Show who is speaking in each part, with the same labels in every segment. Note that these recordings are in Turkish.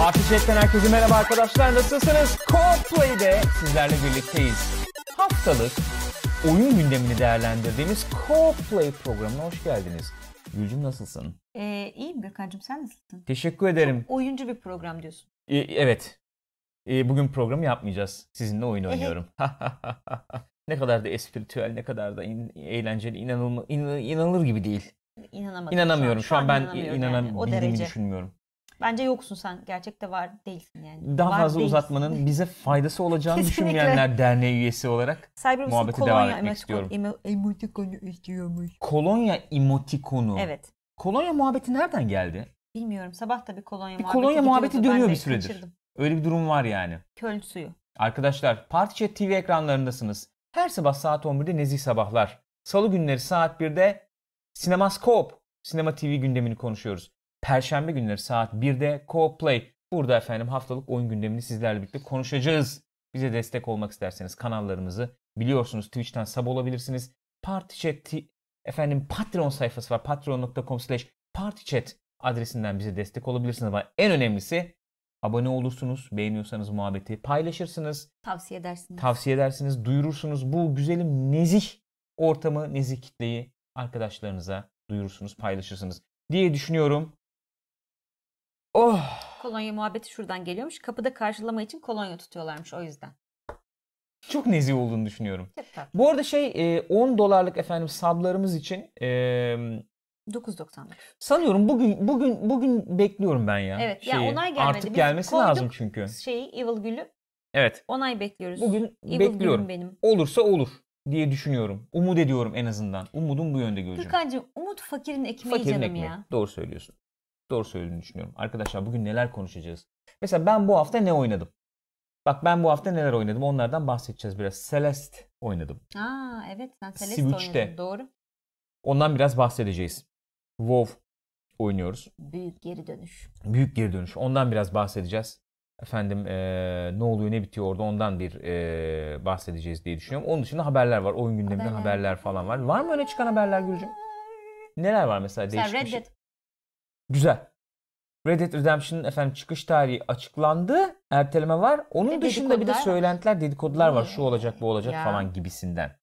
Speaker 1: Afişet'ten herkese merhaba arkadaşlar. Nasılsınız? Coldplay'de sizlerle birlikteyiz. Haftalık oyun gündemini değerlendirdiğimiz Coldplay programına hoş geldiniz. Gülcüm nasılsın?
Speaker 2: Ee, iyiyim Gökhan'cığım sen nasılsın?
Speaker 1: Teşekkür ederim.
Speaker 2: Oyuncu bir program diyorsun.
Speaker 1: E, evet. E, bugün programı yapmayacağız. Sizinle oyun oynuyorum. ne kadar da espritüel, ne kadar da in- eğlenceli, inanılma, inan- inanılır gibi değil.
Speaker 2: İnanamadım.
Speaker 1: İnanamıyorum. Şu an, ben
Speaker 2: inanamıyorum yani. O
Speaker 1: inanabildiğimi
Speaker 2: derece.
Speaker 1: düşünmüyorum.
Speaker 2: Bence yoksun sen. Gerçekte var değilsin yani.
Speaker 1: Daha
Speaker 2: Var
Speaker 1: fazla
Speaker 2: değilsin.
Speaker 1: uzatmanın bize faydası olacağını
Speaker 2: Kesinlikle.
Speaker 1: düşünmeyenler derneği üyesi olarak
Speaker 2: Cybermus'un
Speaker 1: muhabbeti
Speaker 2: kolonya
Speaker 1: devam etmek
Speaker 2: emotikon-
Speaker 1: istiyorum.
Speaker 2: emo- emotikonu istiyormuş.
Speaker 1: kolonya emotikonu.
Speaker 2: Evet.
Speaker 1: Kolonya muhabbeti nereden geldi?
Speaker 2: Bilmiyorum. Sabah da bir kolonya
Speaker 1: Bir
Speaker 2: muhabbeti
Speaker 1: kolonya muhabbeti
Speaker 2: gidiyordu. Ben
Speaker 1: dönüyor
Speaker 2: de
Speaker 1: bir süredir.
Speaker 2: kaçırdım.
Speaker 1: Öyle bir durum var yani.
Speaker 2: Köln suyu.
Speaker 1: Arkadaşlar Partichat TV ekranlarındasınız. Her sabah saat 11'de nezih sabahlar. Salı günleri saat 1'de Sinemaskop. Sinema TV gündemini konuşuyoruz. Perşembe günleri saat 1'de Co-op Play. Burada efendim haftalık oyun gündemini sizlerle birlikte konuşacağız. Bize destek olmak isterseniz kanallarımızı biliyorsunuz Twitch'ten sub olabilirsiniz. Partichat T- efendim Patreon sayfası var. Patreon.com slash Partichat adresinden bize destek olabilirsiniz. Ama en önemlisi abone olursunuz. Beğeniyorsanız muhabbeti paylaşırsınız
Speaker 2: Tavsiye edersin.
Speaker 1: tavsiye edersiniz, duyurursunuz. Bu güzelim nezih ortamı, nezih kitleyi arkadaşlarınıza duyurursunuz, paylaşırsınız diye düşünüyorum. Oh!
Speaker 2: kolonya muhabbeti şuradan geliyormuş. Kapıda karşılama için kolonya tutuyorlarmış o yüzden.
Speaker 1: Çok nezih olduğunu düşünüyorum.
Speaker 2: Çok tatlı.
Speaker 1: Bu arada şey e, 10 dolarlık efendim sablarımız için e,
Speaker 2: 9.99.
Speaker 1: sanıyorum bugün bugün bugün bekliyorum ben ya.
Speaker 2: Evet, ya onay gelmedi.
Speaker 1: Artık
Speaker 2: Biz
Speaker 1: gelmesi
Speaker 2: koyduk.
Speaker 1: lazım çünkü.
Speaker 2: Şeyi Şey, Evil Gül'ü
Speaker 1: Evet.
Speaker 2: onay bekliyoruz.
Speaker 1: Bugün
Speaker 2: Evil
Speaker 1: bekliyorum.
Speaker 2: Gül'üm benim.
Speaker 1: Olursa olur diye düşünüyorum. Umut ediyorum en azından. Umudum bu yönde Gülcüm.
Speaker 2: Gökhan'cığım Umut Fakir'in ekmeği
Speaker 1: Fakirin
Speaker 2: canım
Speaker 1: ekmeği.
Speaker 2: ya.
Speaker 1: Doğru söylüyorsun. Doğru söylediğini düşünüyorum. Arkadaşlar bugün neler konuşacağız? Mesela ben bu hafta ne oynadım? Bak ben bu hafta neler oynadım onlardan bahsedeceğiz biraz. Celeste oynadım.
Speaker 2: Aa evet sen Celeste
Speaker 1: Switch'te.
Speaker 2: oynadın doğru.
Speaker 1: Ondan biraz bahsedeceğiz. WoW oynuyoruz.
Speaker 2: Büyük geri dönüş.
Speaker 1: Büyük geri dönüş. Ondan biraz bahsedeceğiz. Efendim eee, ne oluyor ne bitiyor orada ondan bir eee, bahsedeceğiz diye düşünüyorum. Onun dışında haberler var. Oyun gündeminden haberler,
Speaker 2: Haberler.
Speaker 1: falan var. Var mı öne çıkan haberler Gülcüm? Neler var mesela?
Speaker 2: Sen
Speaker 1: değişik bir
Speaker 2: Red
Speaker 1: şey?
Speaker 2: Dead
Speaker 1: Güzel. Red Dead Redemption'ın efendim çıkış tarihi açıklandı. Erteleme var. Onun
Speaker 2: Ve
Speaker 1: dışında bir de
Speaker 2: dedikodular var.
Speaker 1: söylentiler, dedikodular var. Şu
Speaker 2: Hmm.
Speaker 1: olacak, bu olacak
Speaker 2: Ya.
Speaker 1: falan gibisinden.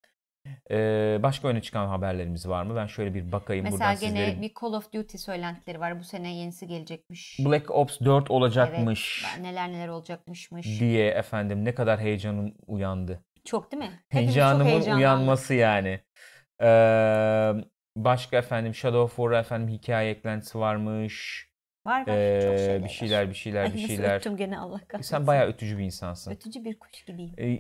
Speaker 1: Ee, başka öne çıkan haberlerimiz var mı? Ben şöyle bir bakayım
Speaker 2: mesela
Speaker 1: buradan
Speaker 2: gene
Speaker 1: sizlere.
Speaker 2: bir Call of Duty söylentileri var. Bu sene yenisi gelecekmiş.
Speaker 1: Black Ops 4
Speaker 2: Evet,
Speaker 1: olacakmış
Speaker 2: neler neler olacakmışmış.
Speaker 1: diye efendim ne kadar heyecanım uyandı.
Speaker 2: Çok değil mi? Hepimiz çok
Speaker 1: Heyecanımın
Speaker 2: heyecanlandık.
Speaker 1: uyanması yani. Ee, başka efendim Shadow of War'a efendim hikaye eklentisi varmış.
Speaker 2: Var var
Speaker 1: Ee,
Speaker 2: çok şeyler.
Speaker 1: bir
Speaker 2: var.
Speaker 1: şeyler bir şeyler bir
Speaker 2: Ay, nasıl
Speaker 1: şeyler.
Speaker 2: öptüm gene Allah kahretsin.
Speaker 1: Sen bayağı ötücü bir insansın.
Speaker 2: Ötücü bir kuş gibiyim.
Speaker 1: E,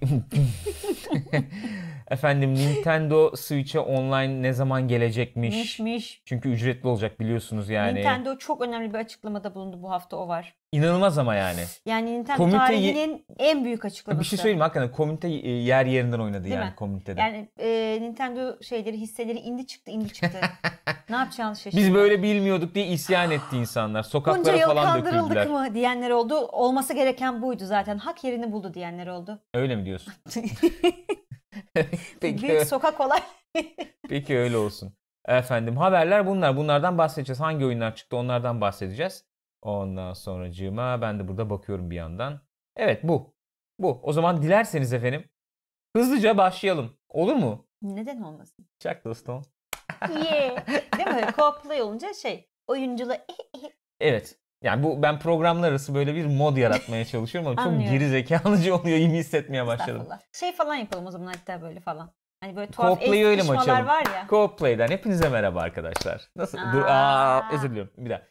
Speaker 1: Efendim Nintendo Switch'e online ne zaman
Speaker 2: Miş
Speaker 1: gelecekmiş?
Speaker 2: miş.
Speaker 1: Çünkü ücretli olacak biliyorsunuz yani.
Speaker 2: Nintendo çok önemli bir açıklamada bulundu bu hafta o var.
Speaker 1: İnanılmaz ama yani.
Speaker 2: Yani Nintendo
Speaker 1: Komite-
Speaker 2: tarihinin en büyük açıklaması.
Speaker 1: Bir şey söyleyeyim mi? hakikaten komünite e, yer yerinden oynadı
Speaker 2: Değil
Speaker 1: yani
Speaker 2: mi?
Speaker 1: komünitede.
Speaker 2: Yani e, Nintendo şeyleri hisseleri indi çıktı indi çıktı. ne yapacağını şaşırdım.
Speaker 1: Biz böyle bilmiyorduk diye isyan etti insanlar.
Speaker 2: Bunca
Speaker 1: Sokaklara
Speaker 2: yıl
Speaker 1: falan
Speaker 2: kandırıldık
Speaker 1: döküldüler.
Speaker 2: mı diyenler oldu. Olması gereken buydu zaten. Hak yerini buldu diyenler oldu.
Speaker 1: Öyle mi diyorsun?
Speaker 2: Büyük
Speaker 1: peki,
Speaker 2: sokak olay.
Speaker 1: peki öyle olsun. Efendim haberler bunlar. Bunlardan bahsedeceğiz. Hangi oyunlar çıktı onlardan bahsedeceğiz. Ondan sonracığıma ben de burada bakıyorum bir yandan. Evet bu. Bu. O zaman dilerseniz efendim hızlıca başlayalım. Olur mu?
Speaker 2: Neden olmasın?
Speaker 1: Chuck dostum.
Speaker 2: Yeah. Değil mi? Cooplay olunca şey oyunculuğu
Speaker 1: Evet. Yani bu ben programlar arası böyle bir mod yaratmaya çalışıyorum ama çok
Speaker 2: Anlıyorum.
Speaker 1: geri zekalıcı oluyor gibi hissetmeye başladım.
Speaker 2: estağfurullah. Şey falan yapalım o zaman hatta böyle falan. Hani böyle tuhaf
Speaker 1: Cooplay'i
Speaker 2: el
Speaker 1: öyle mi
Speaker 2: sıkışmalar
Speaker 1: açalım?
Speaker 2: var ya.
Speaker 1: Co-Play'den hepinize merhaba arkadaşlar. Nasıl? Dur,
Speaker 2: Aa.
Speaker 1: aa, özür diliyorum. Bir daha.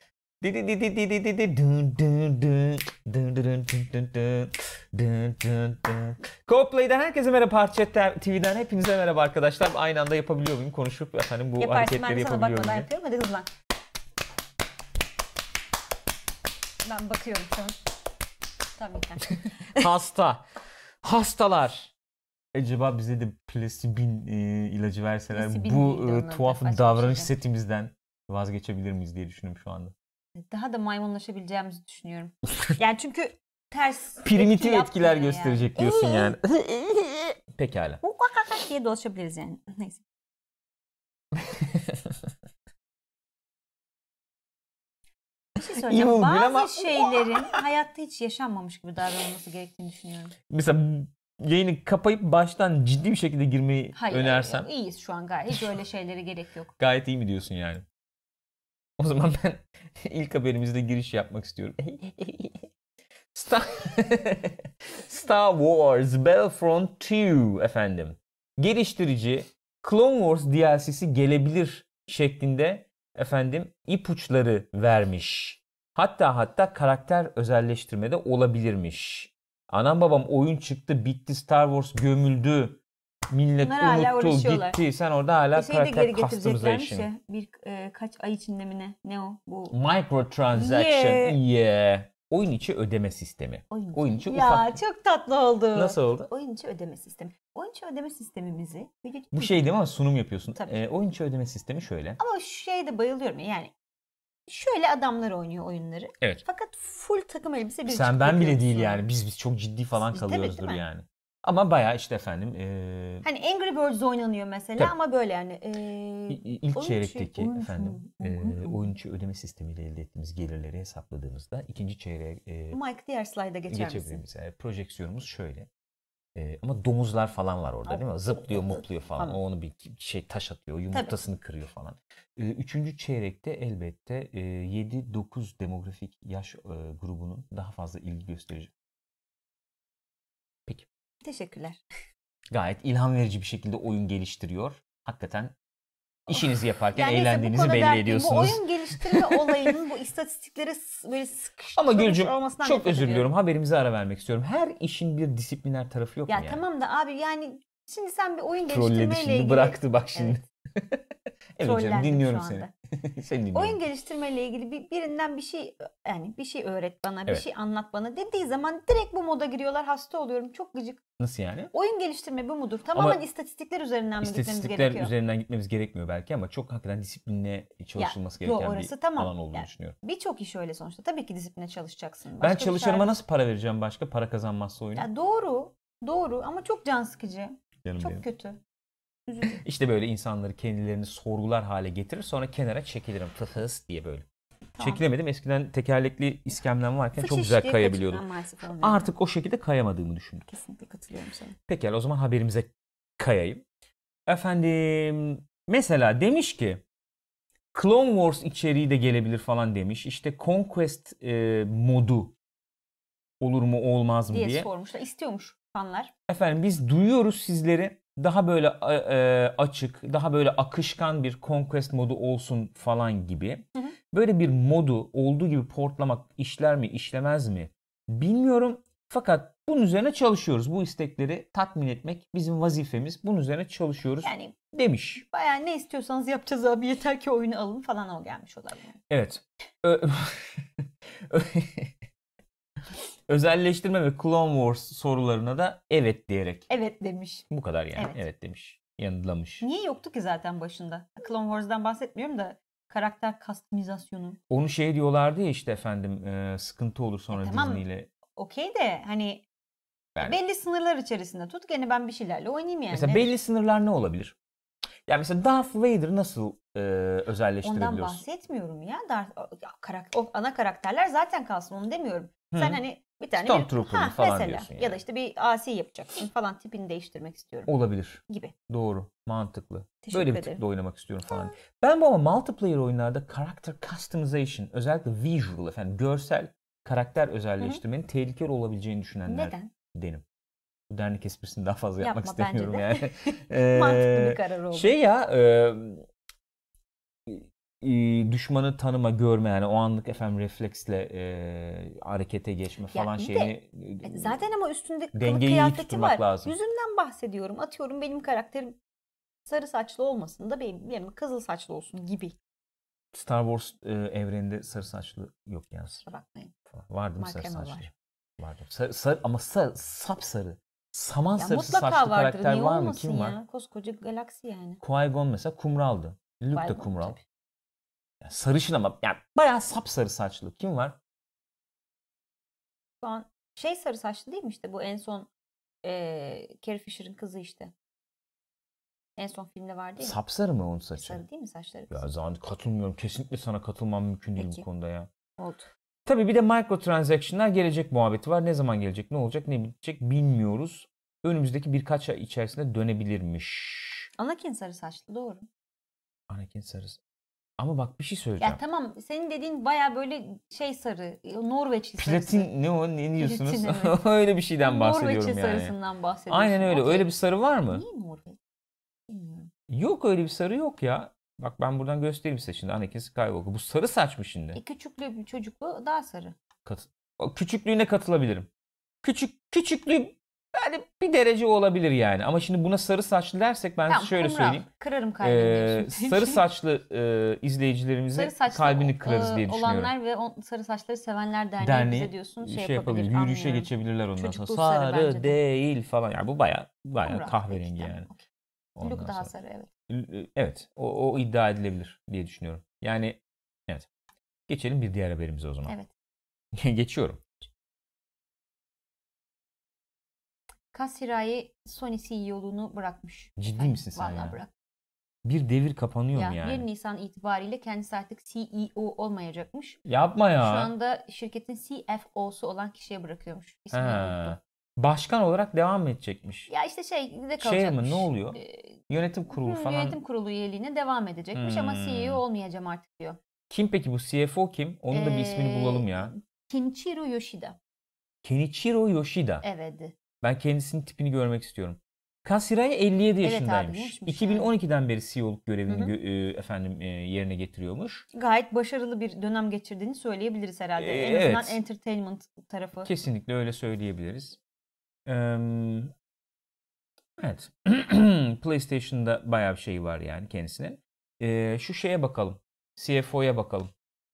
Speaker 1: Di di di di di di di di dın dın dın dın dın dın dın dın dın dın dın dın. Co-Play'den herkese merhaba. Parçet TV'den hepinize merhaba arkadaşlar. Aynı anda yapabiliyor muyum? Konuşup efendim bu
Speaker 2: Yaparsın ben
Speaker 1: hareketleri
Speaker 2: de sana
Speaker 1: yapabiliyor
Speaker 2: bakmadan
Speaker 1: muyum?
Speaker 2: yapıyorum. Hadi hızlan. Ben bakıyorum şu an. Tamam yeter.
Speaker 1: Hasta. Hastalar. Acaba bize de plasibin e, ilacı verseler
Speaker 2: Plasibin
Speaker 1: bu
Speaker 2: miydi
Speaker 1: e,
Speaker 2: onun adı? şey
Speaker 1: tuhaf
Speaker 2: Başka bir
Speaker 1: davranış
Speaker 2: şeydi.
Speaker 1: setimizden vazgeçebilir miyiz diye düşünüyorum şu anda.
Speaker 2: Daha da maymunlaşabileceğimizi düşünüyorum. Yani çünkü ters
Speaker 1: Primitif
Speaker 2: etki
Speaker 1: etkiler
Speaker 2: yapmıyor Ee,
Speaker 1: gösterecek diyorsun yani. Pekala.
Speaker 2: Ukakakak diye dolaşabiliriz yani. Neyse. Bir şey söyleyeceğim.
Speaker 1: İyi oldu
Speaker 2: Bazı
Speaker 1: ama-
Speaker 2: şeylerin hayatta hiç yaşanmamış gibi davranılması gerektiğini düşünüyorum.
Speaker 1: Mesela yayını kapayıp baştan ciddi bir şekilde girmeyi
Speaker 2: Hayır.
Speaker 1: önersem
Speaker 2: hayır, iyiyiz şu an gayet. Hiç öyle şeylere gerek yok.
Speaker 1: gayet iyi mi diyorsun yani? O zaman ben ilk haberimizde giriş yapmak istiyorum. Star, Star Wars Battlefront 2 efendim. Geliştirici Clone Wars DLC'si gelebilir şeklinde efendim ipuçları vermiş. Hatta hatta karakter özelleştirmede olabilirmiş. Anam babam oyun çıktı bitti Star Wars gömüldü. Millet
Speaker 2: Bunlar hala
Speaker 1: unuttu
Speaker 2: uğraşıyorlar.
Speaker 1: gitti. Sen orada hala
Speaker 2: Bir şey de
Speaker 1: karakter
Speaker 2: geri getireceklermiş
Speaker 1: customization.
Speaker 2: ya. Bir e, kaç ay içinde mi ne? Ne o? Bu
Speaker 1: Microtransaction. Yeah.
Speaker 2: Yeah.
Speaker 1: Oyun içi ödeme sistemi.
Speaker 2: oyun.
Speaker 1: Oyun içi
Speaker 2: ya
Speaker 1: ufak.
Speaker 2: çok tatlı oldu.
Speaker 1: Nasıl oldu?
Speaker 2: Oyun içi ödeme sistemi. Oyun içi ödeme sistemimizi vücut-
Speaker 1: Bu şey değil mi ama sunum yapıyorsun.
Speaker 2: Tabii.
Speaker 1: Ee, oyun içi ödeme sistemi şöyle.
Speaker 2: Ama şu şeye de bayılıyorum yani. Şöyle adamlar oynuyor oyunları.
Speaker 1: Evet.
Speaker 2: Fakat full takım elbise bir
Speaker 1: Sen ben
Speaker 2: çift
Speaker 1: bile
Speaker 2: yapıyorsun
Speaker 1: değil
Speaker 2: sonra.
Speaker 1: yani. Biz biz çok ciddi falan
Speaker 2: Biz- tabii,
Speaker 1: kalıyoruzdur
Speaker 2: değil mi?
Speaker 1: yani. Ama bayağı işte efendim ee,
Speaker 2: Hani Angry Birds oynanıyor mesela
Speaker 1: Tabii.
Speaker 2: ama böyle yani.
Speaker 1: i-
Speaker 2: eee,
Speaker 1: i- ilk
Speaker 2: oyun içi-
Speaker 1: çeyrekteki
Speaker 2: oyun içi-
Speaker 1: efendim
Speaker 2: oyun
Speaker 1: ee,
Speaker 2: içi-
Speaker 1: oyun içi ödeme sistemiyle elde ettiğimiz gelirleri hesapladığımızda ikinci çeyreğe ee,
Speaker 2: Mike diğer slide'a geçer
Speaker 1: geçebilir
Speaker 2: misin?
Speaker 1: miyiz? Yani e, projeksiyonumuz şöyle. Ee, ama domuzlar falan var orada değil mi? Zıplıyor, mutluyor falan.
Speaker 2: Tamam.
Speaker 1: O onu bir şey taş atıyor, yumurtasını kırıyor falan. Ee, üçüncü çeyrekte elbette e, 7-9 demografik yaş e, grubunun daha fazla ilgi gösterici.
Speaker 2: Teşekkürler.
Speaker 1: Gayet ilham verici bir şekilde oyun geliştiriyor. Hakikaten işinizi yaparken
Speaker 2: neyse bu
Speaker 1: eğlendiğinizi
Speaker 2: konu
Speaker 1: belli
Speaker 2: derken Bu
Speaker 1: ediyorsunuz.
Speaker 2: oyun geliştirme olayının bu istatistiklere s- böyle sıkıştırılmış
Speaker 1: Ama Gülcüm
Speaker 2: olmasından
Speaker 1: çok
Speaker 2: nefret
Speaker 1: özür
Speaker 2: ediyorum.
Speaker 1: diliyorum. Haberimize ara vermek istiyorum. Her işin bir disipliner tarafı yok
Speaker 2: Ya
Speaker 1: mu yani?
Speaker 2: tamam da abi yani şimdi sen bir oyun
Speaker 1: Trolledi
Speaker 2: geliştirmeyle
Speaker 1: şimdi
Speaker 2: ilgili.
Speaker 1: bıraktı bak şimdi. Evet, canım
Speaker 2: trollendim
Speaker 1: dinliyorum
Speaker 2: şu
Speaker 1: seni.
Speaker 2: anda.
Speaker 1: seni dinliyorum.
Speaker 2: Oyun geliştirmeyle ilgili bir, birinden bir şey yani bir şey öğret bana, bir
Speaker 1: Evet.
Speaker 2: şey anlat bana dediği zaman direkt bu moda giriyorlar. Hasta oluyorum. Çok gıcık.
Speaker 1: Nasıl yani?
Speaker 2: Oyun geliştirme bu mudur? Tamamen
Speaker 1: Ama
Speaker 2: istatistikler üzerinden mi gitmemiz
Speaker 1: İstatistikler
Speaker 2: gerekiyor?
Speaker 1: üzerinden gitmemiz gerekmiyor belki ama çok hakikaten disiplinle çalışılması
Speaker 2: yo,
Speaker 1: gereken
Speaker 2: orası
Speaker 1: bir
Speaker 2: tamam.
Speaker 1: alan olduğunu
Speaker 2: Yani
Speaker 1: düşünüyorum.
Speaker 2: Birçok iş öyle sonuçta. Tabii ki disipline çalışacaksın.
Speaker 1: Ben
Speaker 2: Başka bir
Speaker 1: çalışanıma
Speaker 2: çare-
Speaker 1: nasıl para vereceğim başka para kazanmazsa oyunu?
Speaker 2: Ya doğru. Doğru ama çok can sıkıcı.
Speaker 1: Canım
Speaker 2: Çok
Speaker 1: benim.
Speaker 2: kötü. Üzücü.
Speaker 1: İşte böyle insanları kendilerini sorgular hale getirir sonra kenara çekilirim fıfıs diye böyle.
Speaker 2: Tamam.
Speaker 1: Çekilemedim eskiden tekerlekli iskemlem varken çok
Speaker 2: Fıçış
Speaker 1: güzel
Speaker 2: diye
Speaker 1: kayabiliyordum.
Speaker 2: kaçıp- Ben maalesef olmuyorum.
Speaker 1: Artık o şekilde kayamadığımı düşündüm.
Speaker 2: Kesinlikle katılıyorum sana.
Speaker 1: Pekala o zaman haberimize kayayım. Efendim mesela demiş ki Clone Wars içeriği de gelebilir falan demiş. İşte Conquest e, modu olur mu olmaz mı
Speaker 2: Diye,
Speaker 1: diye.
Speaker 2: sormuşlar. İstiyormuş fanlar.
Speaker 1: Efendim biz duyuyoruz sizleri. Daha böyle e, e, açık, daha böyle akışkan bir Conquest modu olsun falan gibi.
Speaker 2: Hı hı.
Speaker 1: Böyle bir modu olduğu gibi portlamak işler mi, işlemez mi bilmiyorum. Fakat bunun üzerine çalışıyoruz. Bu istekleri tatmin etmek bizim vazifemiz. Bunun üzerine çalışıyoruz
Speaker 2: Yani
Speaker 1: demiş.
Speaker 2: Baya ne istiyorsanız yapacağız abi yeter ki oyunu alın falan o gelmiş olabilir.
Speaker 1: Evet. Ö- Özelleştirme ve Clone Wars sorularına da evet diyerek.
Speaker 2: Evet demiş.
Speaker 1: Bu kadar yani.
Speaker 2: Evet.
Speaker 1: evet demiş. Yanıtlamış.
Speaker 2: Niye yoktu ki zaten başında? Clone Wars'dan bahsetmiyorum da karakter customizasyonu.
Speaker 1: Onu şey diyorlardı ya işte efendim e, sıkıntı olur sonra
Speaker 2: E, tamam.
Speaker 1: Disney ile.
Speaker 2: Okey de hani
Speaker 1: Yani-
Speaker 2: belli sınırlar içerisinde tut gene ben bir şeylerle oynayayım yani.
Speaker 1: Mesela belli sınırlar ne olabilir? Yani mesela Darth Vader nasıl e,
Speaker 2: Ondan
Speaker 1: özelleştirebiliyorsun?
Speaker 2: bahsetmiyorum ya. Dar, ya karak- o ana karakterler zaten kalsın onu demiyorum. Sen
Speaker 1: Hı.
Speaker 2: hani bir tane bir,
Speaker 1: Stormtrooper falan
Speaker 2: mesela.
Speaker 1: diyorsun
Speaker 2: Ya da
Speaker 1: yani.
Speaker 2: işte bir asi yapacaksın falan tipini değiştirmek istiyorum
Speaker 1: Olabilir.
Speaker 2: gibi. Doğru.
Speaker 1: Doğru. Mantıklı.
Speaker 2: Teşekkür
Speaker 1: Böyle bir
Speaker 2: ederim.
Speaker 1: tipte oynamak istiyorum falan. Ben bu ama multiplayer oyunlarda character customization özellikle visual efendim görsel karakter özelleştirmenin tehlikeli olabileceğini düşünenler
Speaker 2: Neden?
Speaker 1: denim. Bu dernek esprisini daha fazla yapmak
Speaker 2: Yapma, bence
Speaker 1: istemiyorum
Speaker 2: de.
Speaker 1: yani.
Speaker 2: Mantıklı
Speaker 1: Ee,
Speaker 2: bir karar oldu.
Speaker 1: Şey ya e, e, düşmanı tanıma görme yani o anlık efendim refleksle e, harekete geçme
Speaker 2: Ya
Speaker 1: falan
Speaker 2: iyi de,
Speaker 1: şeyini
Speaker 2: E, Zaten ama üstünde kılık
Speaker 1: dengeyi iyi
Speaker 2: kıyafeti
Speaker 1: tutturmak
Speaker 2: var.
Speaker 1: lazım.
Speaker 2: Yüzümden bahsediyorum. Atıyorum benim karakterim sarı saçlı olmasın da benim, benim kızıl saçlı olsun gibi.
Speaker 1: Star Wars e, evreninde sarı saçlı yok yalnız.
Speaker 2: Kusura bakmayın.
Speaker 1: Falan. Vardı mı sarı
Speaker 2: Makrema
Speaker 1: saçlı?
Speaker 2: var.
Speaker 1: Vardı. Sarı, sarı- ama sarı, sapsarı. Saman
Speaker 2: Ya
Speaker 1: sarısı
Speaker 2: mutlaka
Speaker 1: saçlı
Speaker 2: vardır.
Speaker 1: karakter
Speaker 2: Niye
Speaker 1: var mı?
Speaker 2: olmasın
Speaker 1: Kim var?
Speaker 2: ya? Koskoca galaksi yani.
Speaker 1: Qui-Gon mesela kumraldı. Luke de
Speaker 2: Qui-Gon
Speaker 1: kumral.
Speaker 2: tabii.
Speaker 1: Yani sarışın ama yani bayağı sapsarı saçlı. Kim var?
Speaker 2: Şu an şey sarı saçlı değil mi işte bu en son Ee, Carrie Fisher'ın kızı işte. En son filmde vardı ya.
Speaker 1: Sapsarı mı onun saçı?
Speaker 2: Sarı değil mi saçları?
Speaker 1: Ya zaten katılmıyorum. Kesinlikle sana katılmam mümkün değil
Speaker 2: Peki.
Speaker 1: bu konuda ya.
Speaker 2: Oldu.
Speaker 1: Tabii bir de microtransaction'lar gelecek muhabbeti var. Ne zaman gelecek, ne olacak, ne bitecek bilmiyoruz. Önümüzdeki birkaç ay içerisinde dönebilirmiş.
Speaker 2: Anakin sarı saçlı doğru.
Speaker 1: Anakin sarısı. Ama bak bir şey
Speaker 2: Ya
Speaker 1: söyleyeceğim.
Speaker 2: tamam senin dediğin baya böyle şey sarı. Norveçli sarısı.
Speaker 1: Platin ne o ne diyorsunuz?
Speaker 2: Platin, evet.
Speaker 1: öyle bir şeyden bahsediyorum
Speaker 2: Norveçli
Speaker 1: yani.
Speaker 2: sarısından bahsediyorsun.
Speaker 1: Aynen öyle. Öyle bir sarı var mı?
Speaker 2: Niye Norveç? Bilmiyorum.
Speaker 1: Yok öyle bir sarı yok ya. Bak ben buradan göstereyim size şimdi Anakin Skywalker. Bu sarı saç mı şimdi?
Speaker 2: E, küçüklü bir çocuklu daha sarı.
Speaker 1: Kat- o küçüklüğüne katılabilirim. Küçük küçüklüğü yani bir derece olabilir yani. Ama şimdi buna sarı saçlı dersek ben
Speaker 2: Tamam,
Speaker 1: şöyle
Speaker 2: kumral.
Speaker 1: söyleyeyim.
Speaker 2: Kırarım kalbini.
Speaker 1: Ee,
Speaker 2: diyorsun.
Speaker 1: sarı saçlı e, izleyicilerimize
Speaker 2: Sarı saçlı
Speaker 1: kalbini kırarız
Speaker 2: e,
Speaker 1: diye düşünüyorum.
Speaker 2: Olanlar ve on- sarı saçları sevenler derneği,
Speaker 1: Derneği
Speaker 2: bize diyorsun şey,
Speaker 1: şey yapabilir,
Speaker 2: yapabilir.
Speaker 1: yürüyüşe
Speaker 2: anlıyorum.
Speaker 1: geçebilirler ondan
Speaker 2: Çocuk bu
Speaker 1: sonra.
Speaker 2: sarı
Speaker 1: Sarı
Speaker 2: bence de.
Speaker 1: değil falan. Yani bu baya baya
Speaker 2: Kumral,
Speaker 1: kahverengi
Speaker 2: peki, tamam,
Speaker 1: yani.
Speaker 2: okey.
Speaker 1: Ondan
Speaker 2: Look daha
Speaker 1: sonra.
Speaker 2: sarı evet.
Speaker 1: L- e, Evet, o, o iddia edilebilir diye düşünüyorum. Yani evet. Geçelim bir diğer haberimize o zaman.
Speaker 2: Evet.
Speaker 1: Geçiyorum.
Speaker 2: Kasiray'ı Sony CEO'luğunu bırakmış.
Speaker 1: Ciddi
Speaker 2: Ay,
Speaker 1: misin sen
Speaker 2: Vallahi
Speaker 1: ya?
Speaker 2: bırak.
Speaker 1: Bir devir kapanıyor
Speaker 2: Ya,
Speaker 1: mu yani?
Speaker 2: 1 Nisan itibariyle kendisi artık CEO olmayacakmış.
Speaker 1: Yapma ya.
Speaker 2: Şu anda şirketin CFO'su olan kişiye bırakıyormuş. İsmini
Speaker 1: Ha.
Speaker 2: unuttum.
Speaker 1: Başkan olarak devam edecekmiş.
Speaker 2: Ya işte şey de
Speaker 1: Şey mi,
Speaker 2: kalacakmış.
Speaker 1: ne oluyor?
Speaker 2: Ee,
Speaker 1: Yönetim kurulu
Speaker 2: hı,
Speaker 1: falan.
Speaker 2: Yönetim kurulu üyeliğine devam edecekmiş ama
Speaker 1: Hmm.
Speaker 2: CEO olmayacağım artık diyor.
Speaker 1: Kim peki bu CFO kim? Onun da bir ismini
Speaker 2: Ee,
Speaker 1: bulalım ya.
Speaker 2: Kenichiro Yoshida.
Speaker 1: Kenichiro Yoshida.
Speaker 2: Evet.
Speaker 1: Ben kendisinin tipini görmek istiyorum. Kasirai 57
Speaker 2: Evet abi,
Speaker 1: yaşındaymış.
Speaker 2: gençmiş
Speaker 1: 2012'den beri CEO'luk görevini
Speaker 2: Hı hı.
Speaker 1: gö- e, efendim e, yerine getiriyormuş.
Speaker 2: Gayet başarılı bir dönem geçirdiğini söyleyebiliriz herhalde.
Speaker 1: Ee,
Speaker 2: en azından
Speaker 1: evet.
Speaker 2: entertainment tarafı.
Speaker 1: Kesinlikle öyle söyleyebiliriz. Eee, evet. PlayStation'da bayağı bir şey var yani kendisine. Eee, şu şeye bakalım. CFO'ya bakalım.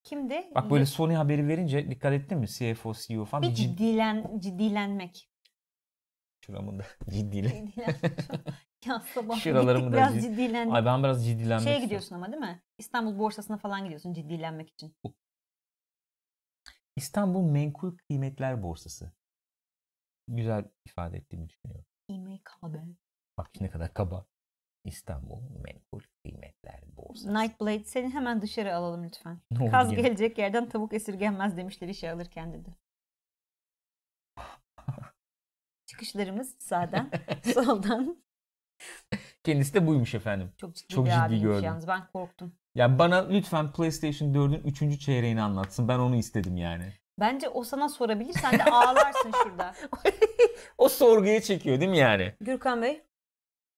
Speaker 2: Kimdi?
Speaker 1: Bak böyle
Speaker 2: Yo-
Speaker 1: Sony haberi verince dikkat ettin mi? CFO, CEO E falan
Speaker 2: bir
Speaker 1: bir ciddi
Speaker 2: ciddilen ciddilenmek.
Speaker 1: şuramında ciddiyle.
Speaker 2: Ciddilen. ya sabah
Speaker 1: Şuralarımı
Speaker 2: gittik
Speaker 1: da
Speaker 2: biraz
Speaker 1: cid-
Speaker 2: ciddilendik.
Speaker 1: Ay ben biraz ciddilenmek
Speaker 2: Şeye
Speaker 1: istiyorum.
Speaker 2: gidiyorsun ama değil mi? İstanbul borsasına falan gidiyorsun ciddilenmek için.
Speaker 1: İstanbul Menkul Kıymetler Borsası. Güzel ifade ettiğimi düşünüyorum.
Speaker 2: İMKB.
Speaker 1: Bak ne kadar kaba. İstanbul Menkul Kıymetler Borsası.
Speaker 2: Nightblade seni hemen dışarı alalım lütfen.
Speaker 1: Ne oldu
Speaker 2: Kaz
Speaker 1: yine?
Speaker 2: gelecek yerden tavuk esirgenmez demişler işe alırken dedi. Çıkışlarımız sağdan, soldan.
Speaker 1: Kendisi de buymuş efendim.
Speaker 2: Çok ciddi
Speaker 1: Çok
Speaker 2: bir
Speaker 1: ciddi
Speaker 2: abiymiş
Speaker 1: gördüm.
Speaker 2: yalnız. Ben korktum.
Speaker 1: Ya bana lütfen PlayStation 4'ün 3. çeyreğini anlatsın. Ben onu istedim yani.
Speaker 2: Bence o sana sorabilir. Sen de ağlarsın şurada.
Speaker 1: O sorguya çekiyor değil mi yani?
Speaker 2: Gürkan Bey.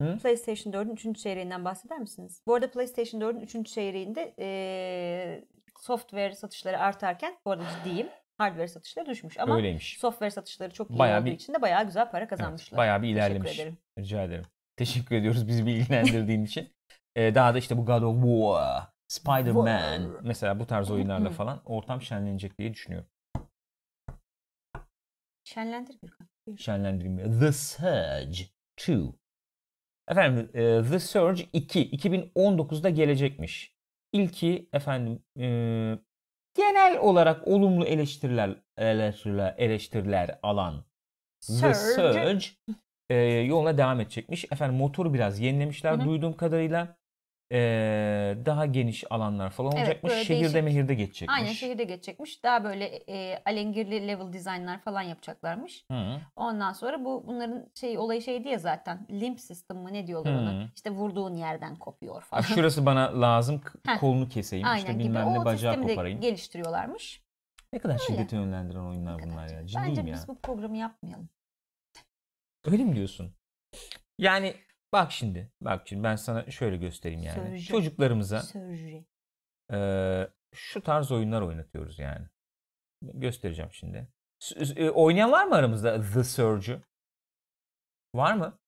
Speaker 1: Hı?
Speaker 2: PlayStation 4'ün 3. çeyreğinden bahseder misiniz? Bu arada PlayStation 4'ün 3. çeyreğinde eee, software satışları artarken bu arada ciddiyim. Hardware satışları düşmüş ama
Speaker 1: Öyleymiş.
Speaker 2: software satışları çok iyi
Speaker 1: Bayağı
Speaker 2: olduğu
Speaker 1: bir-
Speaker 2: için de bayağı güzel para
Speaker 1: Evet,
Speaker 2: kazanmışlar.
Speaker 1: bayağı bir ilerlemiş.
Speaker 2: Teşekkür ederim.
Speaker 1: Rica ederim. Teşekkür ediyoruz bizi bilgilendirdiğin için. Ee, daha da işte bu God of War, Spider-Man
Speaker 2: War.
Speaker 1: mesela bu tarz oyunlarla falan ortam şenlenecek diye düşünüyorum.
Speaker 2: Şenlendir Gürkan.
Speaker 1: şenlendirilmiyor. The Surge 2. Efendim e, The Surge 2 2019'da gelecekmiş. İlki efendim e, genel olarak olumlu eleştiriler eleştiriler, eleştiriler alan The
Speaker 2: Surge.
Speaker 1: Surge e, yoluna devam edecekmiş. Efendim motoru biraz yenilemişler
Speaker 2: Hı hı.
Speaker 1: duyduğum kadarıyla. E, daha geniş alanlar falan
Speaker 2: Evet,
Speaker 1: olacakmış.
Speaker 2: böyle
Speaker 1: Şehirde
Speaker 2: değişik-
Speaker 1: mehirde geçecekmiş.
Speaker 2: Aynen şehirde geçecekmiş. Daha böyle eee alengirli level dizaynlar falan yapacaklarmış.
Speaker 1: Hı.
Speaker 2: Ondan sonra bu bunların şey olayı şeydi ya zaten. Limp system mı ne diyorlar
Speaker 1: Hı.
Speaker 2: ona? İşte vurduğun yerden kopuyor
Speaker 1: Abi
Speaker 2: falan.
Speaker 1: Şurası bana lazım k-
Speaker 2: Heh.
Speaker 1: kolunu keseyim
Speaker 2: Aynen
Speaker 1: işte
Speaker 2: gibi.
Speaker 1: bilmem ne
Speaker 2: o
Speaker 1: bacağı
Speaker 2: sistemi de
Speaker 1: koparayım.
Speaker 2: geliştiriyorlarmış.
Speaker 1: Ne kadar
Speaker 2: Öyle.
Speaker 1: şiddeti yönlendiren oyunlar
Speaker 2: Ne
Speaker 1: bunlar
Speaker 2: kadar.
Speaker 1: ya.
Speaker 2: Bence
Speaker 1: Ciddiyim ya.
Speaker 2: biz bu programı yapmayalım.
Speaker 1: Öyle mi diyorsun? Yani bak şimdi. Bak şimdi ben sana şöyle göstereyim yani.
Speaker 2: Söyleyeceğim.
Speaker 1: Çocuklarımıza
Speaker 2: Sörri.
Speaker 1: eee, şu tarz oyunlar oynatıyoruz yani. Göstereceğim şimdi. S- e, Oynayan var mı aramızda The Surge'ü? Var mı?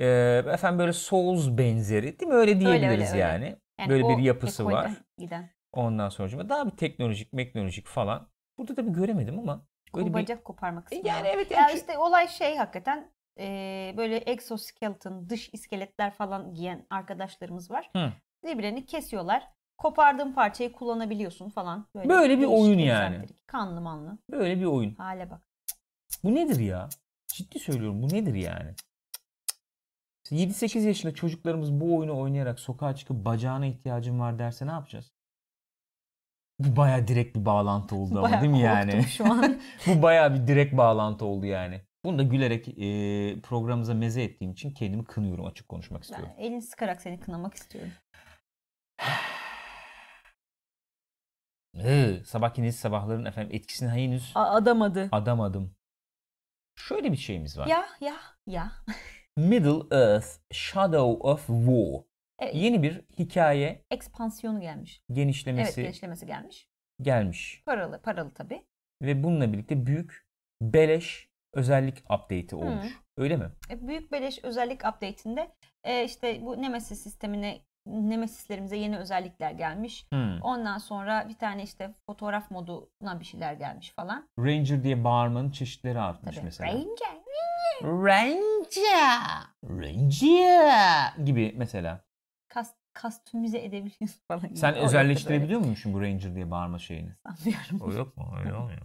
Speaker 1: Eee, efendim böyle Souls benzeri değil mi? Öyle
Speaker 2: öyle,
Speaker 1: diyebiliriz
Speaker 2: öyle.
Speaker 1: yani.
Speaker 2: Yani
Speaker 1: Böyle
Speaker 2: o
Speaker 1: bir yapısı
Speaker 2: ekolden
Speaker 1: var.
Speaker 2: Giden.
Speaker 1: Ondan sonra daha bir teknolojik, meknolojik falan. Burada da bir göremedim ama böyle
Speaker 2: Kol
Speaker 1: bir
Speaker 2: bacak koparmak
Speaker 1: E,
Speaker 2: kısmı
Speaker 1: yani
Speaker 2: var.
Speaker 1: evet
Speaker 2: Ya
Speaker 1: yani şu-
Speaker 2: işte olay şey hakikaten e, böyle exoskeleton, dış iskeletler falan giyen arkadaşlarımız var.
Speaker 1: Hı.
Speaker 2: Birbirlerini kesiyorlar. Kopardığın parçayı kullanabiliyorsun falan.
Speaker 1: Böyle bir
Speaker 2: değişik,
Speaker 1: oyun yani.
Speaker 2: egzantrik, Kanlı manlı.
Speaker 1: böyle bir oyun.
Speaker 2: Hale bak.
Speaker 1: Bu nedir ya? Ciddi söylüyorum bu nedir yani? 7-8 yaşında çocuklarımız bu oyunu oynayarak sokağa çıkıp bacağına ihtiyacım var derse ne yapacağız? Bu baya direkt bir bağlantı oldu ama
Speaker 2: Bayağı
Speaker 1: değil mi
Speaker 2: korktum
Speaker 1: yani?
Speaker 2: şu an.
Speaker 1: bu baya bir direkt bağlantı oldu yani. Bunu da gülerek e, programımıza meze ettiğim için kendimi kınıyorum açık konuşmak istiyorum.
Speaker 2: Ben elini sıkarak seni kınamak istiyorum.
Speaker 1: Hı, sabahki nesil sabahların efendim etkisini henüz
Speaker 2: A- adamadı.
Speaker 1: adamadım. Şöyle bir şeyimiz var.
Speaker 2: Ya ya ya.
Speaker 1: Middle Earth Shadow of War.
Speaker 2: Evet.
Speaker 1: Yeni bir hikaye
Speaker 2: Ekspansiyonu gelmiş. Evet
Speaker 1: genişlemesi
Speaker 2: genişlemesi gelmiş.
Speaker 1: gelmiş.
Speaker 2: Paralı paralı tabii.
Speaker 1: Ve bununla birlikte büyük beleş özellik update'i
Speaker 2: Hmm.
Speaker 1: olmuş. Öyle mi?
Speaker 2: E, Büyük beleş özellik update'inde e, işte bu Nemesis sistemine Nemesis'lerimize yeni özellikler gelmiş.
Speaker 1: Hmm.
Speaker 2: Ondan sonra bir tane işte fotoğraf moduna bir şeyler gelmiş falan.
Speaker 1: Ranger diye bağırmanın çeşitleri artmış
Speaker 2: Tabii.
Speaker 1: mesela.
Speaker 2: Ranger.
Speaker 1: Ranger. Ranger gibi mesela.
Speaker 2: Kas, kastümize edebiliyorsun falan.
Speaker 1: Sen
Speaker 2: Orası
Speaker 1: özelleştirebiliyor musun bu Ranger diye bağırma şeyini?
Speaker 2: böyle sanmıyorum.
Speaker 1: yok mu? Öyle olmuyor.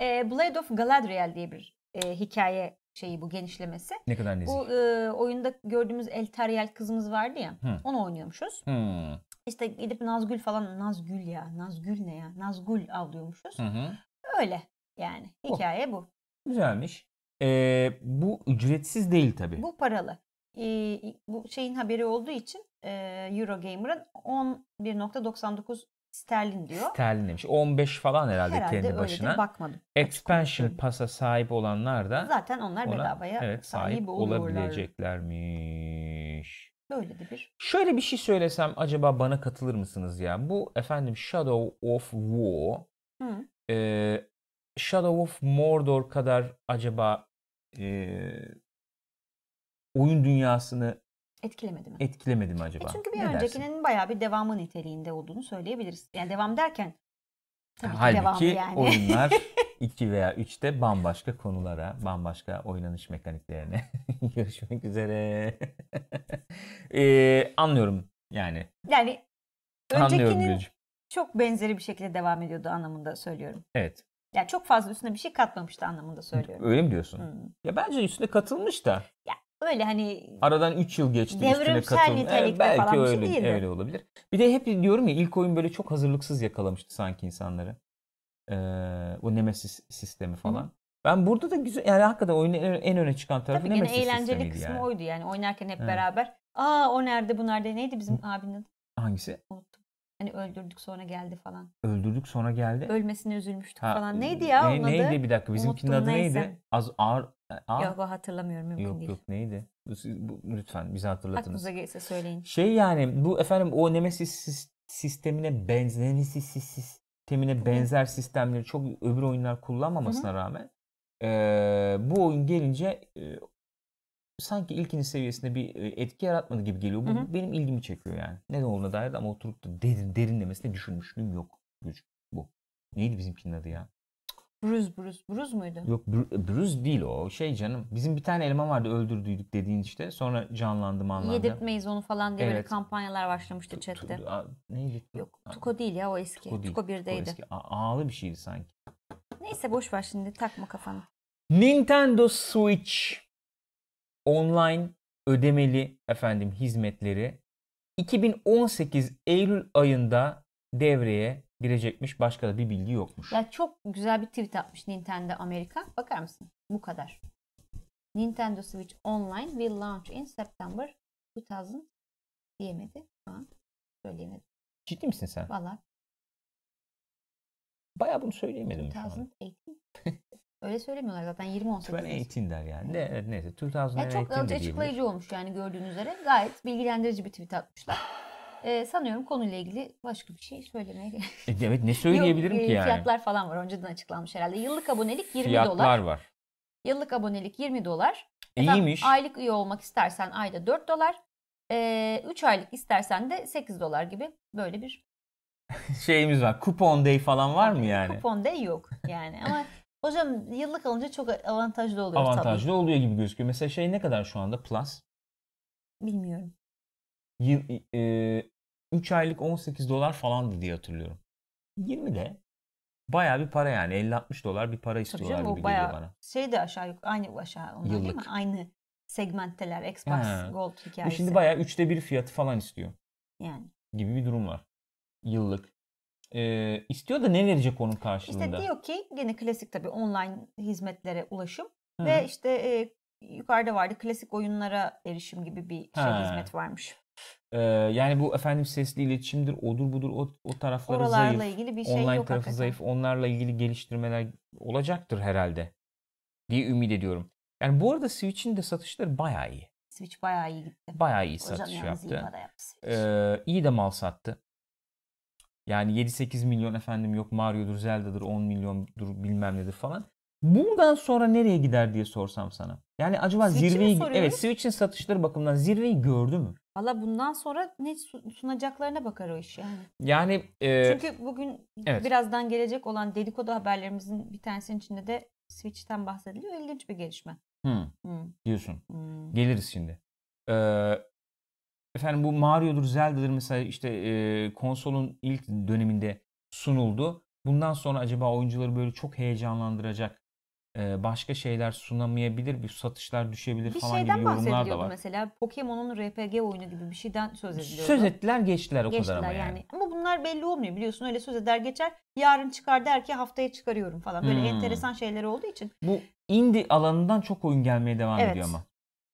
Speaker 2: E, Blade of Galadriel diye bir e, hikaye şeyi bu genişlemesi.
Speaker 1: Ne kadar nezih.
Speaker 2: Bu e, oyunda gördüğümüz Elteriel kızımız vardı ya.
Speaker 1: Hı.
Speaker 2: Onu oynuyormuşuz.
Speaker 1: Hmm.
Speaker 2: İşte gidip Nazgül falan Nazgül ya. Nazgül ne ya? Nazgul avlıyormuşuz.
Speaker 1: Hı hı.
Speaker 2: Öyle yani.
Speaker 1: Oh.
Speaker 2: Hikaye bu.
Speaker 1: Güzelmiş. Ee, bu ücretsiz değil tabii.
Speaker 2: Bu paralı. Ee, bu şeyin haberi olduğu için e, Eurogamer'ın 11.99 sterlin diyor.
Speaker 1: Sterlin demiş. 15 falan herhalde,
Speaker 2: Herhalde
Speaker 1: kendi
Speaker 2: öyledir,
Speaker 1: başına.
Speaker 2: Bakmadım.
Speaker 1: Expansion pasa sahip olanlar da
Speaker 2: Zaten onlar
Speaker 1: ona
Speaker 2: bedavaya
Speaker 1: evet, sahip
Speaker 2: sahip oluyorlar.
Speaker 1: olabileceklermiş.
Speaker 2: Böyle de bir.
Speaker 1: Şöyle bir şey söylesem acaba bana katılır mısınız ya? Bu efendim Shadow of War,
Speaker 2: Hı.
Speaker 1: e, Shadow of Mordor kadar acaba e, oyun dünyasını
Speaker 2: Etkilemedi mi?
Speaker 1: etkilemedi mi
Speaker 2: E
Speaker 1: acaba?
Speaker 2: çünkü bir
Speaker 1: Ne dersin?
Speaker 2: öncekinin bayağı bir devamı niteliğinde olduğunu söyleyebiliriz. Yani devam derken tabii ki
Speaker 1: Halbuki
Speaker 2: devamı yani.
Speaker 1: oyunlar 2 veya 3'te bambaşka konulara, bambaşka oynanış mekaniklerine görüşmek üzere. Ee, anlıyorum yani.
Speaker 2: yani
Speaker 1: Anlıyorum
Speaker 2: öncekinin
Speaker 1: Gülcüm.
Speaker 2: çok benzeri bir şekilde devam ediyordu anlamında söylüyorum.
Speaker 1: Evet.
Speaker 2: Yani çok fazla üstüne bir şey katmamıştı anlamında söylüyorum.
Speaker 1: Öyle mi diyorsun?
Speaker 2: Hı.
Speaker 1: Ya bence üstüne katılmış da.
Speaker 2: Öyle hani
Speaker 1: Aradan 3 yıl geçti üstüne
Speaker 2: Devrimsel
Speaker 1: katılmış.
Speaker 2: nitelikte
Speaker 1: belki
Speaker 2: falan bir şey
Speaker 1: öyle,
Speaker 2: değildi.
Speaker 1: öyle olabilir. Bir de hep diyorum ya ilk oyun böyle çok hazırlıksız yakalamıştı sanki insanları. Ee, o Nemesis sistemi falan. Ben burada da güzel yani hakikaten oyunun en- en öne çıkan tarafı
Speaker 2: Tabii gene
Speaker 1: Nemesis
Speaker 2: eğlenceli
Speaker 1: sistemiydi
Speaker 2: kısmı
Speaker 1: yani.
Speaker 2: oydu yani oynarken hep
Speaker 1: Evet.
Speaker 2: beraber. Aa o nerede bu nerede neydi bizim abinin adı
Speaker 1: Hangisi?
Speaker 2: unuttum. Hani öldürdük sonra geldi falan.
Speaker 1: Öldürdük sonra geldi.
Speaker 2: Ölmesine üzülmüştük
Speaker 1: Ha, e,
Speaker 2: falan. Neydi ya
Speaker 1: ne-
Speaker 2: onun
Speaker 1: neydi?
Speaker 2: adı?
Speaker 1: bir dakika bizimkinin
Speaker 2: Unuttum,
Speaker 1: adı
Speaker 2: neyse.
Speaker 1: neydi? Az ağır. e, ağır-
Speaker 2: Yok o hatırlamıyorum mümkün
Speaker 1: yok
Speaker 2: değil.
Speaker 1: yok neydi? Bu- siz- bu- Lütfen bizi hatırlatınız.
Speaker 2: Aklınıza gelirse söyleyin.
Speaker 1: Şey yani bu efendim o Nemesis sis- sistemine benzer Nemesis sis- sistemine benzer sistemleri çok öbür oyunlar kullanmamasına rağmen eee, bu oyun gelince eee, sanki ilkinin seviyesinde bir e, etki yaratmadı gibi geliyor. Bu
Speaker 2: Hı hı.
Speaker 1: benim ilgimi çekiyor yani. Ne olduğuna dair de ama oturup da derin, derinlemesine düşünmüşlüğüm yok. Güç bu. Neydi bizimkinin adı ya?
Speaker 2: Bruz bruz. Bruz muydu?
Speaker 1: Yok Bru- Bruce değil o şey canım. Bizim bir tane eleman vardı öldürdüydük dediğin işte. Sonra canlandı manlandı.
Speaker 2: Yedirtmeyiz onu falan diye böyle
Speaker 1: Evet.
Speaker 2: kampanyalar başlamıştı chatte.
Speaker 1: Tu- a- neydi?
Speaker 2: Yok
Speaker 1: A-
Speaker 2: Tuko değil ya o eski.
Speaker 1: Tuko
Speaker 2: Tuko,
Speaker 1: değil, o
Speaker 2: 1'deydi.
Speaker 1: eski. A- ağlı bir şeydi sanki.
Speaker 2: Neyse boş ver şimdi takma kafanı.
Speaker 1: Nintendo Switch online ödemeli efendim hizmetleri 2018 Eylül ayında devreye girecekmiş. Başka da bir bilgi yokmuş.
Speaker 2: Ya çok güzel bir tweet atmış Nintendo Amerika. Bakar mısın? Bu kadar. Nintendo Switch Online will launch in September 2000 diyemedi. Şu an söyleyemedim.
Speaker 1: Ciddi misin sen?
Speaker 2: Valla
Speaker 1: Bayağı bunu söyleyemedim şu an.
Speaker 2: 2018. Öyle söylemiyorlar zaten 2018.
Speaker 1: 2018 der yani. De, evet, neyse. 2018
Speaker 2: Ya çok
Speaker 1: de diyebiliriz.
Speaker 2: açıklayıcı olmuş yani gördüğünüz üzere. Gayet bilgilendirici bir tweet atmışlar. Ee, sanıyorum konuyla ilgili başka bir şey söylemeye gerek yok.
Speaker 1: E, Evet ne söyleyebilirim
Speaker 2: Yok,
Speaker 1: ki
Speaker 2: e,
Speaker 1: yani?
Speaker 2: Fiyatlar falan var. Önceden açıklanmış herhalde. Yıllık abonelik 20
Speaker 1: Fiyatlar
Speaker 2: dolar.
Speaker 1: var.
Speaker 2: Yıllık abonelik 20 dolar. Efendim,
Speaker 1: İyiymiş.
Speaker 2: Aylık üye olmak istersen ayda 4 dolar. 3 aylık istersen de 8 dolar gibi böyle bir
Speaker 1: Şeyimiz var. Kupon day falan var mı yani?
Speaker 2: kupon da yok yani. Ama hocam yıllık alınca çok avantajlı oluyor
Speaker 1: Avantajlı oluyor gibi gözüküyor. Mesela şey ne kadar şu anda Plus?
Speaker 2: tabii. Bilmiyorum.
Speaker 1: Yıl, e, 3 aylık 18 dolar falandı diye hatırlıyorum. 20 de Bayağı bir para yani 50-60 dolar bir para
Speaker 2: Tabii
Speaker 1: istiyorlar
Speaker 2: canım
Speaker 1: gibi
Speaker 2: o
Speaker 1: geliyor
Speaker 2: bayağı
Speaker 1: bana.
Speaker 2: şey de aşağı yukarı aynı aşağı onlar değil mi?
Speaker 1: Yıllık.
Speaker 2: Aynı segmentteler Xbox
Speaker 1: Ha.
Speaker 2: Gold
Speaker 1: Bu
Speaker 2: hikayesi.
Speaker 1: şimdi bayağı üçte bir fiyatı falan istiyor
Speaker 2: yani.
Speaker 1: gibi bir durum var. Yıllık. Ee, istiyor da ne verecek onun karşılığında?
Speaker 2: İşte diyor ki gene klasik tabii online hizmetlere ulaşım
Speaker 1: Hı.
Speaker 2: ve işte e, yukarıda vardı klasik oyunlara erişim gibi bir şey
Speaker 1: Ha.
Speaker 2: hizmet varmış.
Speaker 1: Ee, yani bu efendim sesli iletişimdir, odur budur o, o tarafları
Speaker 2: Oralarla
Speaker 1: zayıf.
Speaker 2: ilgili bir şey
Speaker 1: Online
Speaker 2: yok
Speaker 1: tarafı
Speaker 2: hakikaten.
Speaker 1: zayıf. Onlarla ilgili geliştirmeler olacaktır herhalde diye ümit ediyorum. Yani bu arada Switch'in de satışları bayağı iyi.
Speaker 2: Switch bayağı iyi gitti.
Speaker 1: Bayağı iyi
Speaker 2: Hocam
Speaker 1: satış
Speaker 2: yalnız iyi
Speaker 1: yaptı.
Speaker 2: para yaptı Switch.
Speaker 1: Ee, iyi de mal sattı. Yani 7-8 milyon efendim yok Mario'dur, Zelda'dır, 10 milyondur bilmem nedir falan. Buradan sonra nereye gider diye sorsam sana. Yani acaba
Speaker 2: Switch'i mi
Speaker 1: zirveyi
Speaker 2: soruyoruz?
Speaker 1: evet Switch'in satışları bakımından zirveyi gördü mü?
Speaker 2: Valla bundan sonra ne su- sunacaklarına bakar o iş yani.
Speaker 1: Yani e,
Speaker 2: Çünkü bugün
Speaker 1: evet.
Speaker 2: birazdan gelecek olan dedikodu haberlerimizin bir tanesinin içinde de Switch'ten bahsediliyor. İlginç bir gelişme.
Speaker 1: hı,
Speaker 2: Hmm,
Speaker 1: diyorsun.
Speaker 2: hmm.
Speaker 1: Geliriz şimdi. Ee, efendim bu Mario'dur, Zelda'dır mesela işte e, konsolun ilk döneminde sunuldu. Bundan sonra acaba oyuncuları böyle çok heyecanlandıracak e, başka şeyler sunamayabilir, bir satışlar düşebilir
Speaker 2: Bir
Speaker 1: falan
Speaker 2: şeyden
Speaker 1: gibi yorumlar da
Speaker 2: bahsediliyordu
Speaker 1: var.
Speaker 2: mesela. Pokemon'un RPG oyunu gibi bir şeyden söz ediliyordu.
Speaker 1: Söz ettiler geçtiler o
Speaker 2: Geçtiler
Speaker 1: kadar ama
Speaker 2: yani.
Speaker 1: yani.
Speaker 2: Ama bunlar belli olmuyor biliyorsun. Öyle söz eder geçer. Yarın çıkar der ki haftaya çıkarıyorum falan. Böyle
Speaker 1: Hmm.
Speaker 2: enteresan şeyler olduğu için.
Speaker 1: Bu indie alanından çok oyun gelmeye devam
Speaker 2: Evet,
Speaker 1: ediyor ama.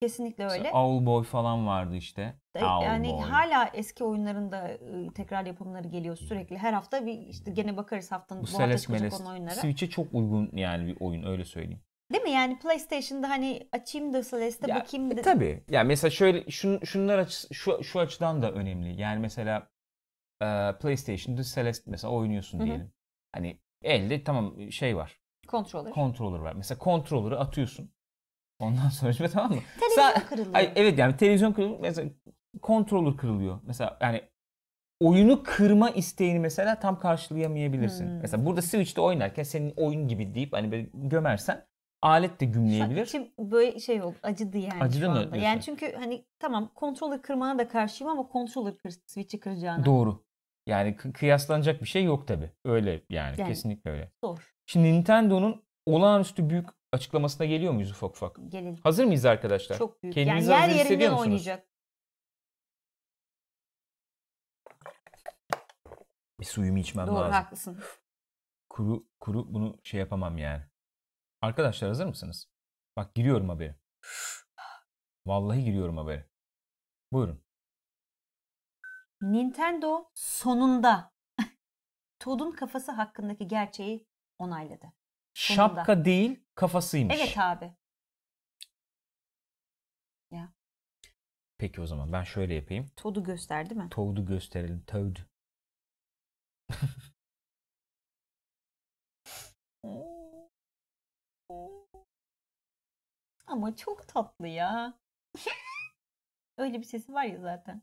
Speaker 2: Kesinlikle öyle.
Speaker 1: Mesela Owlboy falan vardı işte.
Speaker 2: Da-
Speaker 1: Owlboy.
Speaker 2: Yani hala eski oyunların da e, tekrar yapımları geliyor sürekli. Her hafta bir işte gene bakarız haftanın
Speaker 1: bu
Speaker 2: bu, hafta
Speaker 1: Celeste
Speaker 2: çıkacak
Speaker 1: Melest
Speaker 2: olan oyunlara.
Speaker 1: Switch'e çok uygun yani bir oyun öyle söyleyeyim.
Speaker 2: Değil mi? Yani PlayStation'da hani açayım da Celeste
Speaker 1: Ya, e,
Speaker 2: bakayım da.
Speaker 1: Tabii. Yani mesela şöyle şun, şunlar açı, şu, şu açıdan da önemli. Yani mesela e, PlayStation'da Celeste mesela oynuyorsun
Speaker 2: Hı hı.
Speaker 1: diyelim. Hani elde tamam şey var.
Speaker 2: Controller.
Speaker 1: Controller var. Mesela controller'ı atıyorsun. Ondan sonra şimdi tamam mı?
Speaker 2: Televizyon
Speaker 1: Sa-
Speaker 2: kırılıyor.
Speaker 1: Ay, e, evet yani televizyon kırılıyor. Mesela controller kırılıyor. Mesela yani oyunu kırma isteğini mesela tam karşılayamayabilirsin.
Speaker 2: Hmm.
Speaker 1: Mesela burada Switch'te oynarken senin oyun gibi deyip hani böyle gömersen alet de
Speaker 2: Şu an
Speaker 1: gümleyebilir.
Speaker 2: içim böyle şey oldu. Acıdı yani
Speaker 1: Acıdı
Speaker 2: şu
Speaker 1: mı
Speaker 2: anda.
Speaker 1: diyorsun?
Speaker 2: Yani çünkü hani tamam controller kırmana da karşıyım ama controller kır, switch'i kıracağına.
Speaker 1: Doğru. Yani kı- kıyaslanacak bir şey yok tabi. Öyle yani,
Speaker 2: Yani.
Speaker 1: kesinlikle öyle.
Speaker 2: Zor.
Speaker 1: Şimdi Nintendo'nun olağanüstü büyük açıklamasına geliyor muyuz ufak ufak?
Speaker 2: Gelelim.
Speaker 1: Hazır mıyız arkadaşlar?
Speaker 2: Çok büyük.
Speaker 1: Kendinizi
Speaker 2: yani
Speaker 1: hazır
Speaker 2: yer yerinden
Speaker 1: hissediyor musunuz?
Speaker 2: oynayacak.
Speaker 1: Bir suyumu içmem
Speaker 2: Doğru
Speaker 1: lazım.
Speaker 2: haklısın.
Speaker 1: Kuru kuru bunu şey yapamam yani. Arkadaşlar hazır mısınız? Bak giriyorum haberi. Vallahi giriyorum haberi. Buyurun.
Speaker 2: Nintendo sonunda Toad'un kafası hakkındaki gerçeği onayladı. Sonunda.
Speaker 1: Şapka değil kafasıymış.
Speaker 2: Evet abi.
Speaker 1: Peki o zaman ben şöyle yapayım.
Speaker 2: Toad'u gösterdi mi?
Speaker 1: Toad'u gösterelim. Toad.
Speaker 2: Ama çok tatlı ya. Öyle bir sesi var ya zaten.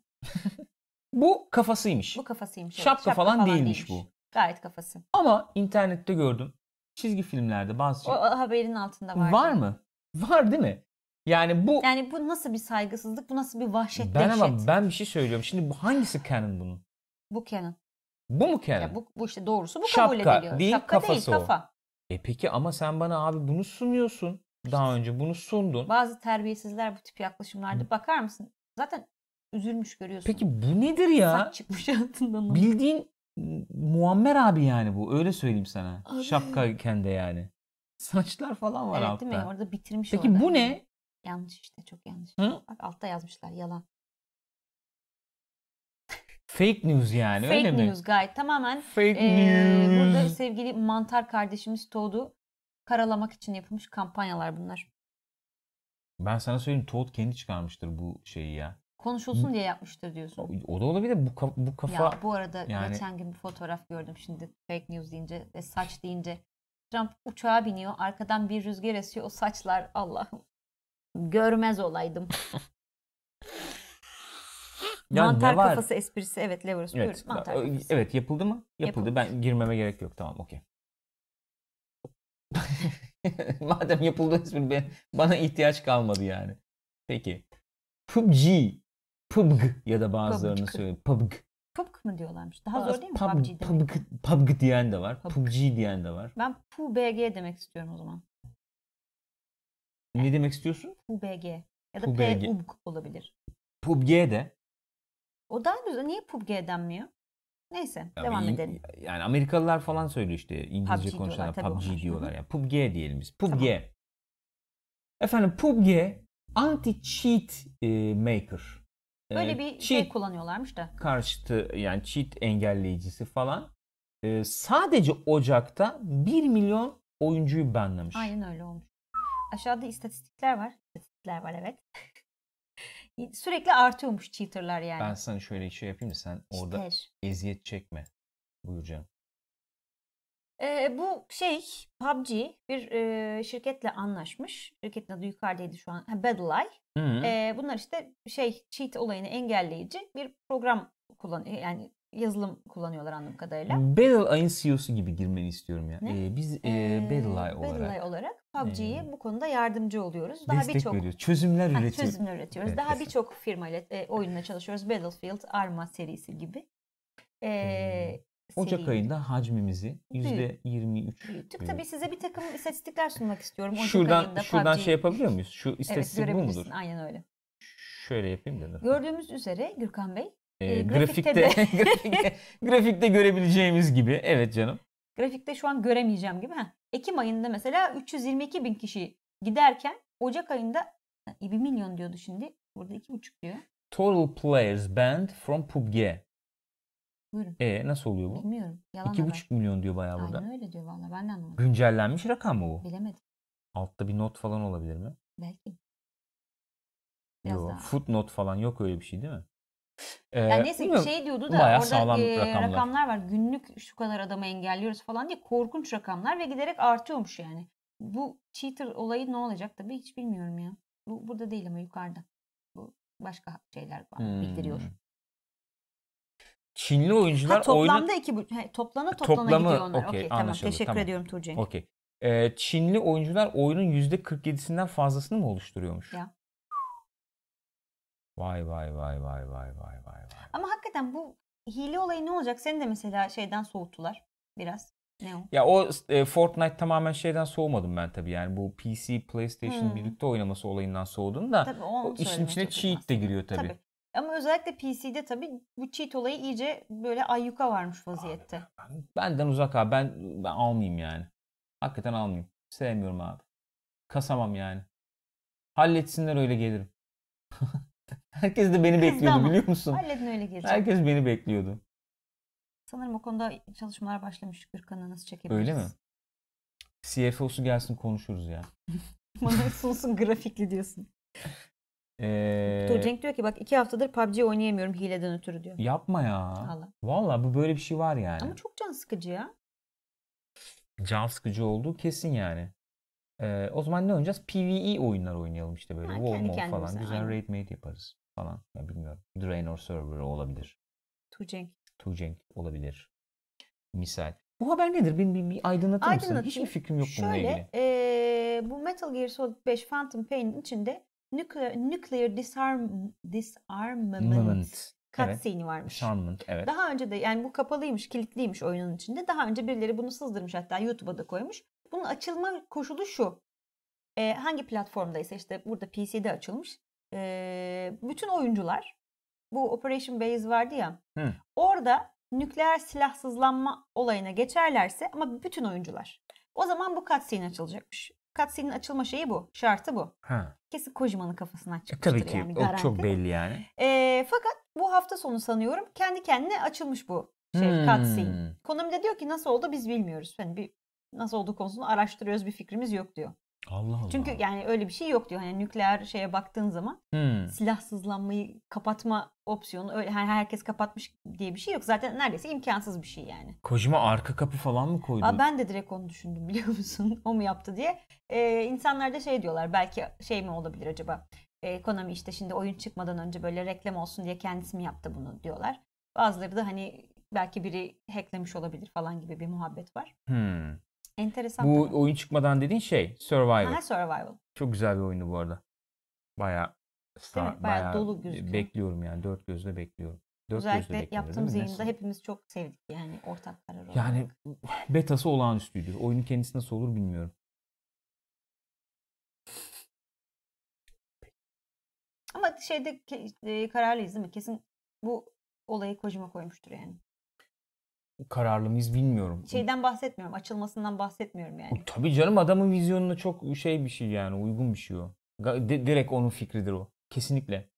Speaker 1: Bu kafasıymış.
Speaker 2: Bu kafasıymış. evet.
Speaker 1: Şapka falan değilmiş bu.
Speaker 2: Gayet kafası.
Speaker 1: Ama internette gördüm. Çizgi filmlerde bazı
Speaker 2: O, o haberin altında vardı.
Speaker 1: var mı? Var değil mi? Yani bu
Speaker 2: Yani bu nasıl bir saygısızlık? Bu nasıl bir vahşet?
Speaker 1: ben
Speaker 2: dehşet?
Speaker 1: ama ben bir şey söylüyorum. Şimdi bu hangisi canon bunun?
Speaker 2: Bu Canon.
Speaker 1: Bu mu canon?
Speaker 2: Ya bu, bu işte doğrusu bu kabul
Speaker 1: Şapka
Speaker 2: ediliyor.
Speaker 1: değil,
Speaker 2: Şapka
Speaker 1: kafası
Speaker 2: değil
Speaker 1: o.
Speaker 2: kafa.
Speaker 1: E peki ama sen bana abi bunu sunuyorsun. Daha önce bunu sundun.
Speaker 2: Bazı terbiyesizler bu tip yaklaşımlarda bakar mısın? Zaten üzülmüş görüyorsun.
Speaker 1: Peki bu nedir ya?
Speaker 2: Saç çıkmış altından. onun.
Speaker 1: Bildiğin Muammer abi yani bu. Öyle söyleyeyim sana.
Speaker 2: Abi.
Speaker 1: Şapka kendi yani. Saçlar falan var
Speaker 2: evet
Speaker 1: altta.
Speaker 2: değil mi? Orada bitirmiş
Speaker 1: Peki
Speaker 2: orada.
Speaker 1: bu ne?
Speaker 2: Yanlış işte çok yanlış.
Speaker 1: Hı?
Speaker 2: Bak altta yazmışlar yalan.
Speaker 1: Fake news yani
Speaker 2: Fake
Speaker 1: öyle mi?
Speaker 2: news gayet tamamen
Speaker 1: Fake
Speaker 2: Ee,
Speaker 1: news.
Speaker 2: burada sevgili mantar kardeşimiz Toad'u karalamak için yapılmış kampanyalar bunlar.
Speaker 1: Ben sana söyleyeyim Toad kendi çıkarmıştır bu şeyi ya.
Speaker 2: Konuşulsun diye yapmıştır diyorsun.
Speaker 1: O da olabilir. Bu, ka- bu kafa
Speaker 2: Ya bu arada
Speaker 1: yani-
Speaker 2: geçen gün bir fotoğraf gördüm şimdi fake news deyince ve saç deyince. Trump uçağa biniyor arkadan bir rüzgar esiyor o saçlar Allah'ım. Görmez olaydım.
Speaker 1: Ya
Speaker 2: mantar
Speaker 1: ne var?
Speaker 2: kafası esprisi evet Leverus buyurun.
Speaker 1: Evet.
Speaker 2: Mantar
Speaker 1: Ö-
Speaker 2: kafası.
Speaker 1: Evet yapıldı mı? Yapıldı.
Speaker 2: Yapılmış.
Speaker 1: Ben girmeme gerek yok. Tamam okey. Madem yapıldı espri ben, bana ihtiyaç kalmadı yani. Peki. PUBG. PUBG ya da bazılarını
Speaker 2: PUBG.
Speaker 1: söylüyor. PUBG.
Speaker 2: PUBG mı diyorlarmış? Daha
Speaker 1: Bazı
Speaker 2: zor değil mi?
Speaker 1: pub-
Speaker 2: PUBG demek.
Speaker 1: PUBG, PUBG diyen de var.
Speaker 2: Pub-
Speaker 1: PUBG diyen de var.
Speaker 2: Ben PUBG demek istiyorum o zaman.
Speaker 1: Ne demek istiyorsun?
Speaker 2: PUBG ya da
Speaker 1: PUBG.
Speaker 2: PUBG olabilir.
Speaker 1: PUBG de.
Speaker 2: O daha güzel. Niye PUBG denmiyor? Neyse
Speaker 1: Ya
Speaker 2: devam
Speaker 1: bir-
Speaker 2: edelim.
Speaker 1: Yani Amerikalılar falan söylüyor işte İngilizce
Speaker 2: PUBG
Speaker 1: konuşanlar
Speaker 2: diyorlar, tabii
Speaker 1: PUBG
Speaker 2: onlar.
Speaker 1: diyorlar ya. PUBG diyelim biz. PUBG. Efendim PUBG anti cheat e, maker.
Speaker 2: Böyle
Speaker 1: E,
Speaker 2: bir şey
Speaker 1: cheat
Speaker 2: kullanıyorlarmış da.
Speaker 1: karşıtı yani cheat engelleyicisi falan. E, sadece Ocak'ta 1 milyon oyuncuyu banlamış.
Speaker 2: Aynen öyle olmuş. Aşağıda istatistikler var. İstatistikler var evet. Sürekli artıyormuş cheaterlar yani.
Speaker 1: Ben sana şöyle şey yapayım da sen orada
Speaker 2: Cheater.
Speaker 1: eziyet çekme. Buyuracağım.
Speaker 2: Ee, bu şey PUBG bir e, şirketle anlaşmış. Şirketin adı yukarıdaydı şu an. Ha, Battle Eye.
Speaker 1: Hı hı.
Speaker 2: Ee, bunlar işte şey cheat olayını engelleyici bir program kullan e, yani yazılım kullanıyorlar anladığım kadarıyla.
Speaker 1: Battle Eye'ın CEO'su gibi girmeni istiyorum ya.
Speaker 2: Ne?
Speaker 1: E, biz e,
Speaker 2: Ee,
Speaker 1: Battle Eye
Speaker 2: Battle
Speaker 1: olarak
Speaker 2: Eye olarak PUBG'ye
Speaker 1: ee,
Speaker 2: bu konuda yardımcı oluyoruz. Daha
Speaker 1: destek
Speaker 2: birçok
Speaker 1: veriyor. Çözümler
Speaker 2: Ha,
Speaker 1: üretiyor.
Speaker 2: çözümler üretiyoruz.
Speaker 1: Evet,
Speaker 2: Daha
Speaker 1: kesin.
Speaker 2: birçok firmayla e, oyunla çalışıyoruz. Battlefield, Arma serisi gibi. Ee,
Speaker 1: Hmm. Ocak
Speaker 2: seriyi
Speaker 1: ayında hacmimizi yüzde
Speaker 2: büyüttük.
Speaker 1: 23.
Speaker 2: Tabii size bir takım istatistikler sunmak istiyorum. Ocak
Speaker 1: Şuradan
Speaker 2: ayında
Speaker 1: şuradan
Speaker 2: PUBG
Speaker 1: şey yapabiliyor muyuz? Şu
Speaker 2: evet,
Speaker 1: istatistik bu
Speaker 2: görebilirsin.
Speaker 1: mudur?
Speaker 2: Aynen öyle.
Speaker 1: Şöyle yapayım da. dur.
Speaker 2: Gördüğümüz üzere Gürkan Bey,
Speaker 1: Ee,
Speaker 2: e, grafikte
Speaker 1: grafikte grafikte, grafikte görebileceğimiz gibi. Evet canım.
Speaker 2: grafikte şu an göremeyeceğim gibi. Heh. Ekim ayında mesela 322 bin kişi giderken Ocak ayında 1 milyon diyordu şimdi. Burada 2,5 diyor.
Speaker 1: Total players banned from PUBG.
Speaker 2: Buyurun.
Speaker 1: E nasıl oluyor bu?
Speaker 2: Bilmiyorum. Yalan haber.
Speaker 1: 2,5 milyon diyor bayağı burada.
Speaker 2: Aynen öyle diyor valla. Ben de anlamadım.
Speaker 1: Güncellenmiş rakam mı bu?
Speaker 2: Bilemedim.
Speaker 1: Altta bir not falan olabilir mi?
Speaker 2: Belki. Biraz
Speaker 1: Yok.
Speaker 2: daha.
Speaker 1: Footnote falan yok öyle bir şey değil mi? Ee,
Speaker 2: Yani neyse
Speaker 1: bilmiyorum.
Speaker 2: şey diyordu da
Speaker 1: Bayağı
Speaker 2: orada
Speaker 1: sağlam
Speaker 2: e, rakamlar.
Speaker 1: rakamlar.
Speaker 2: var. Günlük şu kadar adamı engelliyoruz falan diye korkunç rakamlar ve giderek artıyormuş yani. Bu cheater olayı ne olacak tabii hiç bilmiyorum ya. Bu burada değil ama yukarıda. Bu başka şeyler var,
Speaker 1: Hmm.
Speaker 2: bildiriyor.
Speaker 1: Çinli oyuncular
Speaker 2: Ha, toplamda
Speaker 1: oyunun-
Speaker 2: iki bu he, toplana toplana
Speaker 1: Toplamı-
Speaker 2: gidiyor onlar.
Speaker 1: okey,
Speaker 2: Okey tamam
Speaker 1: anlaşıldı,
Speaker 2: teşekkür
Speaker 1: tamam.
Speaker 2: ediyorum Tuğçe.
Speaker 1: Okey. Ee, Çinli oyuncular oyunun %47'sinden fazlasını mı oluşturuyormuş?
Speaker 2: Ya.
Speaker 1: Vay vay vay vay vay vay vay vay.
Speaker 2: Ama hakikaten bu hile olayı ne olacak? Seni de mesela şeyden soğuttular biraz. Ne o?
Speaker 1: Ya o e, Fortnite tamamen şeyden soğumadım ben tabii yani bu PC, PlayStation
Speaker 2: Hmm.
Speaker 1: birlikte oynaması olayından soğudum da
Speaker 2: Tabii onu
Speaker 1: o işin
Speaker 2: söylemeye
Speaker 1: içine
Speaker 2: çalışıyorum
Speaker 1: cheat de
Speaker 2: aslında.
Speaker 1: giriyor tabii.
Speaker 2: Ama özellikle PC'de tabii bu cheat olayı iyice böyle ayyuka varmış vaziyette.
Speaker 1: benden uzak abi ben, ben almayayım yani. Hakikaten almayayım. Sevmiyorum abi. Kasamam yani. Halletsinler öyle gelirim. Herkes de beni
Speaker 2: Kızdı
Speaker 1: bekliyordu
Speaker 2: ama.
Speaker 1: biliyor musun?
Speaker 2: Halledin öyle gelecek.
Speaker 1: Herkes beni bekliyordu.
Speaker 2: Sanırım o konuda çalışmalar başlamış. Gürkan'ı nasıl çekebiliriz?
Speaker 1: Öyle mi? CFO'su gelsin konuşuruz ya.
Speaker 2: Bana sunsun grafikli diyorsun.
Speaker 1: Ee,
Speaker 2: Cenk diyor ki bak iki haftadır PUBG oynayamıyorum hileden ötürü diyor.
Speaker 1: yapma ya.
Speaker 2: Allah.
Speaker 1: Vallahi bu böyle bir şey var yani.
Speaker 2: Ama çok can sıkıcı ya.
Speaker 1: Can sıkıcı olduğu kesin yani. Ee, o zaman ne oynayacağız? PvE oyunlar oynayalım işte böyle.
Speaker 2: Ha,
Speaker 1: War
Speaker 2: kendi
Speaker 1: Mode falan.
Speaker 2: kendimize,
Speaker 1: Güzel
Speaker 2: aynen.
Speaker 1: raid mate yaparız falan. Ya bilmiyorum. Draenor server olabilir.
Speaker 2: Tuğcenk.
Speaker 1: Tuğcenk olabilir. Misal. Bu haber nedir? Beni bir, bir aydınlatır mısın?
Speaker 2: Aydınlatayım.
Speaker 1: Hiçbir fikrim yok bununla ilgili.
Speaker 2: Şöyle eee, bu Metal Gear Solid 5 Phantom Pain'in içinde nuclear, nuclear disarm, disarmament
Speaker 1: Moment. Evet.
Speaker 2: cutscene'i varmış.
Speaker 1: Disarmament. Evet.
Speaker 2: Daha önce de yani bu kapalıymış, kilitliymiş oyunun içinde. Daha önce birileri bunu sızdırmış hatta YouTube'a da koymuş. Bunun açılma koşulu şu. Ee, hangi platformdaysa işte burada PC'de açılmış. Ee, bütün oyuncular bu Operation Base vardı ya.
Speaker 1: Hı.
Speaker 2: Orada nükleer silahsızlanma olayına geçerlerse ama bütün oyuncular. O zaman bu cutscene açılacakmış. Cutscene'in açılma şeyi bu. Şartı bu.
Speaker 1: Ha.
Speaker 2: Kesin Kojima'nın kafasından
Speaker 1: E,
Speaker 2: çıkmıştır
Speaker 1: tabii ki.
Speaker 2: yani
Speaker 1: o
Speaker 2: garanti.
Speaker 1: çok belli yani.
Speaker 2: Ee, fakat bu hafta sonu sanıyorum kendi kendine açılmış bu şey
Speaker 1: Hmm.
Speaker 2: cutscene. Konami de diyor ki nasıl oldu biz bilmiyoruz. Hani bir nasıl olduğu konusunu araştırıyoruz bir fikrimiz yok diyor.
Speaker 1: Allah Allah.
Speaker 2: Çünkü yani öyle bir şey yok diyor. Hani nükleer şeye baktığın zaman
Speaker 1: Hmm.
Speaker 2: silahsızlanmayı kapatma opsiyonu öyle her- herkes kapatmış diye bir şey yok. Zaten neredeyse imkansız bir şey yani.
Speaker 1: Kojima arka kapı falan mı koydu?
Speaker 2: Aa, ben de direkt onu düşündüm biliyor musun? o mu yaptı diye. Ee, insanlar da şey diyorlar belki şey mi olabilir acaba? Ee, Konami işte şimdi oyun çıkmadan önce böyle reklam olsun diye kendisi mi yaptı bunu diyorlar. Bazıları da hani belki biri hacklemiş olabilir falan gibi bir muhabbet var.
Speaker 1: Hmm.
Speaker 2: Enteresan.
Speaker 1: Bu
Speaker 2: tabii.
Speaker 1: oyun çıkmadan dediğin şey Survivor.
Speaker 2: Aha, survival.
Speaker 1: Çok güzel bir oyundu bu arada. Baya
Speaker 2: Bayağı dolu gözüküyor.
Speaker 1: Bekliyorum yani dört gözle bekliyorum. Dört gözle
Speaker 2: Özellikle
Speaker 1: bekleniyor,
Speaker 2: yaptığımız
Speaker 1: değil mi?
Speaker 2: yayında
Speaker 1: Nasıl?
Speaker 2: hepimiz çok sevdik yani ortak karar olarak.
Speaker 1: Yani betası olağanüstüydü. Oyunun kendisi nasıl olur bilmiyorum.
Speaker 2: Ama şeyde ke- e, kararlıyız değil mi? Kesin bu olayı Kojima koymuştur yani.
Speaker 1: Kararlı mıyız bilmiyorum.
Speaker 2: Şeyden bahsetmiyorum. Açılmasından bahsetmiyorum yani.
Speaker 1: Tabii canım adamın vizyonuna çok şey bir şey yani uygun bir şey o. Ga- di- direkt onun fikridir o. Kesinlikle.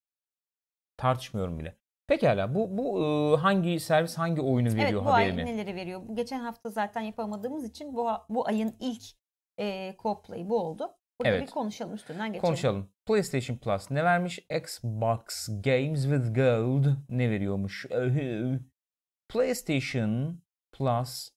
Speaker 1: Tartışmıyorum bile. Pekala bu bu e, hangi servis hangi oyunu veriyor
Speaker 2: Evet bu ay
Speaker 1: haberini?
Speaker 2: neleri veriyor? Bu Geçen hafta zaten yapamadığımız için bu ha- bu ayın ilk e, co-play'i bu oldu. Burada
Speaker 1: Evet.
Speaker 2: bir konuşalım üstünden geçelim.
Speaker 1: Konuşalım. PlayStation Plus ne vermiş? Xbox Games with Gold ne veriyormuş? Öhü. PlayStation Plus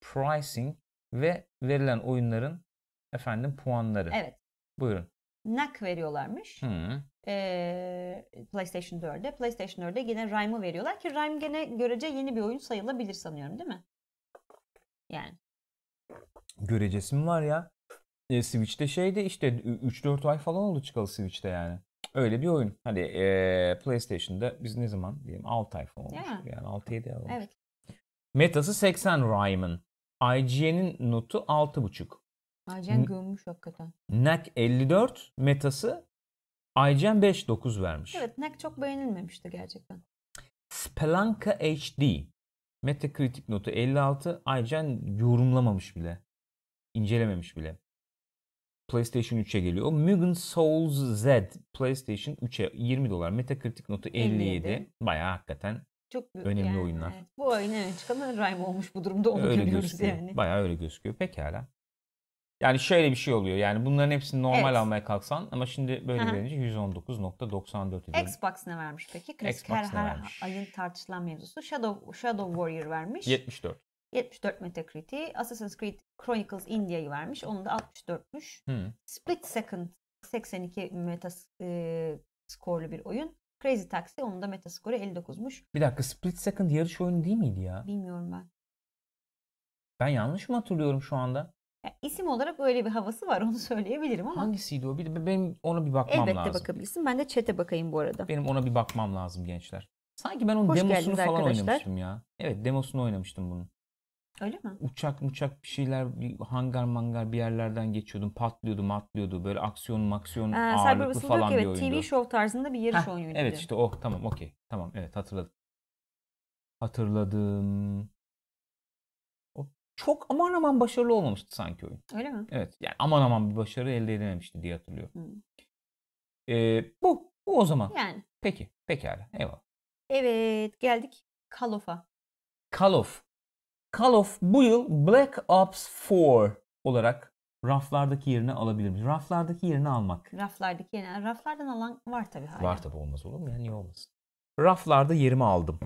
Speaker 1: pricing ve verilen oyunların efendim puanları.
Speaker 2: Evet.
Speaker 1: Buyurun. Hmm.
Speaker 2: NAC veriyorlarmış.
Speaker 1: Hı.
Speaker 2: Ee, PlayStation 4'e. PlayStation 4'e yine Rime'ı veriyorlar ki Rime gene görece yeni bir oyun sayılabilir sanıyorum değil mi? Yani
Speaker 1: Görecesi mi var ya? E, Switch'te şeyde işte 3-4 ay falan oldu çıkalı Switch'te yani. Öyle bir oyun. Hani e, PlayStation'da biz ne zaman diyelim 6 ay falan olmuş.
Speaker 2: Ya.
Speaker 1: Yani 6-7 ay olmuş.
Speaker 2: evet.
Speaker 1: Metası 80 Ryman. IGN'in notu 6.5.
Speaker 2: Acen gömmüş hakikaten.
Speaker 1: NAC 54 metası IGN 5.9 vermiş.
Speaker 2: Evet NAC çok beğenilmemişti gerçekten.
Speaker 1: Spelanka HD. Metacritic notu 56. IGN yorumlamamış bile. İncelememiş bile. PlayStation 3'e geliyor. Mugen Souls Z PlayStation 3'e 20 dolar. Metacritic notu 57.
Speaker 2: 57.
Speaker 1: Bayağı hakikaten
Speaker 2: Çok büyük
Speaker 1: Önemli
Speaker 2: yani,
Speaker 1: oyunlar.
Speaker 2: evet. Bu oyun evet çıkan Rime olmuş bu durumda onu
Speaker 1: öyle
Speaker 2: görüyoruz
Speaker 1: gözüküyor.
Speaker 2: yani.
Speaker 1: Bayağı öyle gözüküyor. Pekala. Yani şöyle bir şey oluyor. Yani bunların hepsini normal
Speaker 2: Evet.
Speaker 1: almaya kalksan ama şimdi böyle
Speaker 2: Aha.
Speaker 1: verince 119.94 ediyor.
Speaker 2: Xbox ne vermiş peki? Klasik
Speaker 1: Xbox
Speaker 2: her,
Speaker 1: ne
Speaker 2: her
Speaker 1: vermiş?
Speaker 2: ayın tartışılan mevzusu. Shadow, Shadow Warrior vermiş.
Speaker 1: 74.
Speaker 2: 74 Metacritic. Assassin's Creed Chronicles India'yı vermiş. Onun da 64'müş.
Speaker 1: Hı.
Speaker 2: Split Second 82 metas e, skorlu bir oyun. Crazy Taxi onun da metaskoru 59'muş.
Speaker 1: Bir dakika Split Second yarış oyunu değil miydi ya?
Speaker 2: Bilmiyorum ben.
Speaker 1: Ben yanlış mı hatırlıyorum şu anda?
Speaker 2: Ya, isim olarak öyle bir havası var onu söyleyebilirim ama
Speaker 1: Hangisiydi o? Bir, benim ona bir bakmam
Speaker 2: elbette
Speaker 1: lazım.
Speaker 2: bakabilirsin. Ben de çete bakayım bu arada.
Speaker 1: Benim ona bir bakmam lazım gençler. Sanki ben onun
Speaker 2: Hoş
Speaker 1: demosunu
Speaker 2: geldiniz
Speaker 1: falan
Speaker 2: arkadaşlar.
Speaker 1: oynamıştım ya. Evet demosunu oynamıştım bunun.
Speaker 2: Öyle mi?
Speaker 1: Uçak uçak bir şeyler bir hangar mangar bir yerlerden geçiyordum patlıyordu matlıyordu böyle aksiyon maksiyon
Speaker 2: Ee, Cyber
Speaker 1: ağırlıklı
Speaker 2: Whistle
Speaker 1: falan
Speaker 2: diyor ki
Speaker 1: bir
Speaker 2: evet
Speaker 1: oyundu.
Speaker 2: TV show tarzında bir yarış
Speaker 1: Heh,
Speaker 2: oyunuydu.
Speaker 1: Evet
Speaker 2: diyor.
Speaker 1: işte o tamam okey tamam evet hatırladım. Hatırladım. O çok aman aman başarılı olmamıştı sanki oyun.
Speaker 2: Öyle mi?
Speaker 1: Evet yani aman aman bir başarı elde edememişti diye hatırlıyorum.
Speaker 2: Hı.
Speaker 1: Ee, bu bu o zaman.
Speaker 2: Yani
Speaker 1: Peki pekala eyvallah.
Speaker 2: evet geldik Call of'a.
Speaker 1: Call of. Call of bu yıl Black Ops 4 olarak raflardaki yerini alabilirmiş. Raflardaki yerini almak.
Speaker 2: Raflardaki yani raflardan alan var tabii hala.
Speaker 1: Var tabi olmaz olur mu? Yani niye olmasın? Raflarda yerimi aldım.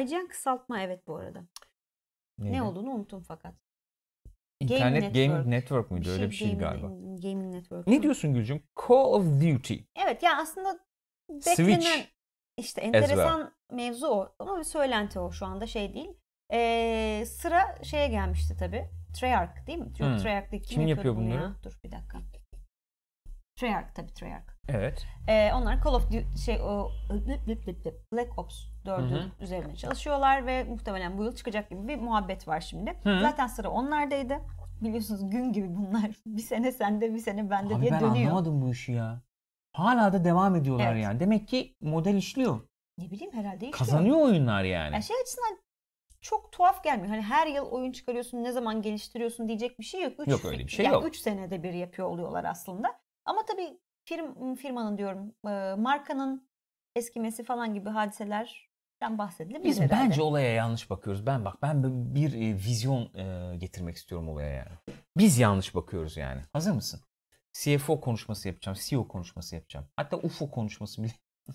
Speaker 2: IGN kısaltma evet bu arada.
Speaker 1: Neydi?
Speaker 2: Ne olduğunu unuttum fakat.
Speaker 1: İnternet Game
Speaker 2: Game
Speaker 1: Network,
Speaker 2: Network. şey
Speaker 1: muydu? Öyle bir şeydi
Speaker 2: Gaming-
Speaker 1: galiba.
Speaker 2: Gaming Network.
Speaker 1: Ne diyorsun Gülcüm? Call of Duty.
Speaker 2: Evet yani aslında beklenen
Speaker 1: Switch.
Speaker 2: işte enteresan mevzu o ama bir söylenti o şu anda şey değil. Ee, sıra şeye gelmişti tabii. Treyarch değil mi?
Speaker 1: Hmm.
Speaker 2: Yok Treyarch'ta kim,
Speaker 1: Kim
Speaker 2: yapıyordu
Speaker 1: yapıyor
Speaker 2: bunu ya?
Speaker 1: bunları?
Speaker 2: Dur bir dakika. Treyarch tabii Treyarch.
Speaker 1: Evet.
Speaker 2: Ee, onlar Call of Duty şey o blip blip blip blip, Black Ops 4'ün
Speaker 1: Hı hı.
Speaker 2: üzerine çalışıyorlar ve muhtemelen bu yıl çıkacak gibi bir muhabbet var şimdi.
Speaker 1: Hı.
Speaker 2: Zaten sıra onlardaydı. Biliyorsunuz gün gibi bunlar. Bir sene sende, bir sene bende
Speaker 1: Abi
Speaker 2: diye
Speaker 1: ben
Speaker 2: dönüyor.
Speaker 1: anlamadım bu işi ya. Hala da devam ediyorlar
Speaker 2: Evet.
Speaker 1: yani. Demek ki model işliyor.
Speaker 2: Ne bileyim herhalde işliyor.
Speaker 1: Kazanıyor oyunlar yani.
Speaker 2: Yani şey açısından çok tuhaf gelmiyor. Hani her yıl oyun çıkarıyorsun, ne zaman geliştiriyorsun diyecek bir şey yok. Üç,
Speaker 1: Yok, öyle bir şey
Speaker 2: yani
Speaker 1: yok.
Speaker 2: Üç senede bir yapıyor oluyorlar aslında. Ama tabii firm, firmanın diyorum, e, markanın eskimesi falan gibi hadiselerden bahsedilebilir
Speaker 1: Biz
Speaker 2: herhalde.
Speaker 1: bence olaya yanlış bakıyoruz. Ben bak ben bir- bir e, vizyon e, getirmek istiyorum olaya yani. Biz yanlış bakıyoruz yani. Hazır mısın? CFO konuşması yapacağım. CEO konuşması yapacağım. Hatta UFO konuşması bile.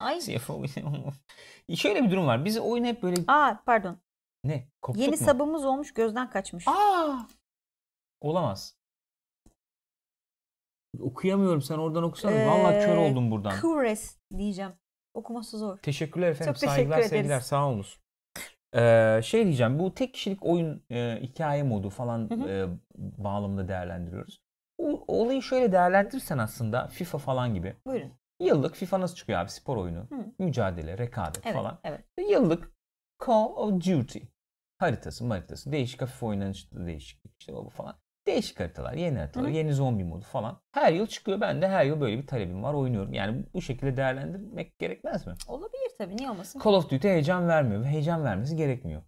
Speaker 2: Ay.
Speaker 1: CFO. E, Şöyle bir durum var. Biz oyun hep böyle
Speaker 2: Aa pardon.
Speaker 1: ne? Koptuk mu?
Speaker 2: Yeni sabımız olmuş gözden kaçmış.
Speaker 1: Aa! Olamaz. Okuyamıyorum. Sen oradan okusana.
Speaker 2: Ee,
Speaker 1: Vallahi kör oldum buradan.
Speaker 2: Kures diyeceğim. Okuması zor.
Speaker 1: Teşekkürler efendim.
Speaker 2: Çok teşekkür
Speaker 1: Saygılar,
Speaker 2: ederiz.
Speaker 1: sevgiler. Sağ olunuz. Ee, şey diyeceğim. Bu tek kişilik oyun e, hikaye modu falan
Speaker 2: Hı hı.
Speaker 1: e, bağlamında değerlendiriyoruz. O, olayı şöyle değerlendirirsen aslında FIFA falan gibi.
Speaker 2: Buyurun.
Speaker 1: Yıllık FIFA nasıl çıkıyor abi? Spor oyunu,
Speaker 2: Hı.
Speaker 1: mücadele, rekabet
Speaker 2: Evet,
Speaker 1: falan.
Speaker 2: evet.
Speaker 1: Yıllık Call of Duty haritası, haritası. Değişik hafif oynanışlı değişik işte o bu falan. Değişik haritalar, yeni haritalar,
Speaker 2: Hı.
Speaker 1: yeni zombi modu falan. Her yıl çıkıyor. Ben de her yıl böyle bir talebim var. Oynuyorum. Yani bu şekilde değerlendirmek gerekmez mi?
Speaker 2: Olabilir tabii. Niye olmasın?
Speaker 1: Call of Duty heyecan vermiyor ve heyecan vermesi gerekmiyor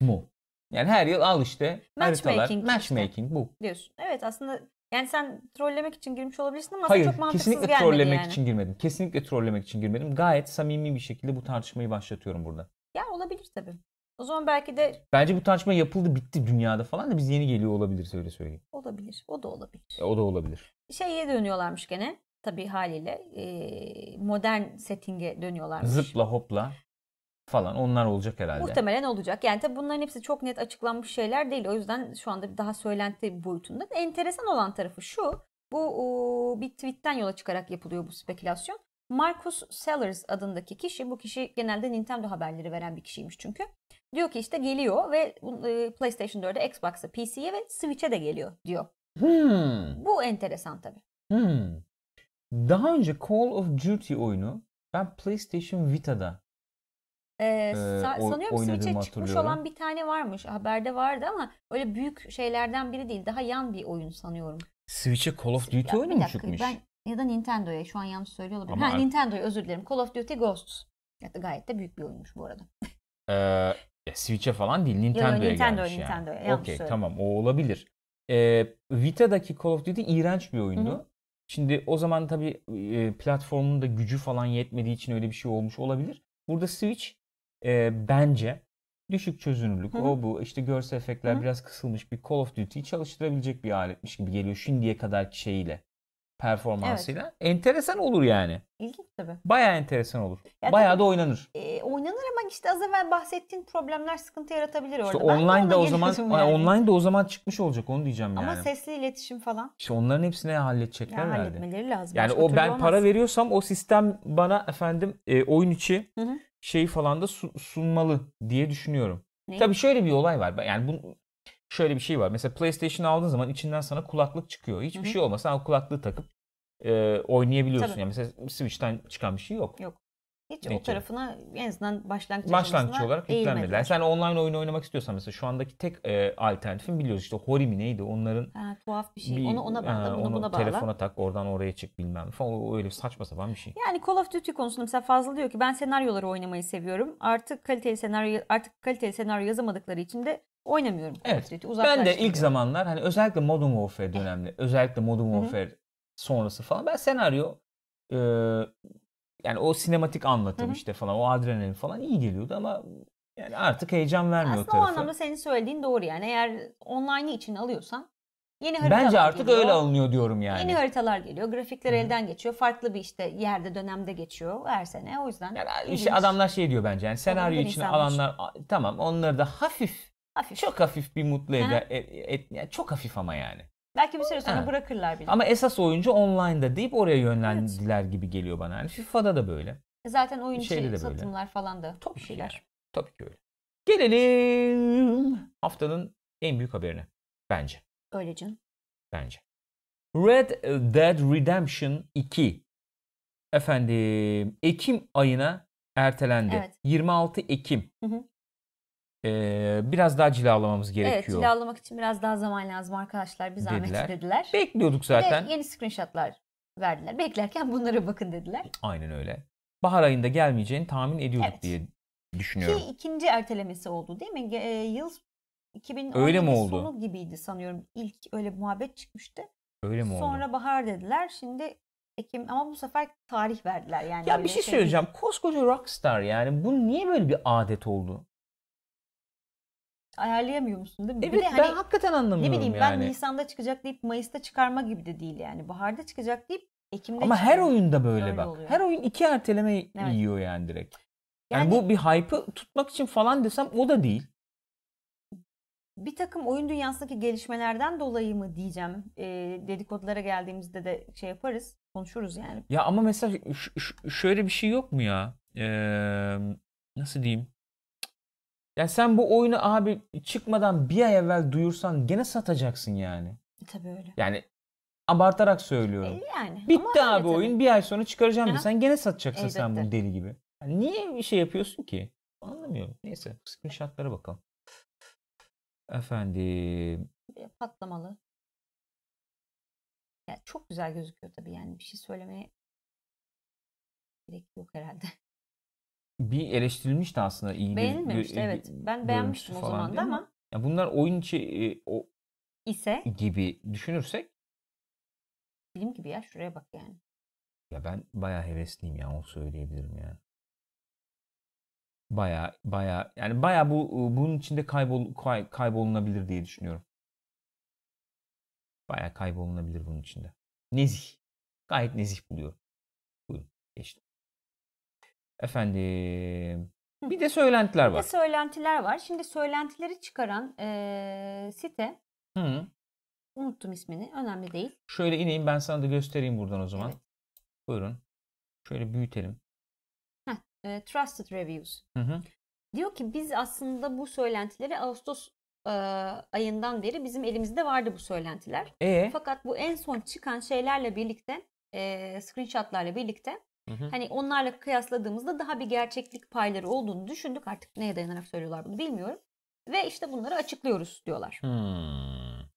Speaker 1: mu? Yani her yıl al işte haritalar,
Speaker 2: Matchmaking işte.
Speaker 1: matchmaking bu.
Speaker 2: diyorsun. Evet aslında yani sen trollemek için girmiş olabilirsin ama
Speaker 1: Hayır,
Speaker 2: aslında çok mantıksız
Speaker 1: kesinlikle
Speaker 2: gelmedi
Speaker 1: trollemek
Speaker 2: yani.
Speaker 1: için girmedim. Kesinlikle trollemek için girmedim. Gayet samimi bir şekilde bu tartışmayı başlatıyorum burada.
Speaker 2: Ya olabilir tabii. O zaman belki de
Speaker 1: Bence bu tartışma yapıldı, bitti dünyada falan da biz yeni geliyor olabilir öyle söyleyeyim.
Speaker 2: olabilir. O da olabilir.
Speaker 1: E, o da olabilir.
Speaker 2: Şeye dönüyorlarmış gene tabii haliyle. Ee, modern setting'e dönüyorlarmış.
Speaker 1: Zıpla hopla falan onlar olacak herhalde.
Speaker 2: Muhtemelen olacak. Yani tabii bunların hepsi çok net açıklanmış şeyler değil. O yüzden şu anda daha söylenti boyutunda. Enteresan olan tarafı şu. Bu o, bir tweetten yola çıkarak yapılıyor bu spekülasyon. Marcus Sellers adındaki kişi, bu kişi genelde Nintendo haberleri veren bir kişiymiş çünkü. Diyor ki işte geliyor ve e, PlayStation 4'e, Xbox'a, PC'ye ve Switch'e de geliyor diyor.
Speaker 1: Hmm,
Speaker 2: Bu enteresan tabii.
Speaker 1: hmm. Daha önce Call of Duty oyunu ben PlayStation Vita'da
Speaker 2: Ee, sa-
Speaker 1: o-
Speaker 2: sanıyorum
Speaker 1: oynadığımı
Speaker 2: Switch'e çıkmış
Speaker 1: hatırlıyorum.
Speaker 2: olan bir tane varmış. Haberde vardı ama öyle büyük şeylerden biri değil. Daha yan bir oyun sanıyorum.
Speaker 1: Switch'e Call of Duty
Speaker 2: Ya
Speaker 1: oyunu
Speaker 2: bir
Speaker 1: mu
Speaker 2: dakika,
Speaker 1: çıkmış?
Speaker 2: Ben ya da Nintendo'ya şu an yanlış söylüyor olabilirim.
Speaker 1: Ama
Speaker 2: ha
Speaker 1: ar-
Speaker 2: Nintendo'ya özür dilerim. Call of Duty Ghosts. Ya da Gayet de büyük bir oyunmuş bu arada.
Speaker 1: Ee, ya Switch'e falan değil Nintendo'ya
Speaker 2: Nintendo,
Speaker 1: gelmiş yani.
Speaker 2: Nintendo'ya, yanlış
Speaker 1: Okey
Speaker 2: söyledim.
Speaker 1: tamam o olabilir. Ee, Vita'daki Call of Duty iğrenç bir oyundu.
Speaker 2: Hı
Speaker 1: Şimdi o zaman tabii e, platformun da gücü falan yetmediği için öyle bir şey olmuş olabilir. Burada Switch e, bence düşük çözünürlük
Speaker 2: Hı hı.
Speaker 1: o bu işte görsel efektler
Speaker 2: Hı hı.
Speaker 1: biraz kısılmış bir Call of Duty'yi çalıştırabilecek bir aletmiş gibi geliyor şimdiye kadarki şeyiyle performansıyla. Enteresan olur yani.
Speaker 2: İlginç tabii.
Speaker 1: Bayağı enteresan olur.
Speaker 2: Ya
Speaker 1: Bayağı da oynanır.
Speaker 2: Ee, oynanır ama işte az evvel bahsettiğin problemler sıkıntı yaratabilir orada.
Speaker 1: İşte
Speaker 2: Ben de
Speaker 1: online de
Speaker 2: ona
Speaker 1: o zaman
Speaker 2: geliyorum
Speaker 1: Ay,
Speaker 2: yani.
Speaker 1: online de o zaman çıkmış olacak onu diyeceğim yani.
Speaker 2: Ama sesli iletişim falan.
Speaker 1: İşte onların hepsini halledecekler
Speaker 2: Ya
Speaker 1: herhalde.
Speaker 2: halletmeleri lazım.
Speaker 1: Yani
Speaker 2: Başka
Speaker 1: o
Speaker 2: türlü
Speaker 1: ben
Speaker 2: olmaz.
Speaker 1: para veriyorsam o sistem bana efendim e, oyun içi
Speaker 2: Hı hı.
Speaker 1: şey falan da su- sunmalı diye düşünüyorum.
Speaker 2: Ne?
Speaker 1: Tabii şöyle bir olay var. Yani bu şöyle bir şey var. Mesela PlayStation aldığın zaman içinden sana kulaklık çıkıyor. Hiçbir
Speaker 2: Hı hı.
Speaker 1: şey olmasa o kulaklığı takıp e, oynayabiliyorsun.
Speaker 2: Tabii.
Speaker 1: Yani mesela Switch'ten çıkan bir şey yok.
Speaker 2: Yok. Hiç
Speaker 1: Ne
Speaker 2: o
Speaker 1: ki?
Speaker 2: tarafına en azından başlangıç
Speaker 1: şey- Başlangıç
Speaker 2: aşamasına
Speaker 1: olarak
Speaker 2: eğilmediler.
Speaker 1: yüklenmediler. Sen online oyun oynamak istiyorsan mesela şu andaki tek e, alternatifin biliyoruz işte Hori mi neydi onların
Speaker 2: Ha, tuhaf bir şey.
Speaker 1: Bir-
Speaker 2: onu ona bağla,
Speaker 1: ha,
Speaker 2: bunu
Speaker 1: onu
Speaker 2: buna bağla.
Speaker 1: telefona tak, oradan oraya çık bilmem falan. O öyle saçma sapan bir şey.
Speaker 2: Yani Call of Duty konusunda mesela Fazıl diyor ki ben senaryoları oynamayı seviyorum. Artık kaliteli senaryo artık kaliteli senaryo yazamadıkları için de oynamıyorum Call
Speaker 1: Evet.
Speaker 2: of Duty.
Speaker 1: Ben de
Speaker 2: Uzaklaştım
Speaker 1: ilk
Speaker 2: diyor.
Speaker 1: zamanlar hani özellikle Modern Warfare dönemli, özellikle Modern
Speaker 2: Hı hı.
Speaker 1: Warfare sonrası falan ben senaryo e, yani o sinematik anlatım
Speaker 2: Hı hı.
Speaker 1: işte falan, o adrenalin falan iyi geliyordu ama yani artık heyecan vermiyor o
Speaker 2: Aslında o
Speaker 1: tarafı.
Speaker 2: anlamda senin söylediğin doğru yani. Eğer online'ı için alıyorsan yeni haritalar
Speaker 1: Bence artık
Speaker 2: geliyor.
Speaker 1: öyle alınıyor diyorum yani.
Speaker 2: Yeni haritalar geliyor. Grafikler
Speaker 1: Hı hı.
Speaker 2: elden geçiyor. Farklı bir işte yerde dönemde geçiyor her sene. O yüzden
Speaker 1: yani işte
Speaker 2: ilginç.
Speaker 1: adamlar şey diyor bence yani senaryo
Speaker 2: Olabilir
Speaker 1: için
Speaker 2: insanlar.
Speaker 1: alanlar tamam onları da hafif
Speaker 2: hafif.
Speaker 1: çok hafif bir mutlu
Speaker 2: Hı hı.
Speaker 1: eder et, et- yani çok hafif ama yani.
Speaker 2: Belki bir süre sonra
Speaker 1: Ha.
Speaker 2: bırakırlar bile.
Speaker 1: Ama esas oyuncu online'da deyip oraya yönlendiler gibi geliyor bana. Yani FIFA'da da böyle.
Speaker 2: Zaten oyun içi
Speaker 1: Şeyde de böyle.
Speaker 2: satımlar falan da top
Speaker 1: ki
Speaker 2: şeyler.
Speaker 1: Tabii ki öyle. Gelelim haftanın en büyük haberine. Bence.
Speaker 2: Öyle canım.
Speaker 1: Bence. Red Dead Redemption 2 efendim Ekim ayına ertelendi.
Speaker 2: Evet.
Speaker 1: 26 Ekim.
Speaker 2: Hı hı.
Speaker 1: Ee, biraz daha cilalamamız
Speaker 2: Evet
Speaker 1: gerekiyor.
Speaker 2: cilalamak için biraz daha zaman lazım arkadaşlar. Bir zahmet
Speaker 1: Dediler.
Speaker 2: dediler.
Speaker 1: Bekliyorduk
Speaker 2: Bir de
Speaker 1: zaten.
Speaker 2: yeni screenshotlar verdiler. Beklerken bunlara bakın dediler.
Speaker 1: Aynen öyle. Bahar ayında gelmeyeceğini tahmin ediyorduk
Speaker 2: Evet.
Speaker 1: diye
Speaker 2: Ki
Speaker 1: düşünüyorum.
Speaker 2: ikinci ertelemesi oldu değil mi? Ge- e, yıl 2017
Speaker 1: Öyle mi oldu?
Speaker 2: sonu gibiydi sanıyorum. İlk öyle bir muhabbet çıkmıştı.
Speaker 1: Öyle mi oldu?
Speaker 2: Sonra bahar dediler. Şimdi Ekim ama bu sefer tarih verdiler. Yani
Speaker 1: Ya
Speaker 2: öyle
Speaker 1: bir şey
Speaker 2: değil.
Speaker 1: söyleyeceğim. Koskoca rockstar yani bu niye böyle bir adet oldu?
Speaker 2: Ayarlayamıyor musun değil mi?
Speaker 1: Evet
Speaker 2: bir de
Speaker 1: ben
Speaker 2: hani
Speaker 1: hakikaten
Speaker 2: ne
Speaker 1: anlamıyorum
Speaker 2: bileyim ben
Speaker 1: yani.
Speaker 2: Nisan'da çıkacak deyip Mayıs'ta çıkarma gibi de değil yani. Baharda çıkacak deyip Ekim'de
Speaker 1: Ama her
Speaker 2: çıkıyor.
Speaker 1: oyunda böyle
Speaker 2: Öyle
Speaker 1: bak.
Speaker 2: oluyor.
Speaker 1: Her oyun iki erteleme
Speaker 2: Evet.
Speaker 1: yiyor yani direkt. Yani,
Speaker 2: yani,
Speaker 1: bu bir hype'ı tutmak için falan desem o da değil.
Speaker 2: bir takım oyun dünyasındaki gelişmelerden dolayı mı diyeceğim. E, dedikodulara geldiğimizde de şey yaparız, konuşuruz yani.
Speaker 1: Ya ama mesela ş- ş- şöyle bir şey yok mu ya? Ee, nasıl diyeyim? Ya sen bu oyunu abi çıkmadan bir ay evvel duyursan gene satacaksın yani.
Speaker 2: E, Tabii öyle.
Speaker 1: Yani abartarak söylüyorum.
Speaker 2: E, Yani.
Speaker 1: Bitti
Speaker 2: Ama
Speaker 1: abi
Speaker 2: öyle
Speaker 1: oyun. Bir ay sonra çıkaracağım
Speaker 2: Aha.
Speaker 1: desen gene satacaksın sen
Speaker 2: Elbette.
Speaker 1: bunu deli gibi. Yani niye bir şey yapıyorsun ki? Anlamıyorum. Neyse screenshotlara bakalım. Efendim.
Speaker 2: tabii. E, Patlamalı. Ya çok güzel gözüküyor tabii yani. Bir şey söylemeye gerek yok herhalde.
Speaker 1: Bir eleştirilmişti aslında iyi. bir-
Speaker 2: Beğenilmemişti
Speaker 1: gö-
Speaker 2: evet. Ben
Speaker 1: görüntüsü
Speaker 2: beğenmiştim o
Speaker 1: falan
Speaker 2: zaman da
Speaker 1: diye
Speaker 2: ama
Speaker 1: Ya bunlar oyun içi e, o
Speaker 2: ise
Speaker 1: gibi düşünürsek
Speaker 2: film gibi ya şuraya bak yani.
Speaker 1: ya ben bayağı hevesliyim ya onu söyleyebilirim yani. Bayağı bayağı yani bayağı bu bunun içinde kaybol kay- kaybolunabilir diye düşünüyorum. Bayağı kaybolunabilir bunun içinde. Nezih. Gayet nezih buluyorum. Buyurun geçtim. Efendim bir de söylentiler
Speaker 2: Bir de
Speaker 1: var.
Speaker 2: söylentiler var. Şimdi söylentileri çıkaran eee, site
Speaker 1: Hı.
Speaker 2: unuttum ismini önemli değil.
Speaker 1: Şöyle ineyim ben sana da göstereyim buradan o zaman.
Speaker 2: Evet.
Speaker 1: Buyurun. Şöyle büyütelim.
Speaker 2: Eee, Trusted Reviews.
Speaker 1: Hı hı.
Speaker 2: Diyor ki biz aslında bu söylentileri Ağustos eee, ayından beri bizim elimizde vardı bu söylentiler.
Speaker 1: E
Speaker 2: Fakat bu en son çıkan şeylerle birlikte eee screenshotlarla birlikte
Speaker 1: Hı hı.
Speaker 2: hani onlarla kıyasladığımızda daha bir gerçeklik payları olduğunu düşündük. Artık neye dayanarak söylüyorlar bunu bilmiyorum. Ve işte bunları açıklıyoruz diyorlar.
Speaker 1: Hmm.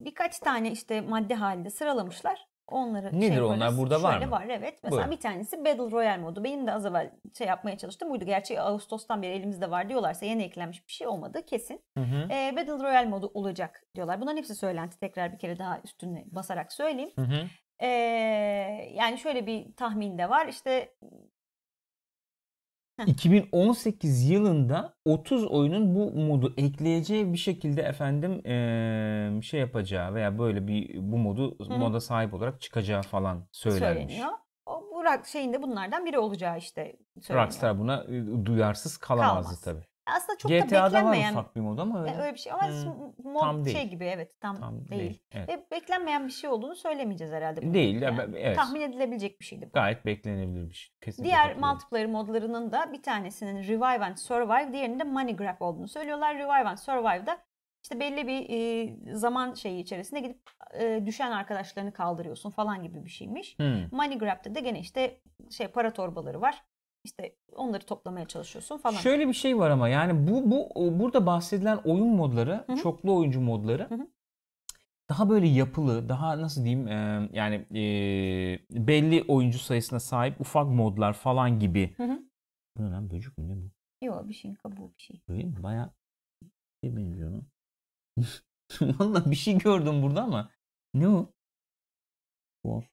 Speaker 2: birkaç tane işte madde halinde sıralamışlar. Onları şey
Speaker 1: Nedir
Speaker 2: yaparız.
Speaker 1: onlar? Burada var
Speaker 2: Şöyle
Speaker 1: mı?
Speaker 2: var evet. Mesela
Speaker 1: Buyurun.
Speaker 2: bir tanesi Battle Royale modu. Benim de az evvel şey yapmaya çalıştım. Buydu. Gerçi Ağustos'tan beri elimizde var diyorlarsa yeni eklenmiş bir şey olmadı kesin.
Speaker 1: Hı hı.
Speaker 2: Ee, Battle Royale modu olacak diyorlar. Bunların hepsi söylenti. Tekrar bir kere daha üstüne basarak söyleyeyim.
Speaker 1: Hı hı.
Speaker 2: Ee, yani şöyle bir tahmin de var. İşte
Speaker 1: 2018 yılında 30 oyunun bu modu ekleyeceği bir şekilde efendim eee, şey yapacağı veya böyle bir bu modu
Speaker 2: Hı hı.
Speaker 1: moda sahip olarak çıkacağı falan söylenmiş.
Speaker 2: söyleniyor. O Burak şeyin de bunlardan biri olacağı işte söyleniyor.
Speaker 1: Rockstar buna e, duyarsız kalamazdı
Speaker 2: Kalmaz.
Speaker 1: tabii.
Speaker 2: Aslında çok da
Speaker 1: GTA'da var
Speaker 2: beklenmeyen
Speaker 1: ufak bir mod ama öyle.
Speaker 2: E, öyle bir şey ama
Speaker 1: Hmm,
Speaker 2: mod
Speaker 1: tam
Speaker 2: şey
Speaker 1: değil.
Speaker 2: gibi evet tam,
Speaker 1: Tam
Speaker 2: değil. E
Speaker 1: değil. Evet.
Speaker 2: Ve beklenmeyen bir şey olduğunu söylemeyeceğiz herhalde. bunun.
Speaker 1: Değil. ya,
Speaker 2: Yani
Speaker 1: ben- evet.
Speaker 2: Tahmin edilebilecek bir şeydi bu.
Speaker 1: Gayet beklenebilir bir şey. Kesinlikle
Speaker 2: Diğer
Speaker 1: katılıyorum.
Speaker 2: multiplayer modlarının da bir tanesinin Revive and Survive, diğerinin de Money Grab olduğunu söylüyorlar. Revive and Survive'da işte belli bir e, zaman şeyi içerisinde gidip e, düşen arkadaşlarını kaldırıyorsun falan gibi bir şeymiş.
Speaker 1: Hı.
Speaker 2: Money Grab'da da gene işte şey para torbaları var. İşte onları toplamaya çalışıyorsun falan.
Speaker 1: Şöyle bir şey var ama yani bu bu o- burada bahsedilen oyun modları,
Speaker 2: Hı hı.
Speaker 1: çoklu oyuncu modları
Speaker 2: Hı hı.
Speaker 1: daha böyle yapılı, daha nasıl diyeyim e, yani e, belli oyuncu sayısına sahip ufak modlar falan gibi.
Speaker 2: Hı hı.
Speaker 1: Bu ne lan böcük mü ne bu?
Speaker 2: Yok bir şeyin kabuğu bir şey.
Speaker 1: Değil mi? Baya ne benziyor lan? Valla bir şey gördüm burada ama ne o? Tuhaf.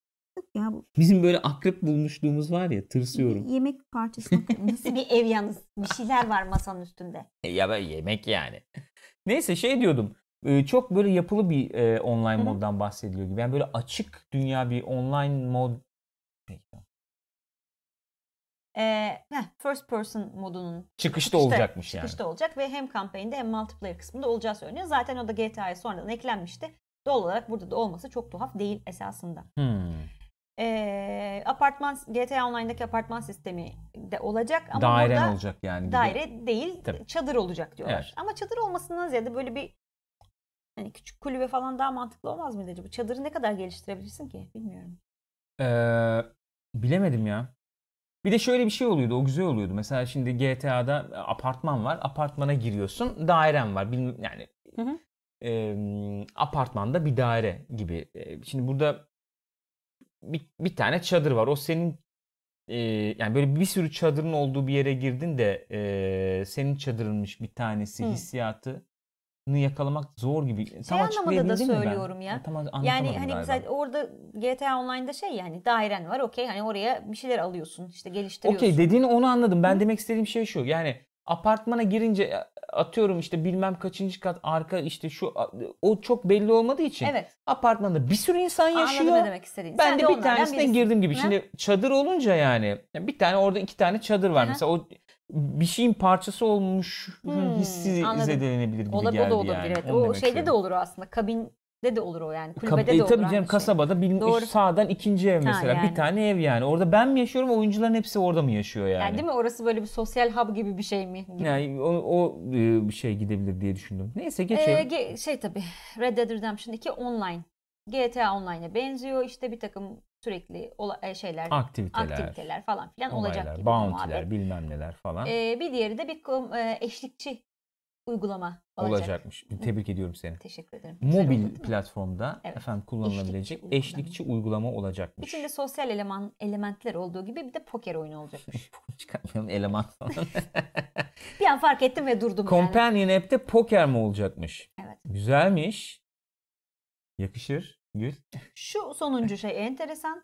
Speaker 2: Ya bu
Speaker 1: Bizim böyle akrep bulmuşluğumuz var ya tırsıyorum.
Speaker 2: Yemek parçasına Nasıl bir ev yalnız? Bir şeyler var masanın üstünde.
Speaker 1: E, Ya ben yemek yani. Neyse şey diyordum. e, Çok böyle yapılı bir e, online
Speaker 2: Hı hı.
Speaker 1: moddan bahsediliyor gibi. Yani böyle açık dünya bir online mod. Peki, tamam.
Speaker 2: Ee, heh, first person modunun
Speaker 1: Çıkışta
Speaker 2: çıkışta-
Speaker 1: olacakmış yani.
Speaker 2: çıkışta olacak ve hem kampanyada hem multiplayer kısmında olacağı söyleniyor. Zaten o da GTA'ya sonradan eklenmişti. Doğal olarak burada da olması çok tuhaf değil esasında.
Speaker 1: Hmm.
Speaker 2: Ee, apartman GTA Online'daki apartman sistemi de olacak ama
Speaker 1: Dairen
Speaker 2: burada
Speaker 1: olacak yani. gibi.
Speaker 2: daire değil
Speaker 1: Tabii.
Speaker 2: çadır olacak diyorlar.
Speaker 1: Evet.
Speaker 2: Ama çadır olmasından ziyade böyle bir hani küçük kulübe falan daha mantıklı olmaz mıydı acaba? Çadırı ne kadar geliştirebilirsin ki? Bilmiyorum.
Speaker 1: Ee, bilemedim ya. Bir de şöyle bir şey oluyordu. O güzel oluyordu. Mesela şimdi GTA'da apartman var. Apartmana giriyorsun. Dairen var. Bilmem, yani
Speaker 2: Hı hı.
Speaker 1: e, apartmanda bir daire gibi. E, şimdi burada bir, bir tane çadır var. O senin e, yani böyle bir sürü çadırın olduğu bir yere girdin de e, senin çadırınmış bir tanesi
Speaker 2: Hı. Şey
Speaker 1: hissiyatını yakalamak zor gibi. Tam
Speaker 2: anlamında da
Speaker 1: açıklayabildim mi ben?
Speaker 2: söylüyorum ya.
Speaker 1: Tam
Speaker 2: Yani
Speaker 1: anlatamadım
Speaker 2: hani
Speaker 1: galiba.
Speaker 2: mesela orada GTA Online'da şey yani dairen var okey hani oraya bir şeyler alıyorsun işte geliştiriyorsun.
Speaker 1: Okey dediğini onu anladım. Ben demek istediğim şey şu. Yani apartmana girince e, atıyorum işte bilmem kaçıncı kat arka işte şu o çok belli olmadığı için
Speaker 2: Evet
Speaker 1: apartmanda bir sürü insan
Speaker 2: anladım
Speaker 1: yaşıyor.
Speaker 2: ne demek istediğini.
Speaker 1: Ben
Speaker 2: Sen
Speaker 1: de bir
Speaker 2: onlardan
Speaker 1: tanesine
Speaker 2: birisin.
Speaker 1: girdim gibi.
Speaker 2: Ha?
Speaker 1: Şimdi çadır olunca yani yani bir tane orada iki tane çadır var.
Speaker 2: Aha.
Speaker 1: Mesela o bir şeyin parçası olmuş
Speaker 2: Hmm,
Speaker 1: hissi
Speaker 2: anladım.
Speaker 1: zedelenebilir gibi
Speaker 2: Ola, o
Speaker 1: geldi
Speaker 2: da olabilir
Speaker 1: yani.
Speaker 2: evet.
Speaker 1: Onu
Speaker 2: O
Speaker 1: demek
Speaker 2: şeyde
Speaker 1: istedim.
Speaker 2: de olur o aslında kabinde de olur o yani
Speaker 1: Kab-
Speaker 2: kulübede
Speaker 1: e,
Speaker 2: de olur.
Speaker 1: tabii
Speaker 2: aynı
Speaker 1: canım
Speaker 2: şey.
Speaker 1: kasabada bir,
Speaker 2: Doğru.
Speaker 1: sağdan ikinci ev mesela
Speaker 2: yani.
Speaker 1: bir tane ev yani. Orada ben mi yaşıyorum oyuncuların hepsi orada mı yaşıyor
Speaker 2: Yani. değil mi orası böyle bir sosyal hub gibi bir şey mi? Gibi.
Speaker 1: Yani o, o e, bir şey gidebilir diye düşündüm. Neyse
Speaker 2: Ee,
Speaker 1: geçelim.
Speaker 2: ge- şey tabii Red Dead Redemption 2 online GTA Online'a benziyor. İşte bir takım sürekli ola- e, şeyler,
Speaker 1: Aktiviteler,
Speaker 2: aktiviteler falan filan olacak
Speaker 1: olaylar,
Speaker 2: gibi. bir muhabbet.
Speaker 1: bounty'ler, bilmem neler falan
Speaker 2: Ee, bir diğeri de bir kom- e, eşlikçi uygulama olacak.
Speaker 1: olacakmış. Tebrik ediyorum seni.
Speaker 2: Teşekkür ederim. Güzel oldu,
Speaker 1: Mobil
Speaker 2: değil mi?
Speaker 1: platformda
Speaker 2: Evet.
Speaker 1: efendim kullanılabilecek
Speaker 2: Eşlikçi
Speaker 1: eşlikçi, uygulama olacakmış.
Speaker 2: İçinde sosyal eleman elementler olduğu gibi bir de poker oyunu olacakmış.
Speaker 1: Çıkartmayalım eleman falan.
Speaker 2: bir an fark ettim ve durdum yani.
Speaker 1: Companion app'te poker mi olacakmış?
Speaker 2: Evet.
Speaker 1: Güzelmiş. Yakışır. Gül.
Speaker 2: Şu sonuncu şey enteresan.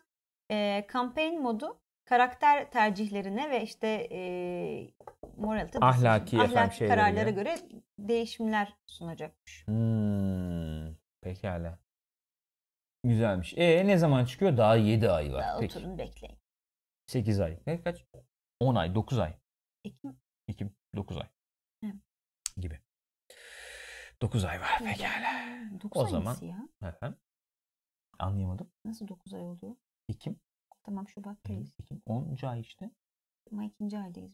Speaker 2: Ee, campaign modu karakter tercihlerine ve işte e, morality decision-
Speaker 1: Ahlaki efendim
Speaker 2: ahlaki
Speaker 1: şeylere
Speaker 2: kararlara
Speaker 1: göre.
Speaker 2: göre değişimler sunacakmış.
Speaker 1: Hmm, pekala. Güzelmiş. E ne zaman çıkıyor? Daha 7 ay var.
Speaker 2: Daha
Speaker 1: Peki.
Speaker 2: oturun bekleyin.
Speaker 1: 8 ay. Ne kaç? 10 ay, 9 ay.
Speaker 2: Ekim
Speaker 1: 2 9 ay.
Speaker 2: Evet.
Speaker 1: Gibi. 9 ay var pekala.
Speaker 2: dokuz ay
Speaker 1: zaman-
Speaker 2: nasıl ya?
Speaker 1: Efendim? Anlayamadım.
Speaker 2: Nasıl 9 ay oluyor?
Speaker 1: Ekim,
Speaker 2: Tamam Şubat'tayız.
Speaker 1: Eylül, Ekim 10. ay işte.
Speaker 2: Ama ikinci aydayız.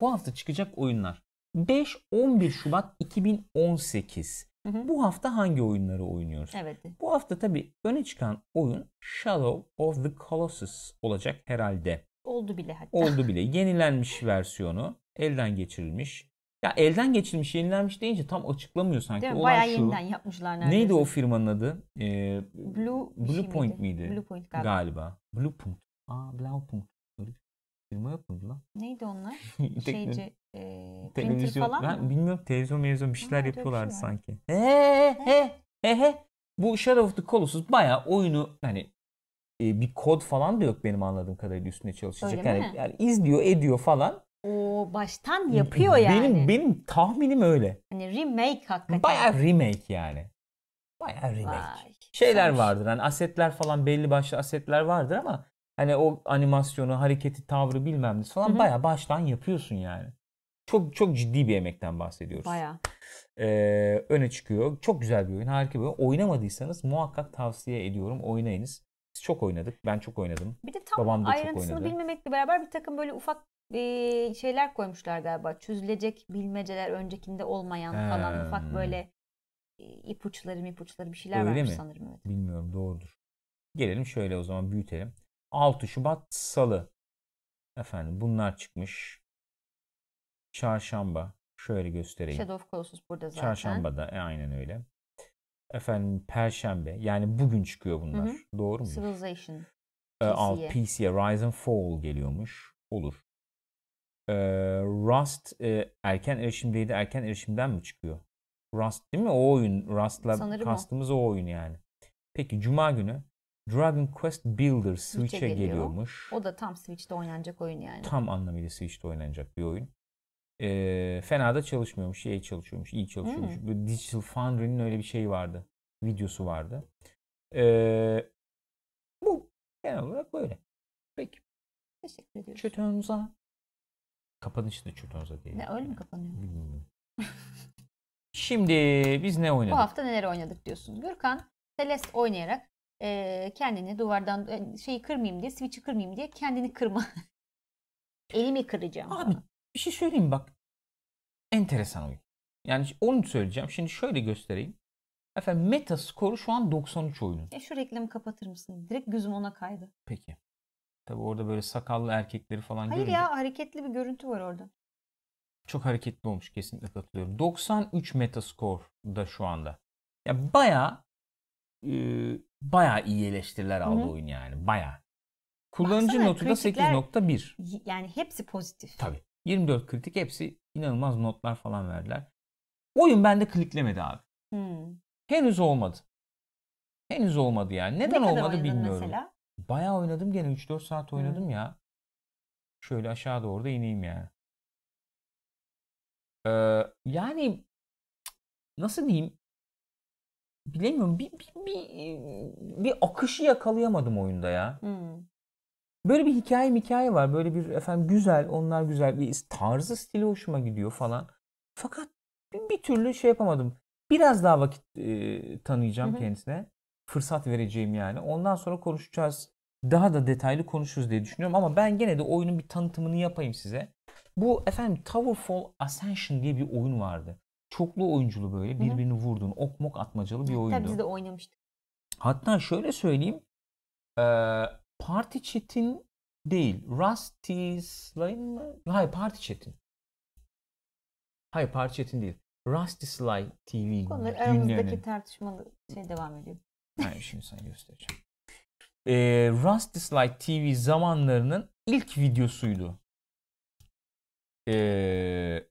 Speaker 1: Bu hafta çıkacak oyunlar. 5-11 Şubat 2018.
Speaker 2: Hı hı.
Speaker 1: Bu hafta hangi oyunları oynuyoruz?
Speaker 2: Evet.
Speaker 1: Bu hafta tabii öne çıkan oyun Shadow of the Colossus olacak herhalde.
Speaker 2: Oldu bile hatta.
Speaker 1: Oldu bile. Yenilenmiş versiyonu. Elden geçirilmiş. Ya elden geçirilmiş, yenilenmiş deyince tam açıklamıyor sanki.
Speaker 2: Değil mi?
Speaker 1: Olay
Speaker 2: Bayağı
Speaker 1: şu.
Speaker 2: yeniden yapmışlar neredeyse.
Speaker 1: Neydi o firmanın adı? Ee,
Speaker 2: Blue, bir
Speaker 1: Blue
Speaker 2: şey
Speaker 1: Point miydi?
Speaker 2: Blue Point galiba.
Speaker 1: galiba. Blue Point. Aa Blue Point. Böyle bir firma yok muydu lan?
Speaker 2: Neydi onlar?
Speaker 1: Tek-
Speaker 2: Şeyci, e, printer
Speaker 1: televizyon.
Speaker 2: falan
Speaker 1: Ben
Speaker 2: mı?
Speaker 1: bilmiyorum televizyon mevzyon bir
Speaker 2: Ha,
Speaker 1: şeyler
Speaker 2: öyle bir şey
Speaker 1: yapıyorlardı
Speaker 2: var.
Speaker 1: sanki. He he he he he. Bu Shadow of the Colossus bayağı oyunu hani e, bir kod falan da yok benim anladığım kadarıyla üstüne çalışacak.
Speaker 2: Öyle
Speaker 1: yani,
Speaker 2: mi?
Speaker 1: yani izliyor ediyor falan.
Speaker 2: O baştan yapıyor yani.
Speaker 1: Benim benim tahminim öyle.
Speaker 2: Hani remake hakikaten.
Speaker 1: Bayağı remake yani. Bayağı remake.
Speaker 2: Vay,
Speaker 1: Şeyler
Speaker 2: güzelmiş.
Speaker 1: vardır hani asetler falan belli başlı asetler vardır ama hani o animasyonu, hareketi, tavrı bilmem ne
Speaker 2: Hı
Speaker 1: falan
Speaker 2: hı.
Speaker 1: bayağı baştan yapıyorsun yani. Çok çok ciddi bir emekten bahsediyoruz.
Speaker 2: Bayağı.
Speaker 1: Ee, öne çıkıyor. Çok güzel bir oyun, harika bir oyun. Oynamadıysanız muhakkak tavsiye ediyorum oynayınız. Biz çok oynadık, ben çok oynadım.
Speaker 2: Bir de tam
Speaker 1: Babam da çok
Speaker 2: ayrıntısını
Speaker 1: oynadı.
Speaker 2: bilmemekle beraber bir takım böyle ufak e, şeyler koymuşlar galiba. Çözülecek bilmeceler öncekinde olmayan falan
Speaker 1: He.
Speaker 2: ufak böyle e, ipuçları ipuçları bir şeyler
Speaker 1: Öyle
Speaker 2: varmış
Speaker 1: mi?
Speaker 2: sanırım. Evet.
Speaker 1: Bilmiyorum doğrudur. Gelelim şöyle o zaman büyütelim. 6 Şubat Salı. Efendim bunlar çıkmış. Çarşamba. Şöyle göstereyim.
Speaker 2: Shadow of Colossus burada Şey zaten.
Speaker 1: Çarşamba da e, aynen öyle. Efendim Perşembe yani bugün çıkıyor bunlar.
Speaker 2: Hı
Speaker 1: Doğru mu?
Speaker 2: Civilization.
Speaker 1: Ee, al,
Speaker 2: PC'ye.
Speaker 1: PC'ye Rise and Fall geliyormuş. Olur. Ee, Rust e, erken erişimdeydi. Erken erişimden mi çıkıyor? Rust değil mi? O oyun. Rust'la
Speaker 2: Sanırım o.
Speaker 1: kastımız o. oyun yani. Peki Cuma günü Dragon Quest Builder Switch'e
Speaker 2: geliyor.
Speaker 1: geliyormuş.
Speaker 2: O da tam Switch'te oynanacak oyun yani.
Speaker 1: Tam anlamıyla Switch'te oynanacak bir oyun. Ee, fena da çalışmıyormuş. iyi çalışıyormuş. iyi çalışıyormuş.
Speaker 2: Hmm.
Speaker 1: Böyle Digital Foundry'nin öyle bir şeyi vardı. Videosu vardı. Ee, bu genel olarak böyle. Peki.
Speaker 2: Teşekkür ediyorum.
Speaker 1: Şey, Çötönza. Kapanışı da çötönza değil.
Speaker 2: Ne öyle mi kapanıyor?
Speaker 1: Bilmiyorum. Şimdi biz ne
Speaker 2: Bu
Speaker 1: oynadık?
Speaker 2: hafta neler oynadık diyorsun. Gürkan Celeste oynayarak eee, kendini duvardan e, şeyi kırmayayım diye, switch'i kırmayayım diye kendini kırma. Elimi kıracağım.
Speaker 1: Abi
Speaker 2: falan.
Speaker 1: bir şey söyleyeyim mi? bak. Enteresan oyun. Yani onu söyleyeceğim. Şimdi şöyle göstereyim. Efendim meta skoru şu an 93 oyunun.
Speaker 2: E şu reklamı kapatır mısın? Direkt gözüm ona kaydı.
Speaker 1: Peki. Tabi orada böyle sakallı erkekleri falan
Speaker 2: Hayır
Speaker 1: görünce
Speaker 2: ya hareketli bir görüntü var orada.
Speaker 1: çok hareketli olmuş kesinlikle katılıyorum. 93 Metascore'da şu anda. Ya baya e, baya iyi eleştiriler aldı
Speaker 2: Hı hı.
Speaker 1: oyun yani baya. Kullanıcı
Speaker 2: Baksana,
Speaker 1: notu da
Speaker 2: kritikler-
Speaker 1: 8.1.
Speaker 2: Y- Yani hepsi pozitif.
Speaker 1: Tabi. 24 kritik hepsi inanılmaz notlar falan verdiler. Oyun bende kliklemedi abi.
Speaker 2: Hmm.
Speaker 1: Henüz olmadı. Henüz olmadı yani.
Speaker 2: Ne
Speaker 1: Neden
Speaker 2: kadar
Speaker 1: olmadı
Speaker 2: oynadın
Speaker 1: bilmiyorum.
Speaker 2: Mesela?
Speaker 1: Bayağı oynadım gene 3-4 saat oynadım ya. Şöyle aşağı doğru da ineyim yani. Ee, yani cık, nasıl diyeyim? Bilemiyorum. Bir, bir, bir, bir akışı yakalayamadım oyunda ya.
Speaker 2: Hmm.
Speaker 1: Böyle bir hikaye hikaye var. Böyle bir efendim güzel, onlar güzel. Bir tarzı stili hoşuma gidiyor falan. Fakat bir, bir türlü şey yapamadım. Biraz daha vakit e, tanıyacağım
Speaker 2: Hı hı.
Speaker 1: kendisine. Fırsat vereceğim yani. Ondan sonra konuşacağız. Daha da detaylı konuşuruz diye düşünüyorum ama ben gene de oyunun bir tanıtımını yapayım size. Bu efendim Towerfall Ascension diye bir oyun vardı. çoklu oyunculu böyle birbirini vurduğun ok mok atmacalı bir
Speaker 2: Tabii
Speaker 1: oyundu.
Speaker 2: biz de oynamıştık.
Speaker 1: Hatta şöyle söyleyeyim. eee, Party Chat'in değil. Rusty's Line mı? Hayır Party Chat'in. Hayır Party Chat'in değil. Rusty Sly TV
Speaker 2: Konular
Speaker 1: günlerinin.
Speaker 2: aramızdaki tartışmalı şey devam ediyor.
Speaker 1: Hayır şimdi sana göstereceğim. Eee Rusty Sly TV zamanlarının ilk videosuydu. Eee,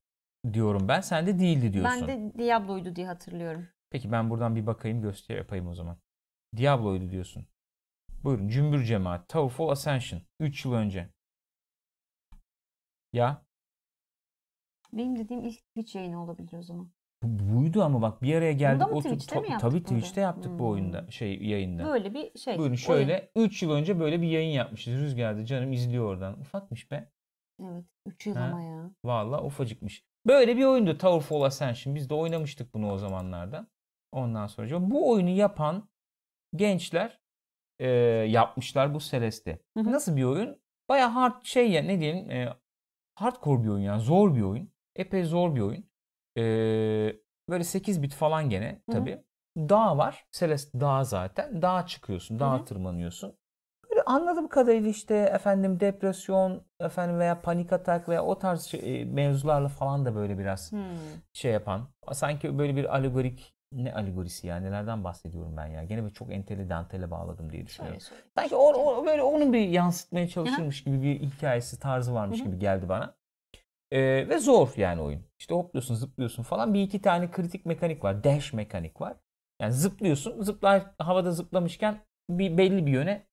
Speaker 1: diyorum ben. Sen de değildi diyorsun.
Speaker 2: Ben de Diablo'ydu diye hatırlıyorum.
Speaker 1: Peki ben buradan bir bakayım göster yapayım o zaman. Diablo'ydu diyorsun. Buyurun Cümbür Cemaat. Towerfall Ascension. 3 yıl önce. Ya
Speaker 2: Benim dediğim ilk Twitch yayını olabilir o zaman.
Speaker 1: bu- buydu ama bak bir araya geldik.
Speaker 2: Bunda mı
Speaker 1: oturduk.
Speaker 2: Twitch'te mi
Speaker 1: Ta-
Speaker 2: yaptık
Speaker 1: Tabii
Speaker 2: bunu da?
Speaker 1: Twitch'te yaptık bu oyunda.
Speaker 2: Hmm.
Speaker 1: Şey yayında.
Speaker 2: Böyle bir şey.
Speaker 1: Buyurun
Speaker 2: oyun.
Speaker 1: şöyle 3 yıl önce böyle bir yayın yapmışız. Rüzgar'da canım izliyor oradan. Ufakmış be.
Speaker 2: Evet. 3 yıl
Speaker 1: Ha.
Speaker 2: ama ya.
Speaker 1: Valla ufacıkmış. Böyle bir oyundu Towerfall Ascension. Biz de oynamıştık bunu o zamanlarda. Ondan sonra bu oyunu yapan gençler e, yapmışlar bu Celeste.
Speaker 2: Hı hı.
Speaker 1: Nasıl bir oyun? Baya hard şey ya ne diyelim e, hardcore bir oyun yani zor bir oyun. Epey zor bir oyun. E, böyle 8 bit falan gene
Speaker 2: Hı hı.
Speaker 1: tabii. Dağ var. Celeste dağ zaten. Dağa çıkıyorsun. Dağa
Speaker 2: Hı hı.
Speaker 1: tırmanıyorsun. Böyle anladığım kadarıyla işte efendim depresyon efendim veya panik atak veya o tarz şey, e, mevzularla falan da böyle biraz
Speaker 2: Hmm.
Speaker 1: şey yapan. Sanki böyle bir alegorik ne alegorisi ya nelerden bahsediyorum ben ya. Gene bir çok entele dantele bağladım diye düşünüyorum.
Speaker 2: Şöyle söyle.
Speaker 1: Sanki o, o- böyle onun bir yansıtmaya çalışırmış gibi bir hikayesi tarzı varmış
Speaker 2: Hı hı.
Speaker 1: gibi geldi bana. Ee, ve zor yani oyun. İşte hopluyorsun zıplıyorsun falan. Bir iki tane kritik mekanik var. Dash mekanik var. Yani zıplıyorsun. Zıplar, havada zıplamışken bir belli bir yöne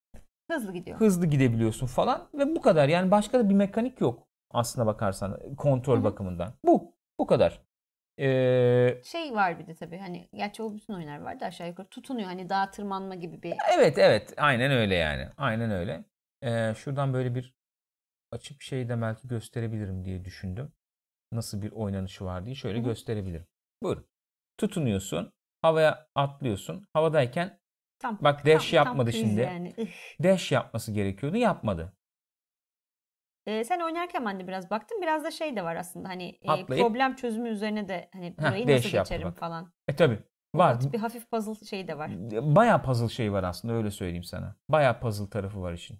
Speaker 2: Hızlı gidiyor.
Speaker 1: hızlı gidebiliyorsun falan ve bu kadar. Yani başka da bir mekanik yok aslına bakarsan kontrol
Speaker 2: Hı hı.
Speaker 1: bakımından. Bu bu kadar. Ee,
Speaker 2: Şey var bir de tabii hani gerçi o bütün oyunlar vardı aşağı yukarı tutunuyor hani dağa tırmanma gibi bir
Speaker 1: evet evet aynen öyle yani. Aynen öyle. Ee, şuradan böyle bir açıp şey de belki gösterebilirim diye düşündüm. Nasıl bir oynanışı var diye şöyle
Speaker 2: Hı hı.
Speaker 1: gösterebilirim. Buyurun. Tutunuyorsun. Havaya atlıyorsun. Havadayken
Speaker 2: tam
Speaker 1: bak dash
Speaker 2: tam-
Speaker 1: yapmadı
Speaker 2: tam quiz
Speaker 1: şimdi.
Speaker 2: yani. Üh.
Speaker 1: Dash yapması gerekiyordu. Yapmadı.
Speaker 2: Ee, sen oynarken ben de biraz baktım. Biraz da şey de var aslında hani e,
Speaker 1: Atlayıp-
Speaker 2: problem çözümü üzerine de hani burayı
Speaker 1: dash
Speaker 2: nasıl
Speaker 1: yaptı
Speaker 2: geçerim
Speaker 1: bak.
Speaker 2: falan.
Speaker 1: E tabi. Var.
Speaker 2: O tip Bir hafif puzzle şeyi de var.
Speaker 1: Bayağı puzzle şey var aslında öyle söyleyeyim sana. Bayağı puzzle tarafı var işin.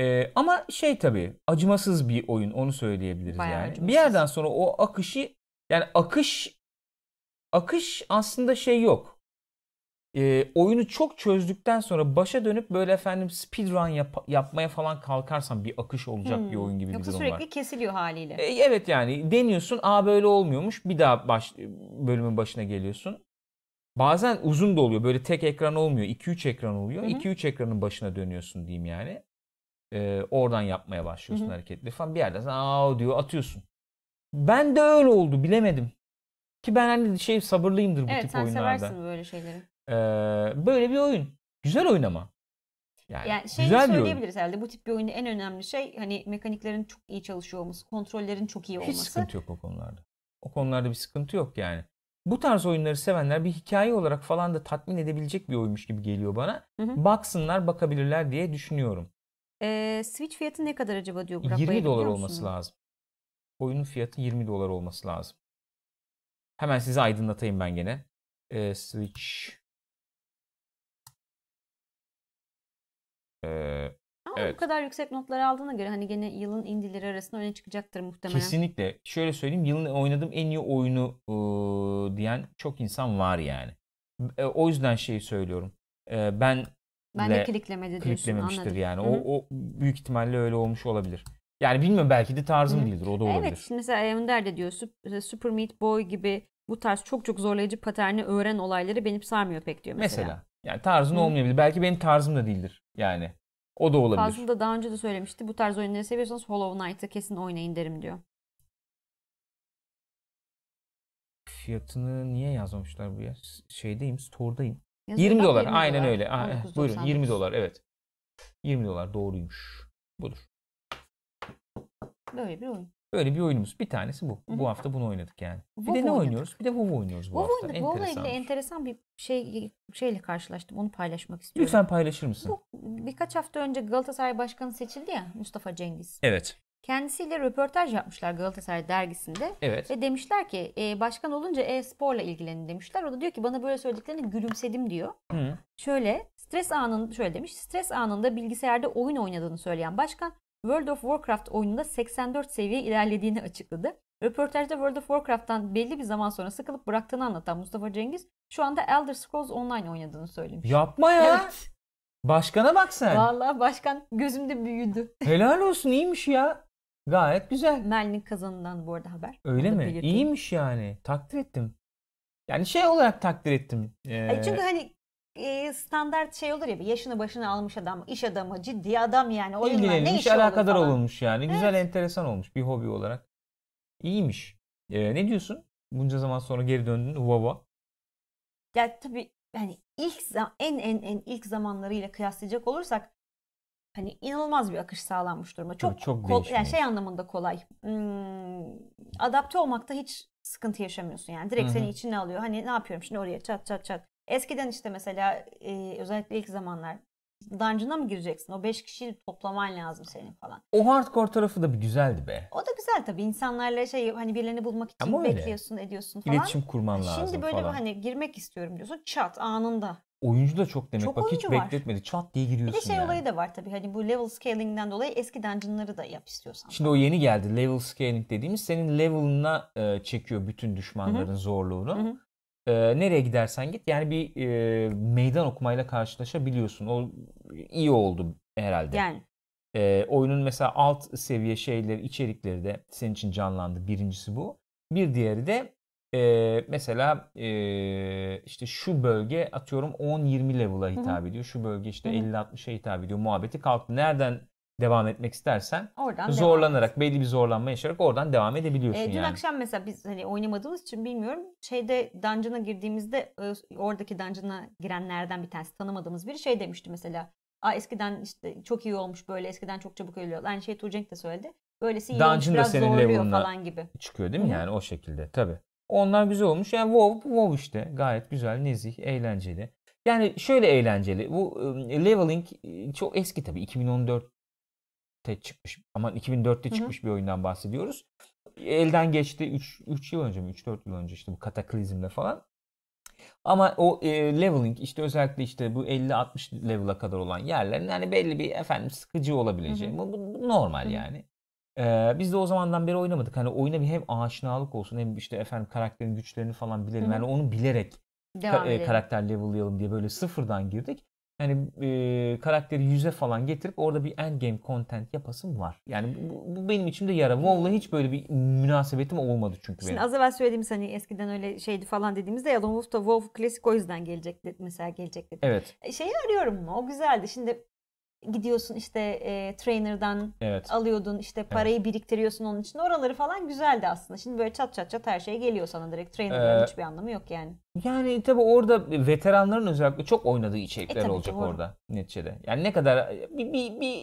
Speaker 1: Ee, ama şey tabii acımasız bir oyun onu söyleyebiliriz
Speaker 2: Bayağı
Speaker 1: yani.
Speaker 2: acımasız.
Speaker 1: Bir yerden sonra o akışı yani akış akış aslında şey yok. Ee, oyunu çok çözdükten sonra başa dönüp böyle efendim speedrun yap- yapmaya falan kalkarsan bir akış olacak bir
Speaker 2: Hmm.
Speaker 1: oyun gibi
Speaker 2: Yoksa
Speaker 1: bir durum
Speaker 2: sürekli
Speaker 1: var.
Speaker 2: kesiliyor haliyle.
Speaker 1: E, Evet yani deniyorsun. Aa böyle olmuyormuş. Bir daha baş, bölümün başına geliyorsun. Bazen uzun da oluyor. Böyle tek ekran olmuyor. 2-3 ekran oluyor.
Speaker 2: Hı hı.
Speaker 1: 2-3 ekranın başına dönüyorsun diyeyim yani. E, oradan yapmaya başlıyorsun
Speaker 2: Hı hı.
Speaker 1: hareketleri falan. Bir yerden sonra aa diyor atıyorsun. Ben de öyle oldu bilemedim. Ki ben hani şey sabırlıyımdır bu
Speaker 2: evet
Speaker 1: tip
Speaker 2: sen
Speaker 1: oyunlarda.
Speaker 2: seversin böyle şeyleri.
Speaker 1: E, böyle bir oyun. Güzel oyun ama. Yani,
Speaker 2: Yani şeyi
Speaker 1: güzel bir oyun.
Speaker 2: söyleyebiliriz herhalde bu tip bir oyunda en önemli şey hani mekaniklerin çok iyi çalışıyor olması, kontrollerin çok iyi
Speaker 1: Hiç
Speaker 2: olması.
Speaker 1: sıkıntı yok o konularda. O konularda bir sıkıntı yok yani. Bu tarz oyunları sevenler bir hikaye olarak falan da tatmin edebilecek bir oyunmuş gibi geliyor bana.
Speaker 2: Hı hı.
Speaker 1: Baksınlar bakabilirler diye düşünüyorum.
Speaker 2: Ee, Switch fiyatı ne kadar acaba diyor Burak
Speaker 1: 20
Speaker 2: Bayır,
Speaker 1: dolar
Speaker 2: biliyor
Speaker 1: olması
Speaker 2: musun?
Speaker 1: lazım. Oyunun fiyatı 20 dolar olması lazım. Hemen sizi aydınlatayım ben gene. Ee, Switch. Ee,
Speaker 2: Ama
Speaker 1: Evet.
Speaker 2: bu kadar yüksek notlar aldığına göre hani gene yılın indileri arasında öne çıkacaktır muhtemelen.
Speaker 1: Kesinlikle. Şöyle söyleyeyim yılın oynadığım en iyi oyunu ıı, diyen çok insan var yani. E, o yüzden şeyi söylüyorum. E, ben
Speaker 2: Ben
Speaker 1: le-
Speaker 2: de kliklemedi diyorsun
Speaker 1: kliklememiştir
Speaker 2: anladım.
Speaker 1: yani.
Speaker 2: Hı hı.
Speaker 1: O, o büyük ihtimalle öyle olmuş olabilir. Yani bilmiyorum belki de tarzım
Speaker 2: Hı hı.
Speaker 1: değildir. O da olabilir.
Speaker 2: Evet şimdi mesela Ender de diyor Sup- e, Super Meat Boy gibi bu tarz çok çok zorlayıcı paterni öğren olayları benim sarmıyor pek diyor mesela.
Speaker 1: mesela. Yani tarzın
Speaker 2: Hı.
Speaker 1: olmayabilir. Belki benim tarzım da değildir. Yani o da olabilir.
Speaker 2: Fazıl da daha önce de söylemişti bu tarz oyunları seviyorsanız Hollow Knight'ı kesin oynayın derim diyor.
Speaker 1: Fiyatını niye yazmamışlar buraya? S- Şeydeyim, store'dayım.
Speaker 2: Yazıyor
Speaker 1: 20
Speaker 2: bak,
Speaker 1: dolar. Aynen
Speaker 2: dolar.
Speaker 1: öyle. Aa, eh,
Speaker 2: 19.99.
Speaker 1: buyurun 20 dolar evet. 20 dolar doğruymuş. Budur.
Speaker 2: Böyle bir oyun.
Speaker 1: Böyle bir oyunumuz. Bir tanesi bu.
Speaker 2: Hı hı.
Speaker 1: Bu hafta bunu oynadık yani.
Speaker 2: WoW
Speaker 1: bir de ne
Speaker 2: oynadık.
Speaker 1: oynuyoruz? Bir de WoW oynuyoruz bu
Speaker 2: Bu
Speaker 1: hafta.
Speaker 2: oyunda WoW'la ilgili
Speaker 1: Enteresanmış.
Speaker 2: enteresan bir şey şeyle karşılaştım. Onu paylaşmak istiyorum.
Speaker 1: Lütfen paylaşır mısın?
Speaker 2: Bu birkaç hafta önce Galatasaray Başkanı seçildi ya Mustafa Cengiz.
Speaker 1: Evet.
Speaker 2: Kendisiyle röportaj yapmışlar Galatasaray dergisinde.
Speaker 1: Evet.
Speaker 2: Ve demişler ki e, başkan olunca e-sporla ilgilenin demişler. O da diyor ki bana böyle söylediklerini gülümsedim diyor.
Speaker 1: Hı.
Speaker 2: Şöyle stres anında şöyle demiş. Stres anında bilgisayarda oyun oynadığını söyleyen başkan World of Warcraft oyununda 84 seviye ilerlediğini açıkladı. Röportajda World of Warcraft'tan belli bir zaman sonra sıkılıp bıraktığını anlatan Mustafa Cengiz şu anda Elder Scrolls Online oynadığını söylemiş.
Speaker 1: Yapma ya.
Speaker 2: Evet.
Speaker 1: Başkana bak sen.
Speaker 2: Vallahi başkan gözümde büyüdü.
Speaker 1: Helal olsun iyiymiş ya. Gayet güzel.
Speaker 2: Melnik kazanından bu arada haber.
Speaker 1: Öyle
Speaker 2: Onu da
Speaker 1: mi?
Speaker 2: belirteyim.
Speaker 1: İyiymiş yani. Takdir ettim. Yani şey olarak takdir ettim. Ee,
Speaker 2: Ay çünkü hani e, standart şey olur ya bir yaşını başına almış adam, iş adamı, ciddi adam yani oyunla ne
Speaker 1: ilgilenilmiş,
Speaker 2: işi olur
Speaker 1: alakadar
Speaker 2: falan.
Speaker 1: olunmuş yani. Güzel, enteresan olmuş bir hobi olarak. İyiymiş. Ee, ne diyorsun? Bunca zaman sonra geri döndün Huawei.
Speaker 2: Ya tabii hani ilk za- en en en ilk zamanlarıyla kıyaslayacak olursak hani inanılmaz bir akış sağlanmış duruma.
Speaker 1: Tabii
Speaker 2: Çok
Speaker 1: çok
Speaker 2: kol- yani
Speaker 1: değişmiş.
Speaker 2: şey anlamında kolay. Hmm, adapte olmakta hiç sıkıntı yaşamıyorsun yani. Direkt
Speaker 1: Hı
Speaker 2: seni
Speaker 1: hı.
Speaker 2: içine alıyor. Hani ne yapıyorum şimdi oraya çat çat çat. Eskiden işte mesela e, özellikle ilk zamanlar dungeon'a mı gireceksin? O 5 kişiyi toplaman lazım senin falan.
Speaker 1: O hardcore tarafı da bir güzeldi be.
Speaker 2: O da güzel tabii. İnsanlarla şey hani birilerini bulmak için
Speaker 1: Ama öyle.
Speaker 2: bekliyorsun, ediyorsun falan.
Speaker 1: İletişim kurman lazım
Speaker 2: Şimdi böyle bir
Speaker 1: falan.
Speaker 2: hani girmek istiyorum diyorsun çat anında.
Speaker 1: Oyuncu da çok demek.
Speaker 2: Çok
Speaker 1: Bak hiç
Speaker 2: oyuncu var.
Speaker 1: bekletmedi. Çat diye
Speaker 2: Bir
Speaker 1: giriyorsun
Speaker 2: de şey
Speaker 1: yani.
Speaker 2: olayı da var tabii. Hani bu level scaling'den dolayı eski dungeon'ları da yap istiyorsan.
Speaker 1: Şimdi o yeni geldi. Level scaling dediğimiz senin level'ına e, çekiyor bütün düşmanların zorluğunu.
Speaker 2: Hı hı.
Speaker 1: E, nereye gidersen git yani bir e, meydan okumayla karşılaşabiliyorsun. O iyi oldu herhalde.
Speaker 2: Yani
Speaker 1: E, oyunun mesela alt seviye şeyleri, içerikleri de senin için canlandı. Birincisi bu. Bir diğeri de e, mesela e, işte şu bölge atıyorum 10-20 level'a hitap ediyor. Şu bölge işte
Speaker 2: Hı hı.
Speaker 1: 50-60'a hitap ediyor. Muhabbeti kalktı. Nereden devam etmek istersen
Speaker 2: oradan devam.
Speaker 1: zorlanarak belli bir zorlanma yaşayarak oradan devam edebiliyorsun
Speaker 2: Ee, dün
Speaker 1: yani.
Speaker 2: akşam mesela biz hani oynamadığımız için bilmiyorum. Şeyde dungeon'a girdiğimizde e, oradaki dungeon'a girenlerden bir tanesi tanımadığımız biri şey demişti mesela. Aa eskiden işte çok iyi olmuş böyle eskiden çok çabuk ölüyorlar. Aynı şey Turcenk de söyledi. Böylesi iyi
Speaker 1: Dungeon
Speaker 2: olmuş
Speaker 1: da
Speaker 2: biraz
Speaker 1: senin
Speaker 2: zorluyor
Speaker 1: level'ına-
Speaker 2: falan gibi.
Speaker 1: Çıkıyor değil mi
Speaker 2: Hı hı.
Speaker 1: yani o şekilde tabi. Onlar güzel olmuş. Yani WoW, WoW işte gayet güzel, nezih, eğlenceli. Yani şöyle eğlenceli. Bu e, leveling e, çok eski tabi. 2014'te çıkmış. Ama 2004'te
Speaker 2: Hı hı.
Speaker 1: çıkmış bir oyundan bahsediyoruz. Elden geçti 3 3 yıl önce mi 3-4 yıl önce işte bu kataklizmle falan. Ama o e, leveling işte özellikle işte bu 50-60 level'a kadar olan yerlerin hani belli bir efendim sıkıcı olabileceği. Bu, bu- bu normal
Speaker 2: Hı hı.
Speaker 1: yani. Ee, biz de o zamandan beri oynamadık. Hani oyuna bir hem aşinalık olsun hem işte efendim karakterin güçlerini falan bilelim.
Speaker 2: Hı hı.
Speaker 1: Yani onu bilerek
Speaker 2: Devam
Speaker 1: ka- e,
Speaker 2: edelim.
Speaker 1: karakter level'layalım diye böyle sıfırdan girdik. Yani e, karakteri yüze falan getirip orada bir endgame content yapasım var. Yani bu, bu benim içimde yara. WoW'la hiç böyle bir münasebetim olmadı çünkü
Speaker 2: Şimdi
Speaker 1: benim.
Speaker 2: az evvel söylediğimiz hani eskiden öyle şeydi falan dediğimizde Yalan Wolf da WoW klasik o yüzden gelecek dedi, mesela gelecek dedi.
Speaker 1: Evet,
Speaker 2: E, Şeyi arıyorum mu? O güzeldi. Şimdi gidiyorsun işte e, trainer'dan
Speaker 1: evet.
Speaker 2: alıyordun işte parayı biriktiriyorsun onun için. Oraları falan güzeldi aslında. Şimdi böyle çat çat çat her şey geliyor sana direkt. Trainer'ların
Speaker 1: Ee,
Speaker 2: hiçbir anlamı yok yani.
Speaker 1: Yani tabii orada veteranların özellikle çok oynadığı içerikler
Speaker 2: E, tabii,
Speaker 1: olacak
Speaker 2: doğru.
Speaker 1: orada neticede. Yani ne kadar bir, bir, bir,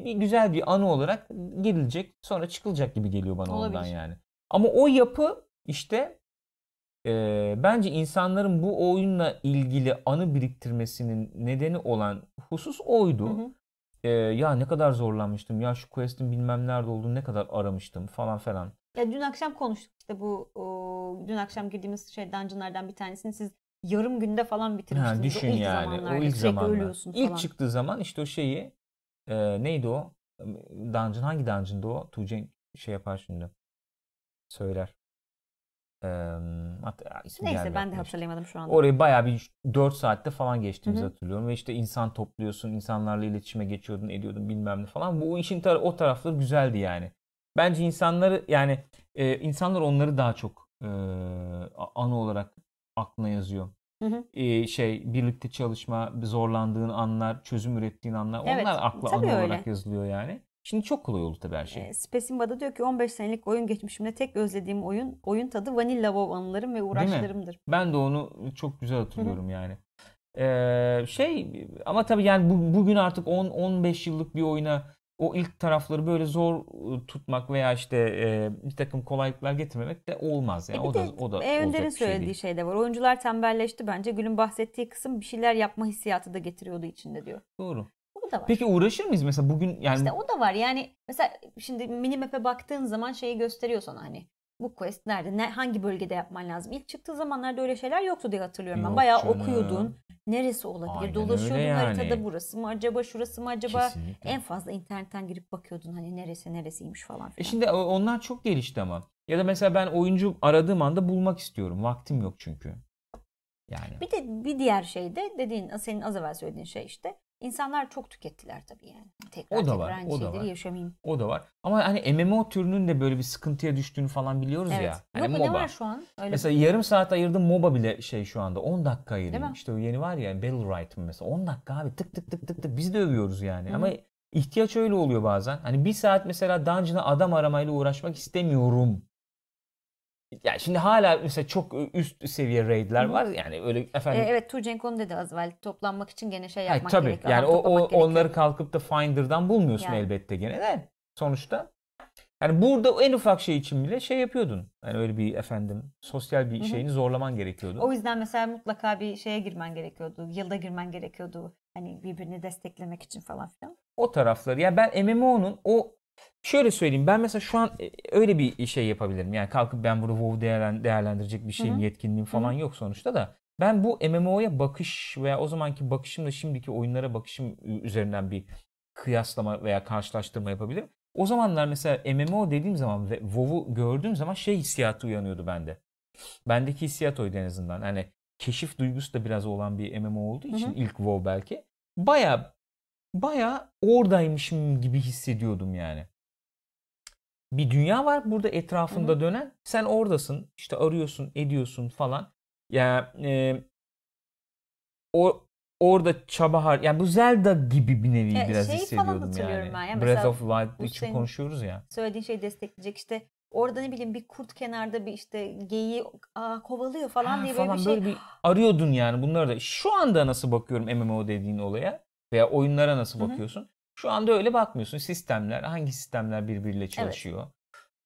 Speaker 1: e, bir güzel bir anı olarak girilecek sonra çıkılacak gibi geliyor bana ondan
Speaker 2: Olabilir.
Speaker 1: yani. Ama o yapı işte e, bence insanların bu oyunla ilgili anı biriktirmesinin nedeni olan husus oydu.
Speaker 2: Hı hı.
Speaker 1: E, ya ne kadar zorlanmıştım ya şu quest'in bilmem nerede olduğunu ne kadar aramıştım falan falan.
Speaker 2: Ya dün akşam konuştuk işte bu o, dün akşam girdiğimiz şey dungeonlardan bir tanesini siz yarım günde falan bitirmiştiniz.
Speaker 1: Ha,
Speaker 2: O
Speaker 1: düşün
Speaker 2: ilk
Speaker 1: yani.
Speaker 2: zamanlarda
Speaker 1: O ilk
Speaker 2: sürekli
Speaker 1: zamanlar.
Speaker 2: ölüyorsun
Speaker 1: İlk
Speaker 2: falan.
Speaker 1: çıktığı zaman işte o şeyi e, neydi o? Dungeon hangi dungeon'da o? Tuğçe şey yapar şimdi. Söyler. E, hatta ismi
Speaker 2: Neyse
Speaker 1: gelmiyor
Speaker 2: ben de
Speaker 1: aklıma işte.
Speaker 2: hatırlayamadım şu anda.
Speaker 1: Orayı bayağı bir 4 saatte falan geçtiğimizi
Speaker 2: Hı hı.
Speaker 1: hatırlıyorum. Ve işte insan topluyorsun, insanlarla iletişime geçiyordun, ediyordun bilmem ne falan. Bu işin tar- o tarafları güzeldi yani. Bence insanları yani e, insanlar onları daha çok e, a- anı olarak aklına yazıyor.
Speaker 2: Hı hı.
Speaker 1: E, şey birlikte çalışma, zorlandığın anlar, çözüm ürettiğin anlar
Speaker 2: Evet,
Speaker 1: onlar akla anı
Speaker 2: tabii öyle.
Speaker 1: olarak yazılıyor yani. Şimdi çok kolay oldu tabii her şey.
Speaker 2: E, Spesimba'da diyor ki 15 senelik oyun geçmişimde tek özlediğim oyun, oyun tadı Vanilla WoW anılarım ve uğraşlarımdır.
Speaker 1: Ben de onu çok güzel hatırlıyorum yani. Ee, şey ama tabii yani bu, bugün artık 10-15 yıllık bir oyuna o ilk tarafları böyle zor e, tutmak veya işte e, bir takım kolaylıklar getirmemek de olmaz. Yani
Speaker 2: E,
Speaker 1: o
Speaker 2: bir
Speaker 1: da
Speaker 2: de
Speaker 1: o da
Speaker 2: E,
Speaker 1: olacak
Speaker 2: Önder'in
Speaker 1: bir şey
Speaker 2: söylediği
Speaker 1: değil.
Speaker 2: şey de var. Oyuncular tembelleşti bence. Gül'ün bahsettiği kısım bir şeyler yapma hissiyatı da getiriyordu içinde diyor.
Speaker 1: Doğru.
Speaker 2: Bu O da var.
Speaker 1: Peki uğraşır mıyız mesela bugün yani
Speaker 2: İşte o da var. Yani mesela şimdi mini map'e baktığın zaman şeyi gösteriyor sana hani bu quest nerede, ne, hangi bölgede yapman lazım. İlk çıktığı zamanlarda öyle şeyler yoktu diye hatırlıyorum ben.
Speaker 1: Yok
Speaker 2: Bayağı
Speaker 1: canım.
Speaker 2: okuyordun. Neresi olabilir?
Speaker 1: Aynen
Speaker 2: Dolaşıyordun
Speaker 1: öyle yani.
Speaker 2: haritada burası mı acaba, şurası mı acaba?
Speaker 1: Kesinlikle.
Speaker 2: En fazla internetten girip bakıyordun hani neresi neresiymiş falan
Speaker 1: E
Speaker 2: filan.
Speaker 1: şimdi o- onlar çok gelişti ama. Ya da mesela ben oyuncu aradığım anda bulmak istiyorum. Vaktim yok çünkü. Yani.
Speaker 2: Bir de bir diğer şey de dediğin senin az evvel söylediğin şey işte insanlar çok tükettiler tabii yani. Tekrar
Speaker 1: O da
Speaker 2: tekrar
Speaker 1: var,
Speaker 2: aynı
Speaker 1: o da
Speaker 2: şeyleri
Speaker 1: var.
Speaker 2: yaşamayayım.
Speaker 1: O da var. Ama hani MMO türünün de böyle bir sıkıntıya düştüğünü falan biliyoruz
Speaker 2: Evet.
Speaker 1: ya. Hani
Speaker 2: Yok,
Speaker 1: MOBA.
Speaker 2: ne var şu an? Öyle
Speaker 1: Mesela yarım saat ayırdım MOBA bile şey şu anda 10 dakika ayırayım.
Speaker 2: mi?
Speaker 1: İşte o yeni var ya Battle Right mı mesela 10 dakika abi tık tık tık tık tık biz de övüyoruz yani. Ama ihtiyaç öyle oluyor bazen. Hani bir saat mesela dungeon'a adam aramayla uğraşmak istemiyorum. Yani şimdi hala mesela çok üst seviye raidler var yani öyle
Speaker 2: E,
Speaker 1: efendim
Speaker 2: evet Tuğcenk onu dedi az evvel. Toplanmak için gene şey
Speaker 1: Hayır,
Speaker 2: yapmak
Speaker 1: tabii.
Speaker 2: gerekiyor.
Speaker 1: Yani
Speaker 2: ham
Speaker 1: o, o
Speaker 2: toplamak gerekiyor.
Speaker 1: onları kalkıp da Finder'dan bulmuyorsun
Speaker 2: Yani.
Speaker 1: elbette gene de sonuçta. Yani burada en ufak şey için bile şey yapıyordun. Yani öyle bir efendim sosyal bir şeyini zorlaman gerekiyordu.
Speaker 2: O yüzden mesela mutlaka bir şeye girmen gerekiyordu. Yılda girmen gerekiyordu. Hani birbirini desteklemek için falan filan.
Speaker 1: o tarafları. Ya ben MMO'nun o şöyle söyleyeyim ben mesela şu an e, öyle bir şey yapabilirim. Yani kalkıp ben burada WoW değerlen- değerlendirecek bir şeyim,
Speaker 2: Hı hı.
Speaker 1: yetkinliğim falan yok sonuçta da. Ben bu MMO'ya bakış veya o zamanki bakışımla şimdiki oyunlara bakışım üzerinden bir kıyaslama veya karşılaştırma yapabilirim. O zamanlar mesela MMO dediğim zaman ve WoW'u gördüğüm zaman şey hissiyatı uyanıyordu bende. Bendeki hissiyat oydu en azından. Hani keşif duygusu da biraz olan bir MMO olduğu için
Speaker 2: Hı hı.
Speaker 1: ilk WoW belki. Baya baya oradaymışım gibi hissediyordum yani. Bir dünya var burada etrafında dönen. Sen oradasın. işte arıyorsun, ediyorsun falan. Ya e, o orada çaba har yani bu Zelda gibi bir nevi
Speaker 2: Ya
Speaker 1: biraz
Speaker 2: E, şeyi falan
Speaker 1: hissediyordum
Speaker 2: hatırlıyorum
Speaker 1: yani.
Speaker 2: ben ya.
Speaker 1: Breath
Speaker 2: Mesela
Speaker 1: of the
Speaker 2: bu
Speaker 1: Wild için
Speaker 2: senin-
Speaker 1: konuşuyoruz ya.
Speaker 2: Söylediğin şeyi destekleyecek işte orada ne bileyim bir kurt kenarda bir işte geyiği aa, kovalıyor falan
Speaker 1: Ha,
Speaker 2: diye böyle bir şey.
Speaker 1: böyle bir arıyordun yani bunları da. Şu anda nasıl bakıyorum MMO dediğin olaya veya oyunlara nasıl
Speaker 2: Hı hı.
Speaker 1: bakıyorsun? Şu anda öyle bakmıyorsun. Sistemler, hangi sistemler birbiriyle çalışıyor?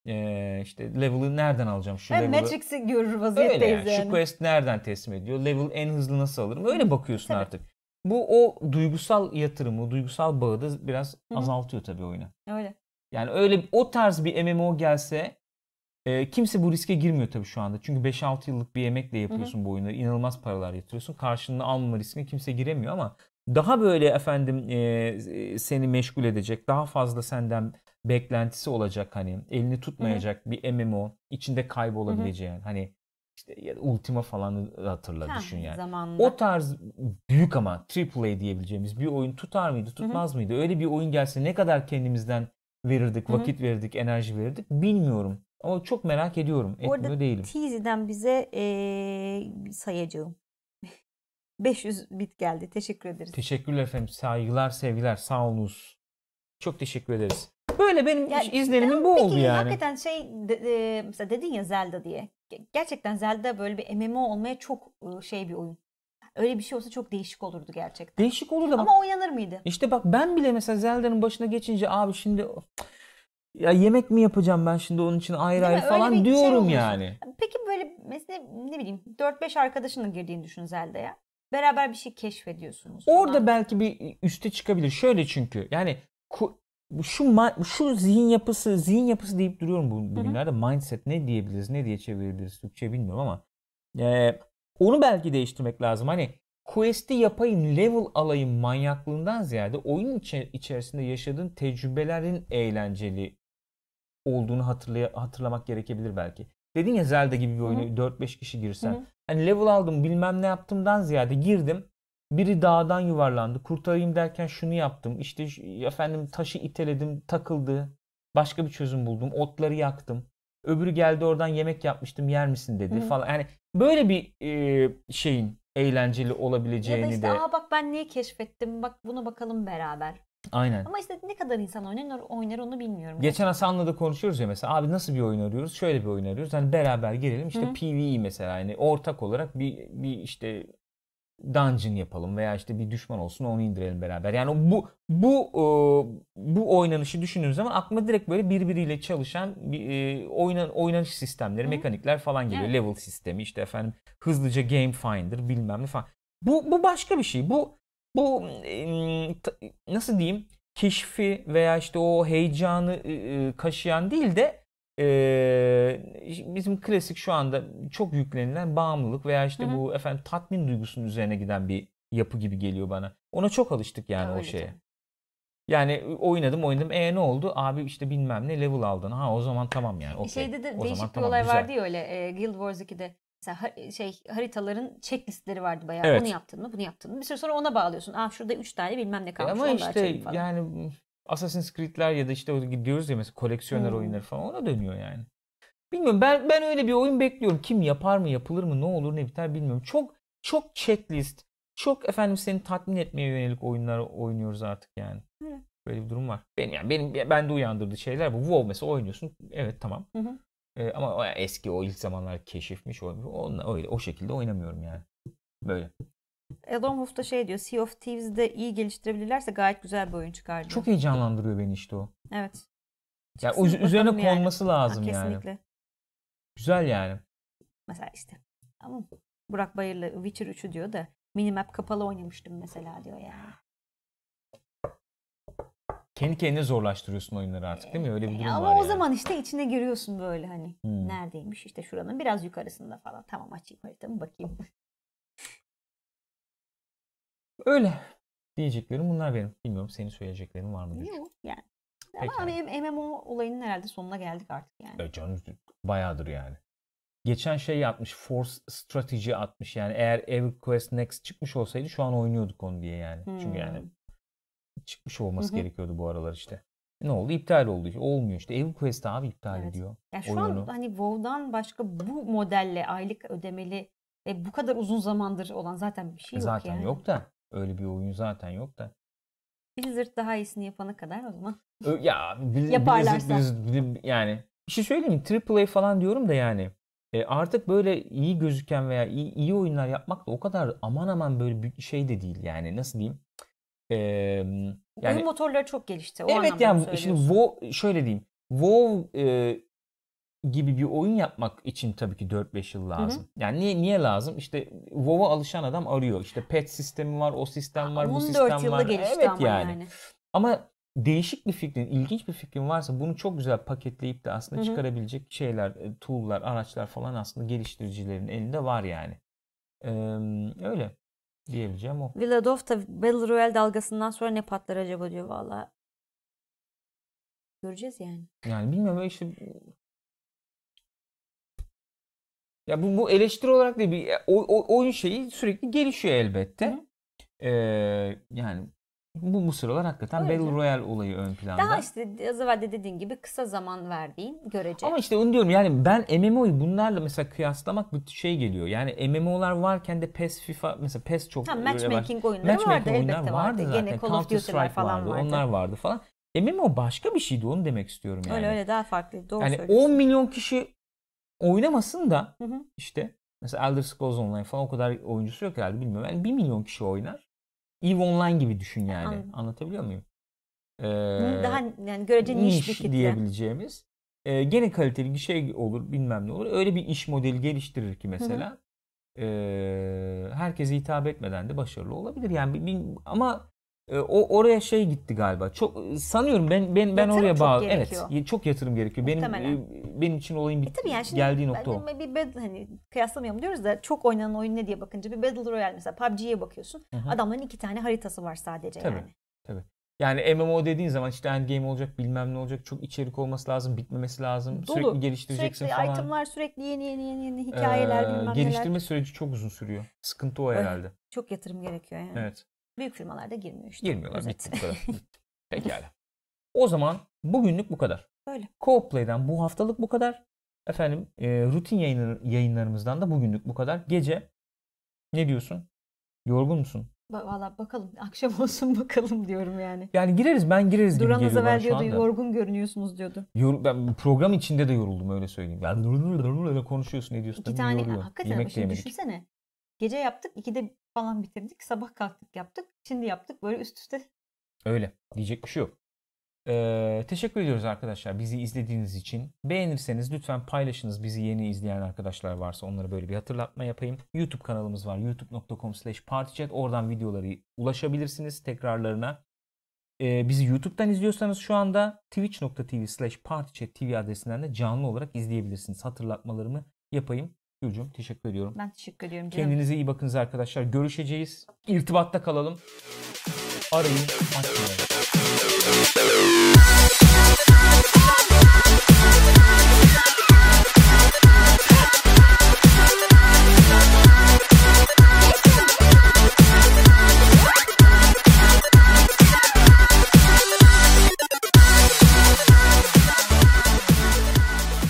Speaker 1: Ee, işte level'ı nereden alacağım? Şu
Speaker 2: Hem
Speaker 1: level'ı
Speaker 2: Matrix'i görür
Speaker 1: öyle
Speaker 2: vaziyetteyiz
Speaker 1: yani.
Speaker 2: yani.
Speaker 1: Şu quest nereden teslim ediyor? Level en hızlı nasıl alırım? Öyle bakıyorsun
Speaker 2: Tabii.
Speaker 1: artık. Bu o duygusal yatırımı, o duygusal bağı da biraz
Speaker 2: Hı hı.
Speaker 1: azaltıyor tabii oyuna.
Speaker 2: Öyle.
Speaker 1: Yani öyle o tarz bir MMO gelse e, kimse bu riske girmiyor tabii şu anda. Çünkü 5-6 yıllık bir emekle yapıyorsun bu oyunları. İnanılmaz paralar yatırıyorsun. Karşılığını alma riskine kimse giremiyor ama daha böyle efendim e, e, seni meşgul edecek, daha fazla senden beklentisi olacak hani elini tutmayacak bir MMO içinde kaybolabileceğin hani işte ya da Ultima falan hatırla
Speaker 2: Ha,
Speaker 1: düşün yani.
Speaker 2: Zamanında.
Speaker 1: O tarz büyük ama AAA diyebileceğimiz bir oyun tutar mıydı, tutmaz mıydı? Öyle bir oyun gelse ne kadar kendimizden verirdik,
Speaker 2: Hı hı.
Speaker 1: vakit verirdik, enerji verirdik bilmiyorum. Ama çok merak ediyorum.
Speaker 2: Bu arada
Speaker 1: Etmiyor değilim.
Speaker 2: Teasy'den bize ee, sayacağım. 500 bit geldi. Teşekkür ederiz.
Speaker 1: Teşekkürler efendim. Saygılar, sevgiler. Sağ olunuz. Çok teşekkür ederiz. Böyle benim
Speaker 2: Ya-
Speaker 1: izlenimim bu
Speaker 2: Peki,
Speaker 1: oldu yani.
Speaker 2: Hakikaten şey de- de- mesela dedin ya Zelda diye. Ge- Gerçekten Zelda böyle bir MMO olmaya çok e, şey bir oyun. Öyle bir şey olsa çok değişik olurdu gerçekten.
Speaker 1: Değişik olur da bak-
Speaker 2: Ama oynanır mıydı?
Speaker 1: İşte bak ben bile mesela Zelda'nın başına geçince abi şimdi ya yemek mi yapacağım ben şimdi onun için ayrı
Speaker 2: Değil mi?
Speaker 1: ayrı
Speaker 2: Öyle bir
Speaker 1: falan
Speaker 2: şey
Speaker 1: diyorum
Speaker 2: oluyorsun.
Speaker 1: yani.
Speaker 2: Peki böyle mesela ne bileyim 4-5 arkadaşınla girdiğini düşün Zelda'ya. Beraber bir şey keşfediyorsunuz. falan.
Speaker 1: Orada belki bir üste çıkabilir. Şöyle çünkü yani ku- bu- şu ma- şu zihin yapısı zihin yapısı deyip duruyorum bu- bugünlerde mindset ne diyebiliriz ne diye çevirebiliriz Türkçe bilmiyorum ama Ee, onu belki değiştirmek lazım. Hani quest'i yapayım level alayım manyaklığından ziyade oyun içe- içerisinde yaşadığın tecrübelerin eğlenceli olduğunu hatırlay- hatırlamak gerekebilir belki. Dedin ya Zelda gibi bir oyuna 4-5 kişi girsen.
Speaker 2: Hı hı.
Speaker 1: Hani level aldım bilmem ne yaptımdan ziyade girdim. Biri dağdan yuvarlandı. Kurtarayım derken şunu yaptım. İşte şu- efendim taşı iteledim, takıldı. Başka bir çözüm buldum. Otları yaktım. Öbürü geldi oradan yemek yapmıştım yer misin dedi
Speaker 2: Hı hı.
Speaker 1: falan. Yani böyle bir e, şeyin eğlenceli
Speaker 2: ya da
Speaker 1: olabileceğini
Speaker 2: işte
Speaker 1: de
Speaker 2: aa bak ben neyi keşfettim bak bunu bakalım beraber.
Speaker 1: aynen.
Speaker 2: Ama işte ne kadar insan oynar, oynar onu bilmiyorum.
Speaker 1: Geçen Hasan'la da konuşuyoruz ya mesela abi nasıl bir oyun arıyoruz? Şöyle bir oyun arıyoruz. Hani beraber girelim işte PvE E mesela yani ortak olarak bir, bir işte dungeon yapalım veya işte bir düşman olsun onu indirelim beraber. Yani bu bu e, bu oynanışı düşündüğüm zaman aklıma direkt böyle birbiriyle çalışan bir e, oynan oynanış sistemleri, mekanikler falan geliyor.
Speaker 2: Evet.
Speaker 1: Level sistemi işte efendim hızlıca game finder bilmem ne falan. Bu bu başka bir şey. Bu Bu e, em, ta- nasıl diyeyim keşfi veya işte o heyecanı e, e, kaşıyan değil de e, bizim klasik şu anda çok yüklenilen bağımlılık veya işte
Speaker 2: Hı hı.
Speaker 1: bu efendim tatmin duygusunun üzerine giden bir yapı gibi geliyor bana. Ona çok alıştık yani
Speaker 2: Ya
Speaker 1: o
Speaker 2: öyle
Speaker 1: şeye.
Speaker 2: canım.
Speaker 1: Yani oynadım oynadım. E ne oldu? Abi işte bilmem ne level aldın. Ha o zaman tamam yani. okey.
Speaker 2: E, Şeyde de
Speaker 1: O
Speaker 2: değişik
Speaker 1: zaman
Speaker 2: bir şey
Speaker 1: tamam,
Speaker 2: olay
Speaker 1: güzel.
Speaker 2: vardı ya öyle e, Guild Wars 2'de. Mesela ha- şey haritaların checklistleri vardı bayağı.
Speaker 1: Evet.
Speaker 2: Onu yaptın mı, bunu yaptın mı? Bir süre sonra ona bağlıyorsun. Aa şurada 3 tane bilmem ne
Speaker 1: E
Speaker 2: kalmış.
Speaker 1: Ama
Speaker 2: onu da
Speaker 1: işte
Speaker 2: açayım falan.
Speaker 1: yani Assassin's Creed'ler ya da işte o gidiyoruz ya mesela koleksiyoner
Speaker 2: Hmm.
Speaker 1: oyunları falan ona dönüyor yani. Bilmiyorum ben ben öyle bir oyun bekliyorum. Kim yapar mı, yapılır mı, ne olur ne biter bilmiyorum. Çok çok checklist, çok efendim seni tatmin etmeye yönelik oyunlar oynuyoruz artık yani.
Speaker 2: Evet.
Speaker 1: Böyle bir durum var. Benim yani benim ben de uyandırdığı şeyler bu. WoW mesela oynuyorsun. Evet tamam.
Speaker 2: Hı hı.
Speaker 1: E, ama o eski o ilk zamanlar keşifmiş o onunla öyle o şekilde oynamıyorum yani. Böyle.
Speaker 2: Elon Wolf da şey diyor. Sea of Thieves'de iyi geliştirebilirlerse gayet güzel bir oyun çıkar diyor.
Speaker 1: Çok heyecanlandırıyor beni işte o.
Speaker 2: Evet.
Speaker 1: Ya
Speaker 2: Çıksın,
Speaker 1: üz- üzerine
Speaker 2: bakalım yani.
Speaker 1: konması
Speaker 2: Ha,
Speaker 1: lazım yani.
Speaker 2: kesinlikle.
Speaker 1: Güzel yani.
Speaker 2: Mesela işte. Ama Burak Bayırlı Witcher 3'ü diyor da minimap kapalı oynamıştım mesela diyor yani.
Speaker 1: Kendi kendine zorlaştırıyorsun oyunları artık değil mi? Öyle bir durum
Speaker 2: E,
Speaker 1: var
Speaker 2: Ama o
Speaker 1: yani.
Speaker 2: zaman işte içine giriyorsun böyle hani.
Speaker 1: Hmm.
Speaker 2: Neredeymiş işte şuranın biraz yukarısında falan. Tamam açayım haritamı bakayım.
Speaker 1: Öyle. Diyeceklerim bunlar benim. Bilmiyorum senin söyleyeceklerin var mıdır?
Speaker 2: Yok yani.
Speaker 1: Peki.
Speaker 2: Ama hani M- MMO olayının herhalde sonuna geldik artık yani.
Speaker 1: Ya canım bayağıdır yani. Geçen şey atmış. Force Strategy atmış. Yani eğer EverQuest Next çıkmış olsaydı şu an oynuyorduk onu diye yani.
Speaker 2: Hmm.
Speaker 1: Çünkü yani çıkmış olması
Speaker 2: Hı hı.
Speaker 1: gerekiyordu bu aralar işte. Ne oldu? İptal oldu. Olmuyor işte. EverQuest abi iptal
Speaker 2: Evet.
Speaker 1: ediyor.
Speaker 2: Ya şu an
Speaker 1: oyunu.
Speaker 2: hani WoW'dan başka bu modelle aylık ödemeli ve bu kadar uzun zamandır olan zaten bir şey yok
Speaker 1: zaten
Speaker 2: yani.
Speaker 1: yok da. Öyle bir oyun zaten yok da.
Speaker 2: Blizzard daha iyisini yapana kadar o zaman.
Speaker 1: Ö- Ya bil-
Speaker 2: Yaparlarsa.
Speaker 1: biliz- biliz- bil- yani bir şey söyleyeyim mi? Triple A falan diyorum da yani E, artık böyle iyi gözüken veya iyi, iyi oyunlar yapmak da o kadar aman aman böyle bir şey de değil yani nasıl diyeyim? E, yani
Speaker 2: Oyun motorları çok gelişti. O
Speaker 1: evet
Speaker 2: anlamda
Speaker 1: yani
Speaker 2: söylüyorsun.
Speaker 1: şimdi WoW şöyle diyeyim. WoW e, gibi bir oyun yapmak için tabii ki 4-5 yıl lazım. Yani niye niye lazım? İşte WoW'a alışan adam arıyor. İşte pet sistemi var, o sistem var, bu
Speaker 2: 14
Speaker 1: sistem
Speaker 2: yılda
Speaker 1: var.
Speaker 2: gelişti
Speaker 1: evet
Speaker 2: ama yani.
Speaker 1: ama değişik bir fikrin, ilginç bir fikrin varsa bunu çok güzel paketleyip de aslında
Speaker 2: Hı hı.
Speaker 1: çıkarabilecek şeyler, e, tool'lar, araçlar falan aslında geliştiricilerin elinde var yani. Ee, öyle diyebileceğim o.
Speaker 2: Villadov da Battle Royale dalgasından sonra ne patlar acaba diyor valla. Göreceğiz yani.
Speaker 1: Yani bilmiyorum böyle işte ya bu, bu eleştiri olarak değil bir e, o, o- oyun şeyi sürekli gelişiyor elbette.
Speaker 2: Hı hı.
Speaker 1: Ee, yani bu bu sıralar hakikaten
Speaker 2: Öyle
Speaker 1: Battle
Speaker 2: canım.
Speaker 1: Royale olayı ön planda.
Speaker 2: Daha işte az evvel de dediğin gibi kısa zaman verdiğin görece.
Speaker 1: Ama işte onu diyorum yani ben MMO'yu bunlarla mesela kıyaslamak bir şey geliyor. Yani MMO'lar varken de PES, FIFA mesela PES çok
Speaker 2: Ha,
Speaker 1: öyle
Speaker 2: matchmaking
Speaker 1: var.
Speaker 2: oyunları vardı
Speaker 1: Matchmaking oyunlar
Speaker 2: elbette vardı. Gene Call of
Speaker 1: Counter
Speaker 2: Duty'ler
Speaker 1: Strike
Speaker 2: falan
Speaker 1: vardı,
Speaker 2: vardı.
Speaker 1: Onlar vardı falan. MMO başka bir şeydi onu demek istiyorum yani.
Speaker 2: Öyle öyle daha farklı. Doğru
Speaker 1: Yani
Speaker 2: söylüyorsun.
Speaker 1: 10 milyon kişi oynamasın da
Speaker 2: Hı hı.
Speaker 1: işte mesela Elder Scrolls Online falan o kadar oyuncusu yok herhalde bilmiyorum. Yani 1 milyon kişi oynar. EVE Online gibi düşün yani.
Speaker 2: Anladım.
Speaker 1: Anlatabiliyor muyum? Ee,
Speaker 2: daha yani görece niş, bir
Speaker 1: niş
Speaker 2: kitle.
Speaker 1: diyebileceğimiz e, gene kaliteli bir şey olur bilmem ne olur. Öyle bir iş modeli geliştirir ki mesela e, herkese hitap etmeden de başarılı olabilir. Yani bir- bir- ama e, o oraya şey gitti galiba. Çok e, sanıyorum ben ben ben
Speaker 2: Yatırım
Speaker 1: oraya
Speaker 2: çok
Speaker 1: bağlı. Evet.
Speaker 2: gerekiyor.
Speaker 1: ye- Çok yatırım gerekiyor. Benim
Speaker 2: Muhtemelen.
Speaker 1: e, benim için olayın bit-
Speaker 2: Tabii yani şimdi
Speaker 1: geldiği
Speaker 2: ben-
Speaker 1: nokta o.
Speaker 2: ben bir bed- hani kıyaslamayalım diyoruz da çok oynanan oyun ne diye bakınca bir Battle Royale mesela PUBG'ye bakıyorsun.
Speaker 1: Hı hı.
Speaker 2: Adamların iki tane haritası var sadece
Speaker 1: Tabii.
Speaker 2: yani.
Speaker 1: Yani MMO dediğin zaman işte endgame olacak, bilmem ne olacak. Çok içerik olması lazım, bitmemesi lazım.
Speaker 2: Dolu.
Speaker 1: Sürekli geliştireceksin
Speaker 2: Sürekli
Speaker 1: falan.
Speaker 2: itemlar sürekli yeni yeni yeni yeni hikayeler
Speaker 1: Ee,
Speaker 2: bilmem
Speaker 1: Geliştirme
Speaker 2: neler.
Speaker 1: süreci çok uzun sürüyor. Sıkıntı o
Speaker 2: Öyle.
Speaker 1: herhalde.
Speaker 2: Çok yatırım gerekiyor yani.
Speaker 1: Evet.
Speaker 2: Büyük firmalar da girmiyor işte.
Speaker 1: Girmiyorlar.
Speaker 2: Özet.
Speaker 1: Bitti bu kadar. Bitti. Pekala. O zaman bugünlük bu kadar.
Speaker 2: Öyle.
Speaker 1: Co-Play'den bu haftalık bu kadar. Efendim e, rutin yayınlar- yayınlarımızdan da bugünlük bu kadar. Gece ne diyorsun? Yorgun musun?
Speaker 2: Ba- Valla bakalım akşam olsun bakalım diyorum yani.
Speaker 1: Yani gireriz ben gireriz
Speaker 2: Duran
Speaker 1: gibi
Speaker 2: az
Speaker 1: geliyor bana
Speaker 2: evvel
Speaker 1: şu
Speaker 2: diyordu
Speaker 1: anda.
Speaker 2: yorgun görünüyorsunuz diyordu.
Speaker 1: Yor- ben program içinde de yoruldum öyle söyleyeyim. Yani öyle konuşuyorsun ne diyorsun.
Speaker 2: İki
Speaker 1: tabii
Speaker 2: tane
Speaker 1: yoruyor.
Speaker 2: hakikaten şey ama
Speaker 1: Yemek de
Speaker 2: şimdi
Speaker 1: yemedik.
Speaker 2: düşünsene. Gece yaptık ikide falan bitirdik. Sabah kalktık yaptık. Şimdi yaptık böyle üst üste.
Speaker 1: Öyle. Diyecek bir şey yok. Ee, teşekkür ediyoruz arkadaşlar bizi izlediğiniz için. Beğenirseniz lütfen paylaşınız bizi yeni izleyen arkadaşlar varsa onlara böyle bir hatırlatma yapayım. YouTube kanalımız var youtube.com slash partychat oradan videoları ulaşabilirsiniz tekrarlarına. Ee, bizi YouTube'dan izliyorsanız şu anda twitch.tv slash partychat tv adresinden de canlı olarak izleyebilirsiniz. Hatırlatmalarımı yapayım. Gülcüm teşekkür ediyorum.
Speaker 2: Ben teşekkür ediyorum canım.
Speaker 1: Kendinize iyi bakınız arkadaşlar. Görüşeceğiz. İrtibatta kalalım. Arayın. Açmayın.